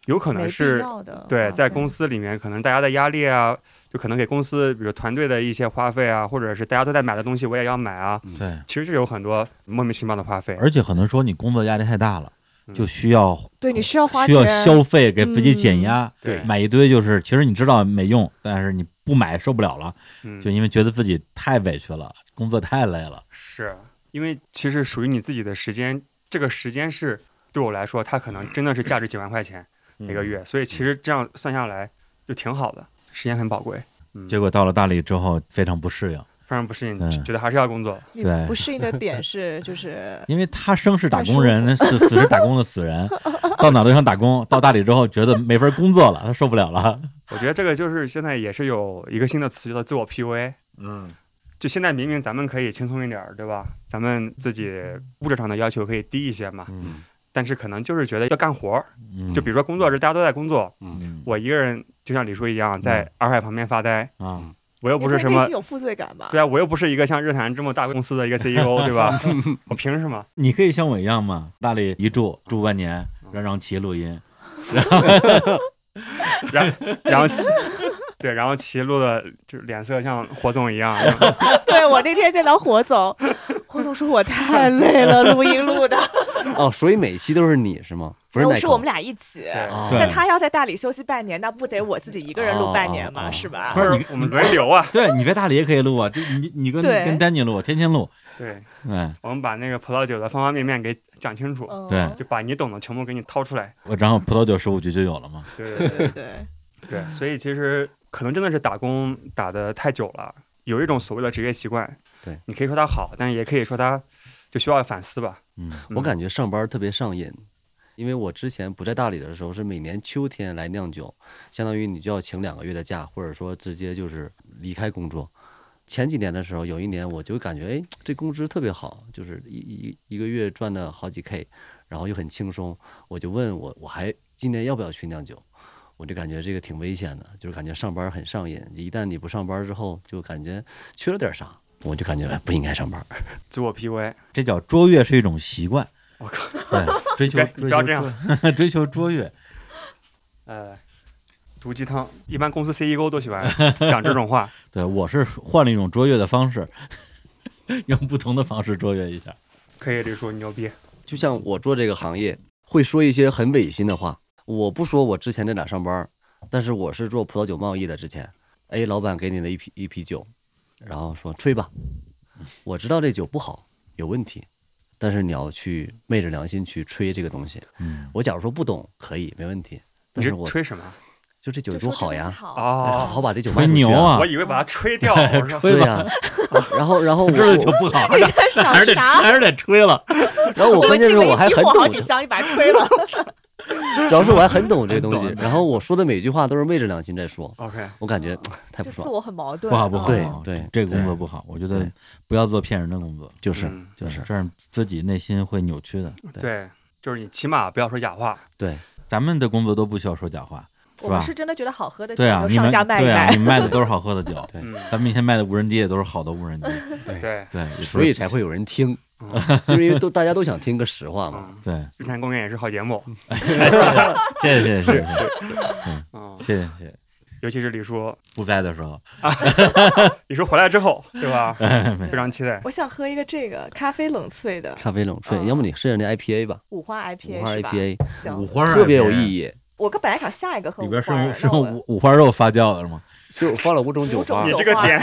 [SPEAKER 2] 有可
[SPEAKER 3] 没
[SPEAKER 2] 能
[SPEAKER 3] 必
[SPEAKER 2] 是
[SPEAKER 3] 要的。
[SPEAKER 2] 对，
[SPEAKER 3] 啊
[SPEAKER 2] 在公司里面，可能大家的压力啊，就可能给公司，比如团队的一些花费啊，或者是大家都在买的东西，我也要买啊。
[SPEAKER 5] 对。
[SPEAKER 2] 其实是有很多莫名其妙的花费，
[SPEAKER 5] 嗯而且可能说你工作压力太大了，就需要
[SPEAKER 3] 对你需要花
[SPEAKER 5] 需
[SPEAKER 3] 钱，
[SPEAKER 5] 要消费给自己减压，
[SPEAKER 2] 对
[SPEAKER 5] 买一堆就是其实你知道没用，但是你不买受不了了，
[SPEAKER 2] 嗯
[SPEAKER 5] 就因为觉得自己太委屈了，工作太累了。
[SPEAKER 2] 是因为其实属于你自己的时间，这个时间是对我来说，它可能真的是价值几万块钱每个月，所以其实这样算下来就挺好的，时间很宝贵。嗯，
[SPEAKER 5] 结果到了大理之后非常不适应，
[SPEAKER 2] 非常不适应，
[SPEAKER 5] 嗯
[SPEAKER 2] 觉得还是要工作。
[SPEAKER 3] 你
[SPEAKER 5] 对
[SPEAKER 3] 不适应的点是 就是
[SPEAKER 5] 因为他生是打工人，死死是打工的死人，到哪都想打工。到大理之后觉得没法工作了，他受不了了。
[SPEAKER 2] 我觉得这个就是现在也是有一个新的词叫做自我 PUA。
[SPEAKER 5] 嗯，
[SPEAKER 2] 就现在明明咱们可以轻松一点儿，对吧？咱们自己物质上的要求可以低一些嘛。
[SPEAKER 5] 嗯
[SPEAKER 2] 但是可能就是觉得要干活儿，
[SPEAKER 5] 嗯
[SPEAKER 2] 就比如说工作日大家都在工作，
[SPEAKER 5] 嗯
[SPEAKER 2] 我一个人就像李叔一样在洱海旁边发呆，
[SPEAKER 5] 啊，
[SPEAKER 2] 我又
[SPEAKER 3] 你
[SPEAKER 2] 不
[SPEAKER 3] 会
[SPEAKER 2] 是什
[SPEAKER 3] 内
[SPEAKER 2] 么
[SPEAKER 3] 心，有负罪感吧？
[SPEAKER 2] 对啊，我又不是一个像日坛这么大公司的一个 CEO，对吧？我凭什么？
[SPEAKER 5] 你可以像我一样嘛，大理一住住半年，让让齐录音，
[SPEAKER 2] 然然后对，然后齐录的就脸色像火总一 样，
[SPEAKER 3] 对我那天见到火总， 火总说我太累了，录音录的。
[SPEAKER 4] 哦，所以每期都是你是吗？不是
[SPEAKER 3] 然后
[SPEAKER 4] 耐
[SPEAKER 3] 是
[SPEAKER 4] 克，
[SPEAKER 3] 我们俩一起。
[SPEAKER 2] 对。
[SPEAKER 4] 哦
[SPEAKER 5] 对
[SPEAKER 3] 但他要在大理休息半年，那不得我自己一个人录半年
[SPEAKER 4] 哦哦
[SPEAKER 3] 吗？
[SPEAKER 4] 哦
[SPEAKER 3] 是吧
[SPEAKER 2] 不？是我们轮流啊，
[SPEAKER 5] 对你在大理也可以录啊，这你你跟
[SPEAKER 3] 对
[SPEAKER 5] 跟丹尼录，天天录，
[SPEAKER 2] 对，
[SPEAKER 5] 哎，
[SPEAKER 2] 我们把那个葡萄酒的方方面面给讲清楚，
[SPEAKER 3] 嗯
[SPEAKER 5] 对
[SPEAKER 2] 就把你懂的全部给你掏出来。
[SPEAKER 5] 我然后葡萄酒十五局就有了嘛，
[SPEAKER 2] 对对对
[SPEAKER 3] 对对，
[SPEAKER 2] 对，所以其实可能真的是打工打得太久了，有一种所谓的职业习惯。
[SPEAKER 4] 对，
[SPEAKER 2] 你可以说它好，但是也可以说它就需要反思吧。
[SPEAKER 5] 嗯，
[SPEAKER 4] 我感觉上班特别上瘾，因为我之前不在大理的时候是每年秋天来酿酒，相当于你就要请两个月的假，或者说直接就是离开工作。前几年的时候，有一年我就感觉，哎，这工资特别好，就是一一一个月赚了好几 K，然后又很轻松，我就问我我还今年要不要去酿酒？我就感觉这个挺危险的，就是感觉上班很上瘾，一旦你不上班之后，就感觉缺了点啥，我就感觉哎不应该上班。
[SPEAKER 2] 自我 PUA，
[SPEAKER 5] 这叫卓越是一种习惯，
[SPEAKER 2] 我靠，
[SPEAKER 5] 对， 追求
[SPEAKER 2] 别
[SPEAKER 5] 追
[SPEAKER 2] 不要
[SPEAKER 5] 求
[SPEAKER 2] 这样
[SPEAKER 5] 卓 追求卓越，
[SPEAKER 2] 呃，毒鸡汤，一般公司 CEO 都喜欢讲这种话。
[SPEAKER 5] 对我是换了一种卓越的方式， 用不同的方式卓越一下，
[SPEAKER 2] 可以，李叔你牛逼。
[SPEAKER 4] 就像我做这个行业，会说一些很违心的话。我不说我之前在哪上班儿，但是我是做葡萄酒贸易的。之前，A 老板给你了一批一批酒，然后说吹吧，我知道这酒不好，有问题，但是你要去昧着良心去吹这个东西。
[SPEAKER 5] 嗯，
[SPEAKER 4] 我假如说不懂，可以没问题，
[SPEAKER 2] 你
[SPEAKER 4] 但
[SPEAKER 2] 这
[SPEAKER 4] 是我
[SPEAKER 2] 吹什么？
[SPEAKER 4] 就这酒
[SPEAKER 3] 就
[SPEAKER 4] 多
[SPEAKER 3] 说
[SPEAKER 4] 好
[SPEAKER 3] 这东西
[SPEAKER 4] 呀，
[SPEAKER 3] 好，
[SPEAKER 4] 哎好
[SPEAKER 2] 哦，
[SPEAKER 4] 好把这酒卖
[SPEAKER 5] 吹
[SPEAKER 4] 出去
[SPEAKER 5] 牛啊
[SPEAKER 2] 我，以为把它吹掉。我说，
[SPEAKER 4] 对呀、然后然后我
[SPEAKER 5] 这就不好，
[SPEAKER 3] 你在
[SPEAKER 5] 还
[SPEAKER 3] 想
[SPEAKER 5] 是得
[SPEAKER 3] 啥？
[SPEAKER 5] 还是得吹了，
[SPEAKER 4] 然后我关键是我还很
[SPEAKER 3] 我好
[SPEAKER 4] 懂
[SPEAKER 3] 几箱，你把它吹了。
[SPEAKER 4] 主要是我还很懂这个东西
[SPEAKER 5] 很，懂
[SPEAKER 4] 然后我说的每句话都是昧着良心在说，
[SPEAKER 2] OK，
[SPEAKER 4] 我感觉哎太
[SPEAKER 3] 就
[SPEAKER 4] 不
[SPEAKER 3] 哦自
[SPEAKER 4] 爽。
[SPEAKER 3] 我很矛盾，哦
[SPEAKER 5] 不好不好，
[SPEAKER 4] 对
[SPEAKER 5] 不好
[SPEAKER 4] 对
[SPEAKER 5] 这个工作
[SPEAKER 4] 对
[SPEAKER 5] 不好，我觉得
[SPEAKER 4] 对
[SPEAKER 5] 不要做骗人的工作，
[SPEAKER 4] 就是
[SPEAKER 2] 嗯
[SPEAKER 4] 就是，
[SPEAKER 5] 这样自己内心会扭曲的。
[SPEAKER 4] 对
[SPEAKER 2] 对，就是你起码不要说假话。
[SPEAKER 4] 对，
[SPEAKER 5] 咱们的工作都不需要说假话，
[SPEAKER 3] 我
[SPEAKER 5] 是
[SPEAKER 3] 们
[SPEAKER 5] 吧
[SPEAKER 3] 是真的觉得好喝的酒
[SPEAKER 5] 对啊，
[SPEAKER 3] 就
[SPEAKER 5] 你
[SPEAKER 3] 上
[SPEAKER 5] 们
[SPEAKER 3] 架卖一
[SPEAKER 5] 对啊，
[SPEAKER 3] 卖
[SPEAKER 5] 你。们卖的都是好喝的 酒，
[SPEAKER 4] 对
[SPEAKER 2] 嗯，
[SPEAKER 5] 咱们以前卖的无人机也都是好的无人机，
[SPEAKER 2] 对，
[SPEAKER 5] 对， 也不是
[SPEAKER 4] 所以才会有人听，
[SPEAKER 2] 嗯
[SPEAKER 4] 就是因为都大家都想听个实话嘛。
[SPEAKER 2] 嗯，
[SPEAKER 5] 对。
[SPEAKER 2] 日坛公园也是好节目。
[SPEAKER 5] 谢谢谢谢谢谢
[SPEAKER 2] 嗯，
[SPEAKER 5] 谢谢谢谢，
[SPEAKER 2] 尤其是李叔，
[SPEAKER 5] 不在的时候，
[SPEAKER 2] 李叔回来之后，对吧？
[SPEAKER 5] 没
[SPEAKER 2] 非常期待。
[SPEAKER 3] 我想喝一个这个咖啡冷萃的
[SPEAKER 4] 咖啡冷萃，
[SPEAKER 3] 嗯
[SPEAKER 4] 要么你试试那 IPA 吧，
[SPEAKER 3] 五花
[SPEAKER 4] 五
[SPEAKER 3] IPA
[SPEAKER 4] 花
[SPEAKER 3] 是吧？
[SPEAKER 4] IPA
[SPEAKER 5] 五
[SPEAKER 3] 行，
[SPEAKER 5] 花
[SPEAKER 4] 特别有
[SPEAKER 5] 义，
[SPEAKER 4] 意义，
[SPEAKER 3] 我跟本来想下一个喝
[SPEAKER 5] 里
[SPEAKER 3] 五
[SPEAKER 5] 边是
[SPEAKER 3] 花
[SPEAKER 5] 用
[SPEAKER 3] 儿，
[SPEAKER 5] 是
[SPEAKER 3] 那
[SPEAKER 5] 用
[SPEAKER 3] 我
[SPEAKER 5] 五五花肉发酵的是吗？
[SPEAKER 4] 就放了五种酒
[SPEAKER 3] 五种
[SPEAKER 4] 花
[SPEAKER 2] 你
[SPEAKER 3] 酒。
[SPEAKER 2] 这个
[SPEAKER 3] 花
[SPEAKER 2] 点，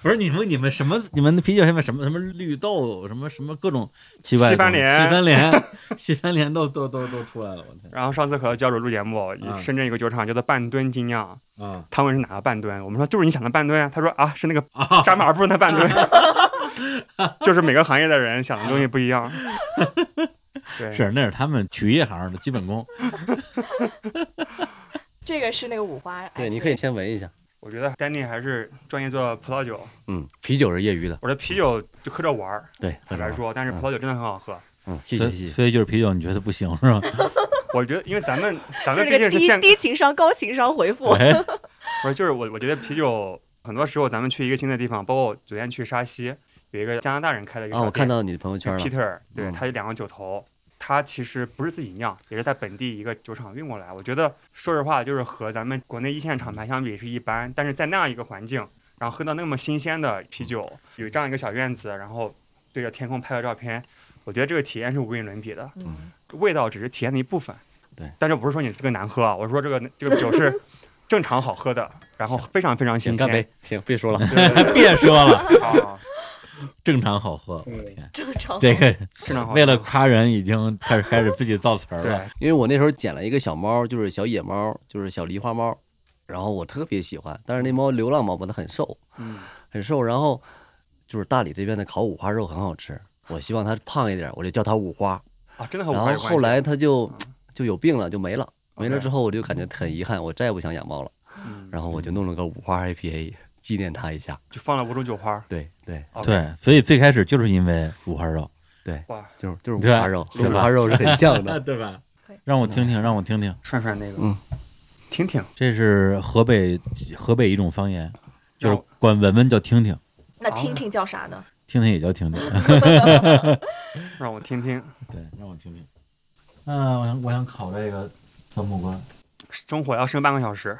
[SPEAKER 5] 不是你们你们什么你们的啤酒下面什么什么绿豆什么什么各种奇怪的
[SPEAKER 2] 西番莲
[SPEAKER 5] 西番莲西番莲都都都都出来了，我天
[SPEAKER 2] 然后上次和教主录节目，深圳有个酒厂叫做半吨精酿，
[SPEAKER 5] 啊！
[SPEAKER 2] 他问是哪个半吨，我们说就是你想的半吨啊，他说啊是那个扎马步那半吨，就是每个行业的人想的东西不一样。对，
[SPEAKER 5] 是那是他们曲艺行的基本功，
[SPEAKER 3] 这个是那个五花 IPA，
[SPEAKER 4] 对，你可以先闻一下。
[SPEAKER 2] 我觉得丹尼还是专业做葡萄酒，
[SPEAKER 4] 嗯，啤酒是业余的，
[SPEAKER 2] 我这啤酒就喝着玩儿，
[SPEAKER 4] 对，
[SPEAKER 2] 坦白说，但是葡萄酒真的很好喝。
[SPEAKER 4] 嗯，谢
[SPEAKER 5] 所
[SPEAKER 4] 谢
[SPEAKER 5] 以
[SPEAKER 4] 谢谢。
[SPEAKER 5] 所以就是啤酒你觉得不行是吧？
[SPEAKER 2] 我觉得，因为咱们咱
[SPEAKER 3] 就
[SPEAKER 2] 们毕
[SPEAKER 3] 是那
[SPEAKER 2] 竟
[SPEAKER 3] 个
[SPEAKER 2] 是见
[SPEAKER 3] 低低情商高情商回复，
[SPEAKER 5] 哎，
[SPEAKER 2] 不是，就是我我觉得啤酒很多时候咱们去一个新的地方，包括我昨天去沙溪，有一个加拿大人开的一个
[SPEAKER 4] 啊，
[SPEAKER 2] 小
[SPEAKER 4] 我
[SPEAKER 2] 店，
[SPEAKER 4] 看到你的朋友圈
[SPEAKER 2] 叫
[SPEAKER 4] 了，
[SPEAKER 2] Peter，对、
[SPEAKER 4] 嗯
[SPEAKER 2] 他有两个酒头，他其实不是自己酿，也是在本地一个酒厂运过来。我觉得说实话，就是和咱们国内一线厂牌相比是一般，但是在那样一个环境，然后喝到那么新鲜的啤酒，有这样一个小院子，然后对着天空拍个照片，我觉得这个体验是无与伦比的。
[SPEAKER 3] 嗯
[SPEAKER 2] 味道只是体验的一部分。
[SPEAKER 4] 对，
[SPEAKER 2] 但是不是说你这个难喝啊？我说这个这个酒是正常好喝的，然后非常非常
[SPEAKER 4] 行，
[SPEAKER 2] 新
[SPEAKER 4] 干
[SPEAKER 2] 鲜
[SPEAKER 4] 杯。，行，别说了。
[SPEAKER 2] 对对对
[SPEAKER 5] 别说了，
[SPEAKER 2] 啊，
[SPEAKER 5] 正常好喝，我天。
[SPEAKER 3] 正常。
[SPEAKER 5] 这个
[SPEAKER 2] 非常好喝。
[SPEAKER 5] 为了夸人，已经开始开始自己造词儿了。
[SPEAKER 2] 对，
[SPEAKER 4] 因为我那时候捡了一个小猫，就是小野猫，就是小狸花猫，然后我特别喜欢，但是那猫流浪猫吧，它很瘦，
[SPEAKER 2] 嗯，
[SPEAKER 4] 很瘦，然后就是大理这边的烤五花肉很好吃，我希望它胖一点，我就叫它五花。
[SPEAKER 2] 啊，真的和五
[SPEAKER 4] 然
[SPEAKER 2] 花
[SPEAKER 4] 后
[SPEAKER 2] 有关
[SPEAKER 4] 后
[SPEAKER 2] 系
[SPEAKER 4] 来它就
[SPEAKER 2] 嗯
[SPEAKER 4] 就有病了，就没了。没了
[SPEAKER 2] OK
[SPEAKER 4] 之后，我就感觉很遗憾，我再也不想养猫了。
[SPEAKER 2] 嗯
[SPEAKER 4] 然后我就弄了个五花 IPA 纪念它一下。
[SPEAKER 2] 就放了五种酒花。
[SPEAKER 4] 对对，
[SPEAKER 2] OK，
[SPEAKER 5] 对，所以最开始就是因为五花肉，
[SPEAKER 4] 对，
[SPEAKER 2] 哇，
[SPEAKER 4] 就是就是五
[SPEAKER 5] 对啊
[SPEAKER 4] 花肉，
[SPEAKER 5] 是吧
[SPEAKER 4] 跟五花肉是很像 的。
[SPEAKER 5] 啊对吧
[SPEAKER 3] 对？
[SPEAKER 5] 让我听听，让我听听，
[SPEAKER 2] 涮涮那个，
[SPEAKER 4] 嗯，
[SPEAKER 2] 听听，
[SPEAKER 5] 这是河北河北一种方言，就是
[SPEAKER 2] 让我
[SPEAKER 5] 管文文叫听听，
[SPEAKER 6] 那听听叫啥呢？
[SPEAKER 5] 听听也叫听听。
[SPEAKER 2] 让我听听
[SPEAKER 5] 对，让我听听。嗯，我想我想考这个钻木关。
[SPEAKER 2] 生火要生半个小时。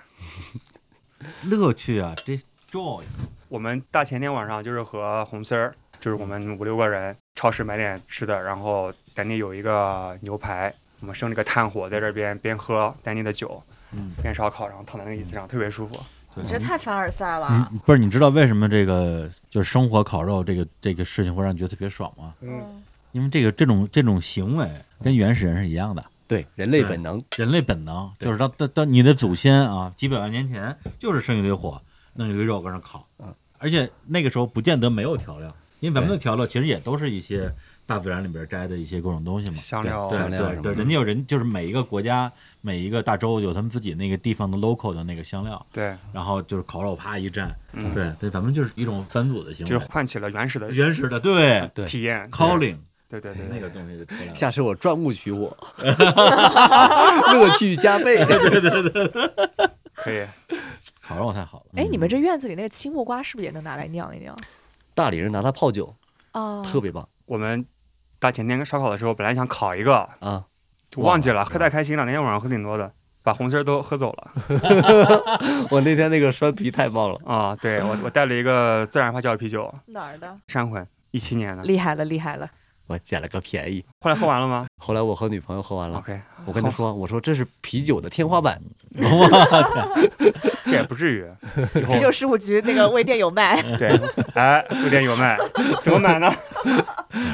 [SPEAKER 5] 乐趣啊，这 joy
[SPEAKER 2] 我们大前天晚上就是和红丝儿，就是我们五六个人超市买点吃的，然后丹尼有一个牛排，我们生了个炭火在这边边喝丹尼的酒，
[SPEAKER 5] 嗯，
[SPEAKER 2] 边烧烤，然后躺在那个椅子上特别舒服。
[SPEAKER 5] 对
[SPEAKER 6] 你这太凡尔赛了。
[SPEAKER 3] 嗯
[SPEAKER 5] 你不是你知道为什么这个就是生火烤肉这个这个事情会让你觉得特别爽吗？
[SPEAKER 2] 嗯，
[SPEAKER 6] 嗯，
[SPEAKER 5] 因为这个这种这种行为跟原始人是一样的，
[SPEAKER 4] 对，人类本能，
[SPEAKER 5] 人类本能
[SPEAKER 4] 对
[SPEAKER 5] 就是到到到你的祖先啊，几百万年前就是生一堆火，弄一堆肉搁那烤，
[SPEAKER 4] 嗯，
[SPEAKER 5] 而且那个时候不见得没有调料，因为咱们
[SPEAKER 4] 对
[SPEAKER 5] 的调料其实也都是一些大自然里边摘的一些各种东西嘛，
[SPEAKER 2] 香
[SPEAKER 4] 对
[SPEAKER 2] 料啊
[SPEAKER 5] 对
[SPEAKER 4] 香料
[SPEAKER 5] 哦对
[SPEAKER 4] 什么
[SPEAKER 5] 对，
[SPEAKER 4] 的
[SPEAKER 5] 人家有人就是每一个国家每一个大洲有他们自己那个地方的 local 的那个香料，
[SPEAKER 2] 对，
[SPEAKER 5] 然后就是烤肉啪一蘸，
[SPEAKER 2] 嗯，，
[SPEAKER 5] 对对，咱们就是一种三组的行
[SPEAKER 2] 就是
[SPEAKER 5] 为，
[SPEAKER 2] 唤起了原始的
[SPEAKER 5] 原始的对
[SPEAKER 4] 对
[SPEAKER 2] 体验。
[SPEAKER 5] calling
[SPEAKER 2] 对对对，
[SPEAKER 5] 那个东西就出来了。
[SPEAKER 4] 下次我 钻木取火，乐趣加倍。
[SPEAKER 2] 可以。
[SPEAKER 5] 烤肉太好了，
[SPEAKER 3] 哎，你们这院子里那个青木瓜是不是也能拿来酿一酿？
[SPEAKER 4] 大理人拿它泡酒，
[SPEAKER 3] 啊，
[SPEAKER 4] 特别棒
[SPEAKER 2] 我们大前天烧烤的时候，本来想烤一个，
[SPEAKER 4] 啊！
[SPEAKER 2] 就忘记了，喝太开心了。那天晚上喝挺多的，把红丝儿都喝走了。
[SPEAKER 4] 我那天那个栓啤太棒了，
[SPEAKER 2] 啊、对我我带了一个自然发酵的啤酒，
[SPEAKER 6] 哪儿的？
[SPEAKER 2] 山魂，一七年的。
[SPEAKER 3] 厉害了，厉害了！
[SPEAKER 4] 我捡了个便宜。
[SPEAKER 2] 后来喝完了吗
[SPEAKER 4] 后来我和女朋友喝完
[SPEAKER 3] 哦
[SPEAKER 4] 了，
[SPEAKER 2] ？OK，
[SPEAKER 4] 我跟她说：“我说这是啤酒的天花板，
[SPEAKER 2] 这也不至于。以后
[SPEAKER 3] 啤酒事务局那个微店有卖，
[SPEAKER 2] 对，哎，有点有卖，怎么买呢？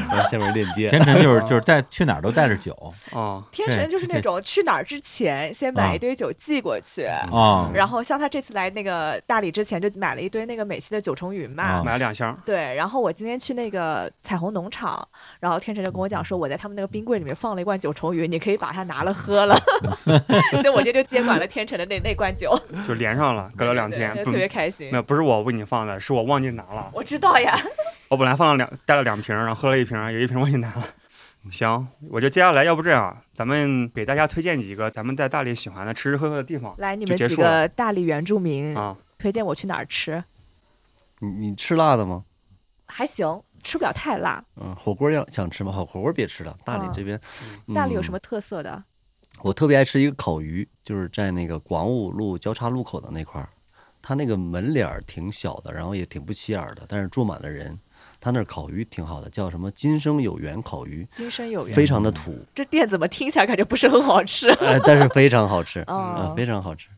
[SPEAKER 4] 然后下面链接。
[SPEAKER 5] 天辰就是
[SPEAKER 3] 哦
[SPEAKER 5] 就是带去哪儿都带着酒
[SPEAKER 2] 哦，
[SPEAKER 3] 天成就是那种去哪儿之前先买
[SPEAKER 5] 啊
[SPEAKER 3] 一堆酒寄过去。
[SPEAKER 5] 啊，
[SPEAKER 3] 然后像他这次来那个大理之前，就买了一堆那个美西的九重云嘛，
[SPEAKER 5] 啊
[SPEAKER 2] 买了两箱。
[SPEAKER 3] 对，然后我今天去那个彩虹农场，然后天成就跟我讲说，我在他们那个冰柜里面放了一罐九重云，你可以把它拿了 喝了。所以我这就接管了天成的那那罐酒，
[SPEAKER 2] 就连上了，隔了两天
[SPEAKER 3] 对，
[SPEAKER 2] 不
[SPEAKER 3] 特，别开心
[SPEAKER 2] 没。有，不是我为你放的，是我忘记拿了。
[SPEAKER 3] 我知道呀，
[SPEAKER 2] 我本来放了两，带了两瓶，然后喝了一瓶，有一瓶忘记拿了。 行，我就接下来，要不这样，咱们给大家推荐几个咱们在大理喜欢的吃吃喝喝的地方
[SPEAKER 3] 来你
[SPEAKER 2] 就
[SPEAKER 3] 们
[SPEAKER 2] 结
[SPEAKER 3] 几
[SPEAKER 2] 束了
[SPEAKER 3] 个大理原住民，
[SPEAKER 2] 啊。
[SPEAKER 3] 推荐我去哪儿吃？
[SPEAKER 4] 你你吃辣的吗？
[SPEAKER 3] 还行，吃不了太辣。
[SPEAKER 4] 嗯，火锅要想吃吗？好，火锅别吃了。大理这边，
[SPEAKER 3] 啊
[SPEAKER 4] 嗯
[SPEAKER 3] 大理有什么？特色的？
[SPEAKER 4] 我特别爱吃一个烤鱼，就是在那个广武路交叉路口的那块儿，它那个门脸儿挺小的，然后也挺不起眼儿的，但是坐满了人。它那儿烤鱼挺好的，叫什么“今生有缘烤鱼
[SPEAKER 3] 今生有”，缘，
[SPEAKER 4] 非常的土，
[SPEAKER 3] 这店怎么听起来感觉不是很好吃？
[SPEAKER 4] 哎，但是非常好吃，
[SPEAKER 2] 嗯
[SPEAKER 4] 啊、
[SPEAKER 3] 啊
[SPEAKER 4] 非常好吃。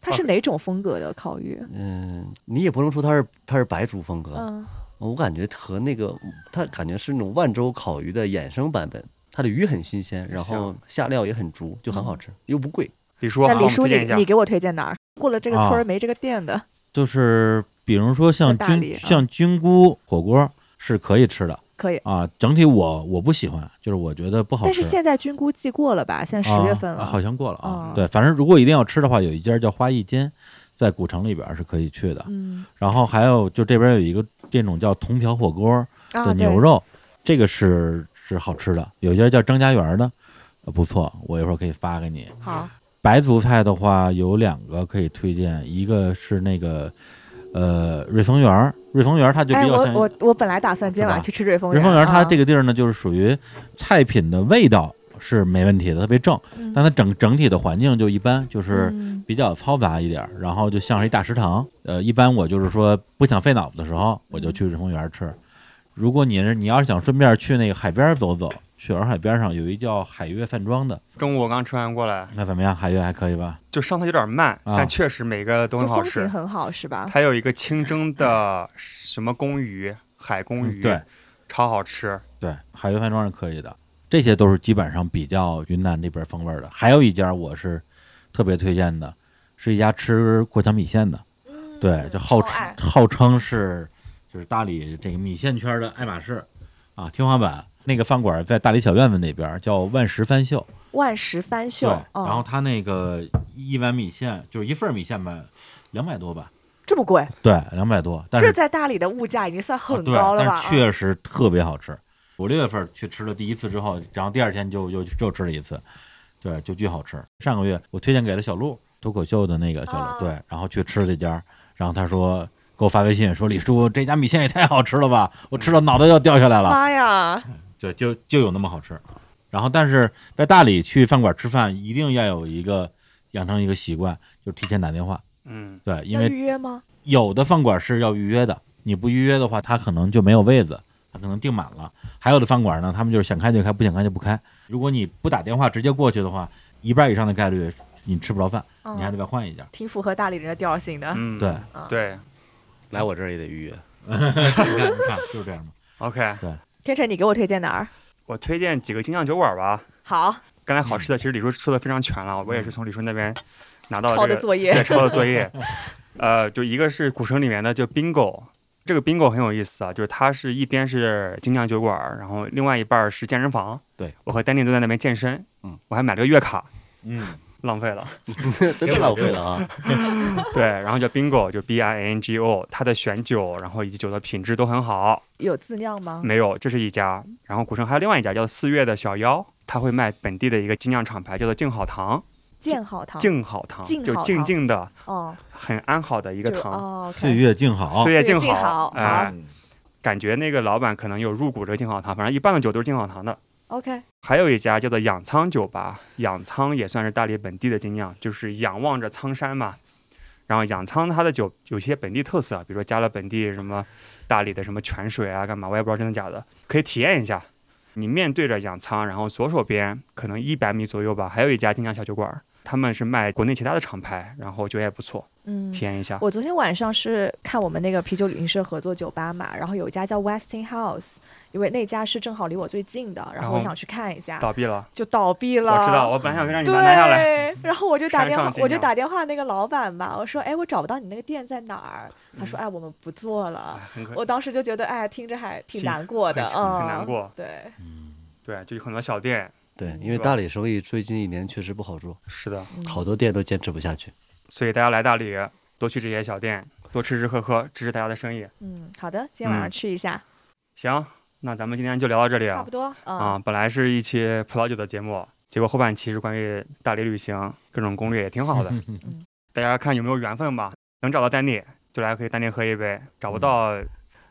[SPEAKER 3] 它是哪种风格的烤鱼？
[SPEAKER 4] 嗯，你也不能说它是它是白族风格，
[SPEAKER 3] 嗯，
[SPEAKER 4] 我感觉和那个它感觉是那种万州烤鱼的衍生版本，它的鱼很新鲜，然后下料也很足，就很
[SPEAKER 3] 嗯
[SPEAKER 4] 好吃，又不贵。
[SPEAKER 2] 李叔，
[SPEAKER 3] 那
[SPEAKER 2] 好，我
[SPEAKER 3] 李
[SPEAKER 2] 们
[SPEAKER 3] 叔，
[SPEAKER 2] 推
[SPEAKER 3] 你
[SPEAKER 2] 荐一下
[SPEAKER 3] 你。给我推荐哪儿？过了这个村
[SPEAKER 5] 啊
[SPEAKER 3] 儿没这个店的，
[SPEAKER 5] 就是比如说像
[SPEAKER 3] 在大理
[SPEAKER 5] 菌
[SPEAKER 3] 啊
[SPEAKER 5] 像菌菇火锅是可以吃的
[SPEAKER 3] 可以。
[SPEAKER 5] 啊，整体我我不喜欢，就是我觉得不好吃。
[SPEAKER 3] 但是现在菌菇季过了吧？现在十月份了，
[SPEAKER 5] 啊好像过了啊
[SPEAKER 3] 啊。
[SPEAKER 5] 对，反正如果一定要吃的话，有一家叫花艺间，在古城里边是可以去的。
[SPEAKER 3] 嗯
[SPEAKER 5] 然后还有就这边有一个这种叫铜瓢火锅
[SPEAKER 3] 啊，
[SPEAKER 5] 的
[SPEAKER 3] 对
[SPEAKER 5] 牛肉，这个是是好吃的。有一家叫张家园的，呃不错，我一会儿可以发给你。
[SPEAKER 3] 好，
[SPEAKER 5] 白族菜的话有两个可以推荐，一个是那个呃瑞丰园儿，瑞丰园儿它就比
[SPEAKER 3] 哎，
[SPEAKER 5] 较
[SPEAKER 3] 我
[SPEAKER 5] 像。
[SPEAKER 3] 我我本来打算今天晚上
[SPEAKER 5] 是吧
[SPEAKER 3] 去吃瑞丰
[SPEAKER 5] 瑞丰园
[SPEAKER 3] 园啊
[SPEAKER 5] 儿它这
[SPEAKER 3] 个，
[SPEAKER 5] 个地儿呢，就是属于菜品的味道是没问题的，特别正，
[SPEAKER 3] 嗯
[SPEAKER 5] 但它整整体的环境就一般，就是
[SPEAKER 3] 嗯
[SPEAKER 5] 比较嘈杂一点儿，然后就像是一大食堂。呃，一般我就是说不想费脑子的时候，我就去日丰园儿吃。如果你是你要是想顺便去那个海边儿走走，雪儿海边儿上有一叫海悦饭庄的，
[SPEAKER 2] 中午我刚吃完过来，
[SPEAKER 5] 那怎么样？海悦还可以吧？
[SPEAKER 2] 就上菜有点慢，
[SPEAKER 5] 啊
[SPEAKER 2] 但确实每个都很
[SPEAKER 3] 就
[SPEAKER 2] 好
[SPEAKER 3] 风
[SPEAKER 2] 吃
[SPEAKER 3] 景。很嗯好是吧？
[SPEAKER 2] 它有一个清蒸的什么公鱼，海公鱼，
[SPEAKER 5] 嗯对，
[SPEAKER 2] 超好吃。
[SPEAKER 5] 对，海悦饭庄是可以的。这些都是基本上比较云南这边风味儿的。还有一家我是特别推荐的，是一家吃过桥米线的，
[SPEAKER 3] 嗯
[SPEAKER 5] 对，就号
[SPEAKER 6] 超爱
[SPEAKER 5] 称号称是就是大理这个米线圈的爱马仕啊，天花板。那个饭馆在大理小院子那边，叫万石翻秀。
[SPEAKER 3] 万石翻秀
[SPEAKER 5] 对，，
[SPEAKER 3] 哦
[SPEAKER 5] 然后他那个一碗米线就是一份儿米线吧，两百多吧？
[SPEAKER 3] 这么贵，
[SPEAKER 5] 对，两百多。但
[SPEAKER 3] 这
[SPEAKER 5] 是
[SPEAKER 3] 在大理的物价已经算
[SPEAKER 5] 啊
[SPEAKER 3] 很
[SPEAKER 5] 对
[SPEAKER 3] 高了吧？嗯
[SPEAKER 5] 但是确实特别好吃。我六月份去吃了第一次之后，然后第二天就又又吃了一次，对，就巨好吃。上个月我推荐给了小鹿脱口秀的那个小鹿，
[SPEAKER 3] 啊
[SPEAKER 5] 对，然后去吃这家，然后他说给我发微信说李叔这家米线也太好吃了吧，我吃
[SPEAKER 3] 嗯
[SPEAKER 5] 到脑袋要掉下来了。
[SPEAKER 3] 妈呀，
[SPEAKER 5] 对，就就有那么好吃。然后，但是在大理去饭馆吃饭，一定要有一个养成一个习惯，就提前打电话。
[SPEAKER 2] 嗯，
[SPEAKER 5] 对，因
[SPEAKER 3] 要
[SPEAKER 5] 为
[SPEAKER 3] 预约吗？
[SPEAKER 5] 有的饭馆是要预约的，你不预约的话，他可能就没有位子，他可能订满了。还有的饭馆呢，他们就是想开就开，不想开就不开。如果你不打电话直接过去的话，一半以上的概率你吃不着饭，你还得
[SPEAKER 3] 嗯，
[SPEAKER 5] 再换一家。
[SPEAKER 3] 挺符合大理人的调性的。
[SPEAKER 2] 嗯，
[SPEAKER 5] 对，
[SPEAKER 2] 对
[SPEAKER 4] 来我这儿也得预 约。
[SPEAKER 5] 你看，你看，就是这样嘛。
[SPEAKER 2] ，OK，
[SPEAKER 3] 天成，你给我推荐哪儿？
[SPEAKER 2] 我推荐几个精酿酒馆吧。
[SPEAKER 3] 好，
[SPEAKER 2] 刚才
[SPEAKER 5] 嗯
[SPEAKER 2] 好吃的，其实李叔说的非常全了，我也是从李叔那边拿到
[SPEAKER 3] 抄
[SPEAKER 2] 了哦这
[SPEAKER 3] 的
[SPEAKER 2] 个
[SPEAKER 3] 作业
[SPEAKER 2] 对，抄的作 业。呃，就一个是古城里面的就 bingo，这个 bingo 很有意思啊，就是它是一边是精酿酒馆儿，然后另外一半儿是健身房。
[SPEAKER 4] 对，
[SPEAKER 2] 我和丹尼都在那边健身，
[SPEAKER 4] 嗯，
[SPEAKER 2] 我还买了个月卡，
[SPEAKER 5] 嗯，
[SPEAKER 2] 浪费了。
[SPEAKER 4] 真的浪费了啊！
[SPEAKER 2] 对，然后叫 bingo，就 b i n g o，它的选酒，然后以及酒的品质都很好。
[SPEAKER 3] 有自酿吗？
[SPEAKER 2] 没有，这是一家，然后古城还有另外一家叫四月的小妖，他会卖本地的一个精酿厂牌，叫做静好堂，
[SPEAKER 3] 建好堂。
[SPEAKER 2] 静好堂
[SPEAKER 3] 哦静
[SPEAKER 2] 就
[SPEAKER 3] 好
[SPEAKER 2] 静
[SPEAKER 3] 堂
[SPEAKER 2] 静的、
[SPEAKER 3] 哦，
[SPEAKER 2] 很安好的一
[SPEAKER 3] 一
[SPEAKER 2] 个堂，
[SPEAKER 3] 哦，
[SPEAKER 5] 岁月静好
[SPEAKER 2] 岁。月静
[SPEAKER 3] 岁月静好
[SPEAKER 2] 哎、
[SPEAKER 3] 好
[SPEAKER 2] 感觉那个老板可能有入股这个静好堂，反正一半的酒都是静好堂的。
[SPEAKER 3] OK，
[SPEAKER 2] 还有一家叫做养仓酒吧，养仓也算是大理本地的精酿，就是仰望着苍山嘛。然后养仓它的酒有些本地特色啊，比如说加了本地什么大理的什么泉水啊，干嘛我也不知道真的假的，可以体验一下。你面对着养仓，然后左手边可能一百米左右吧，还有一家精酿小酒馆儿，他们是卖国内其他的厂牌，然后酒也不错，
[SPEAKER 3] 嗯，
[SPEAKER 2] 体验一下。
[SPEAKER 3] 我昨天晚上是看我们那个啤酒旅行社合作酒吧嘛，然后有一家叫 Westinghouse，因为那家是正好离我最近的，然后我
[SPEAKER 2] 哦
[SPEAKER 3] 想去看一下，
[SPEAKER 2] 倒闭了，
[SPEAKER 3] 就倒闭了。
[SPEAKER 2] 我知道，我本来想让你
[SPEAKER 3] 对
[SPEAKER 2] 拿拿下来，，
[SPEAKER 3] 然后我就打
[SPEAKER 2] 山
[SPEAKER 3] 电话
[SPEAKER 2] 上，尽
[SPEAKER 3] 我就
[SPEAKER 2] 量
[SPEAKER 3] 打电话那个老板吧，我说，哎，我找不到你那个店在哪儿。他说，哎，我们不做
[SPEAKER 2] 嗯
[SPEAKER 3] 了
[SPEAKER 2] 哎。很可
[SPEAKER 3] 我当时就觉得，哎，听着还挺
[SPEAKER 2] 心
[SPEAKER 3] 难过的，
[SPEAKER 2] 很
[SPEAKER 3] 嗯，
[SPEAKER 2] 很难过。
[SPEAKER 3] 对，
[SPEAKER 2] 对，就有很多小店，
[SPEAKER 4] 对，因为大理生意最近一年确实不好做，
[SPEAKER 2] 是的，
[SPEAKER 4] 好多店都坚持不下去。
[SPEAKER 2] 所以大家来大理多去这些小店，多吃吃喝喝，支持大家的生意。
[SPEAKER 3] 嗯，好的，今天晚上
[SPEAKER 2] 嗯
[SPEAKER 3] 吃一下，
[SPEAKER 2] 行，那咱们今天就聊到这里
[SPEAKER 3] 差
[SPEAKER 2] 啊
[SPEAKER 3] 不多，
[SPEAKER 2] 啊、
[SPEAKER 3] 嗯，
[SPEAKER 2] 本来是一期葡萄酒的节目，结果后半期是关于大理旅行各种攻略，也挺好
[SPEAKER 3] 嗯
[SPEAKER 2] 的。大家看有没有缘分吧，能找到丹尼就来和丹尼喝一杯，找不到、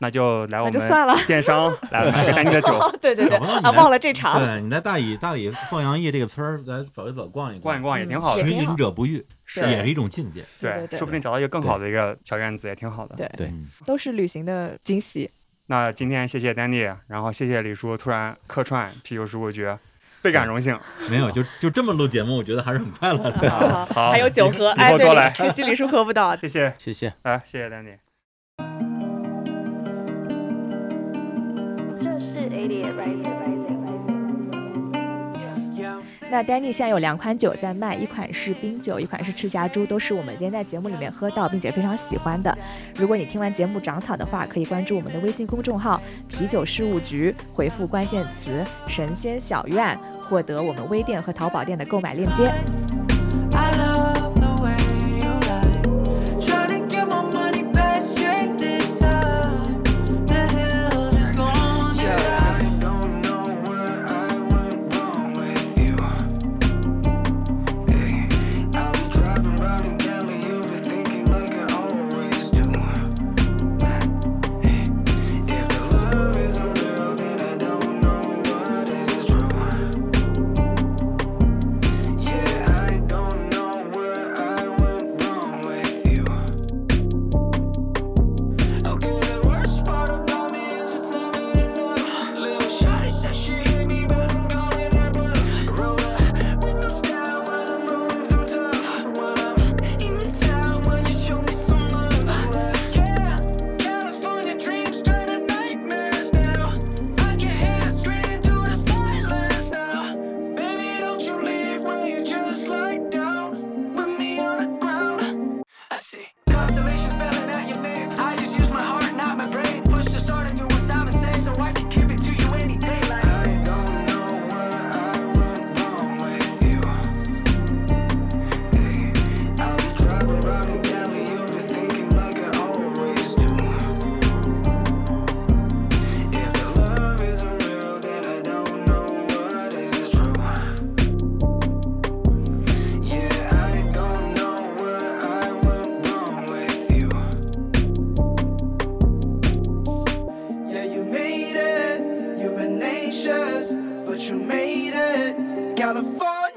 [SPEAKER 2] 那就来我
[SPEAKER 3] 那就
[SPEAKER 2] 们
[SPEAKER 3] 算了。
[SPEAKER 2] 电商 来买个丹尼的酒，
[SPEAKER 3] 哦， 对 对对，
[SPEAKER 5] 找不到你
[SPEAKER 3] 啊，
[SPEAKER 5] 来
[SPEAKER 3] 忘了这场，
[SPEAKER 5] 对，你在大理大理凤阳驿这个村儿，咱走一走，逛一
[SPEAKER 2] 逛一
[SPEAKER 5] 逛，
[SPEAKER 2] 逛也挺好的
[SPEAKER 3] 嗯。
[SPEAKER 5] 寻
[SPEAKER 3] 也挺好
[SPEAKER 5] 隐者不遇，
[SPEAKER 2] 是
[SPEAKER 5] 也是一种境界。
[SPEAKER 3] 对对
[SPEAKER 2] 对，
[SPEAKER 3] 对
[SPEAKER 2] 说不定找到一个更好的一个小院子也挺好的。
[SPEAKER 3] 对
[SPEAKER 4] 对
[SPEAKER 5] 嗯
[SPEAKER 3] 都是旅行的 惊喜。
[SPEAKER 2] 那今天谢谢丹尼，然后谢谢李叔突然客串啤酒事务局，倍感荣幸。
[SPEAKER 5] 没有，就就这么录节目，我觉得还是很快乐的。
[SPEAKER 3] 好好
[SPEAKER 2] 好
[SPEAKER 3] 还有酒喝，
[SPEAKER 2] 以
[SPEAKER 3] 哎，
[SPEAKER 2] 后
[SPEAKER 3] 对
[SPEAKER 2] 多来，
[SPEAKER 3] 可惜李叔喝不到。
[SPEAKER 2] 谢谢，
[SPEAKER 4] 谢谢。
[SPEAKER 2] 哎，谢谢丹尼。
[SPEAKER 7] 这是 Idiot Rising。
[SPEAKER 3] 那 Danny 现在有两款酒在卖，一款是冰酒，一款是赤霞珠，都是我们今天在节目里面喝到并且非常喜欢的。如果你听完节目长草的话，可以关注我们的微信公众号“啤酒事务局”，回复关键词“神仙小院”，获得我们微店和淘宝店的购买链接。
[SPEAKER 8] I love the way you lie. Trying to get my money back straight this time. The hills is gone. Yeah, I don't know where I went wrong with you. Hey, I was driving round in Cali, overthinking like I always do. If the love isn't real, then I don't know what is true. Yeah, I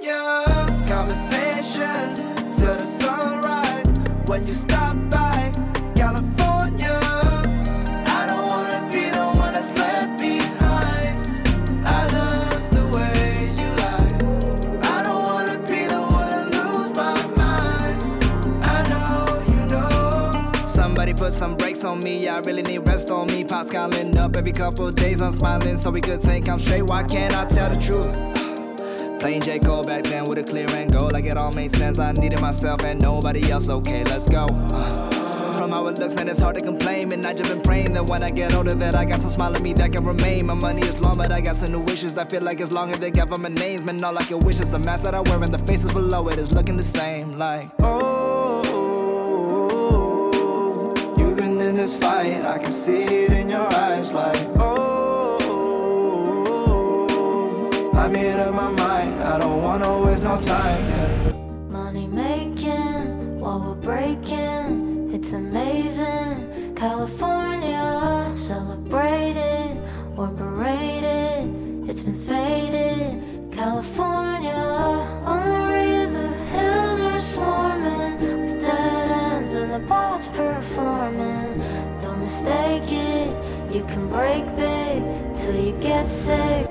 [SPEAKER 8] yeah. Conversations till the sunrise. When you stop by California, I don't wanna be the one that's left behind. I love the way you lie. I don't wanna be the one to lose my mind. I know you know. Somebody put some brakes on me. I really need rest on me. Pops calling up every couple days. I'm smiling so we could think I'm straight. Why can't I tell the truth? Playing J. Cole back then with a clear and goal. Like it all made sense. I needed myself and nobody else. Okay, let's go. From how it looks, man, it's hard to complain. And I just been praying that when I get older, that I got some smile in me that can remain. My money is long, but I got some new wishes. I feel like as long as they government names, man, all I can wish is the mask that I wear and the faces below it is looking the same. Like, oh, you've been in this fight. I can see it in your eyes. Like, oh, I made up my mind. I don't wanna waste no time. Yeah.
[SPEAKER 9] Money making while we're breaking. It's amazing. California celebrated. We're berated. It's been faded. California. Only the hills are swarming with dead ends and the bots performing. Don't mistake it. You can break big till you get sick.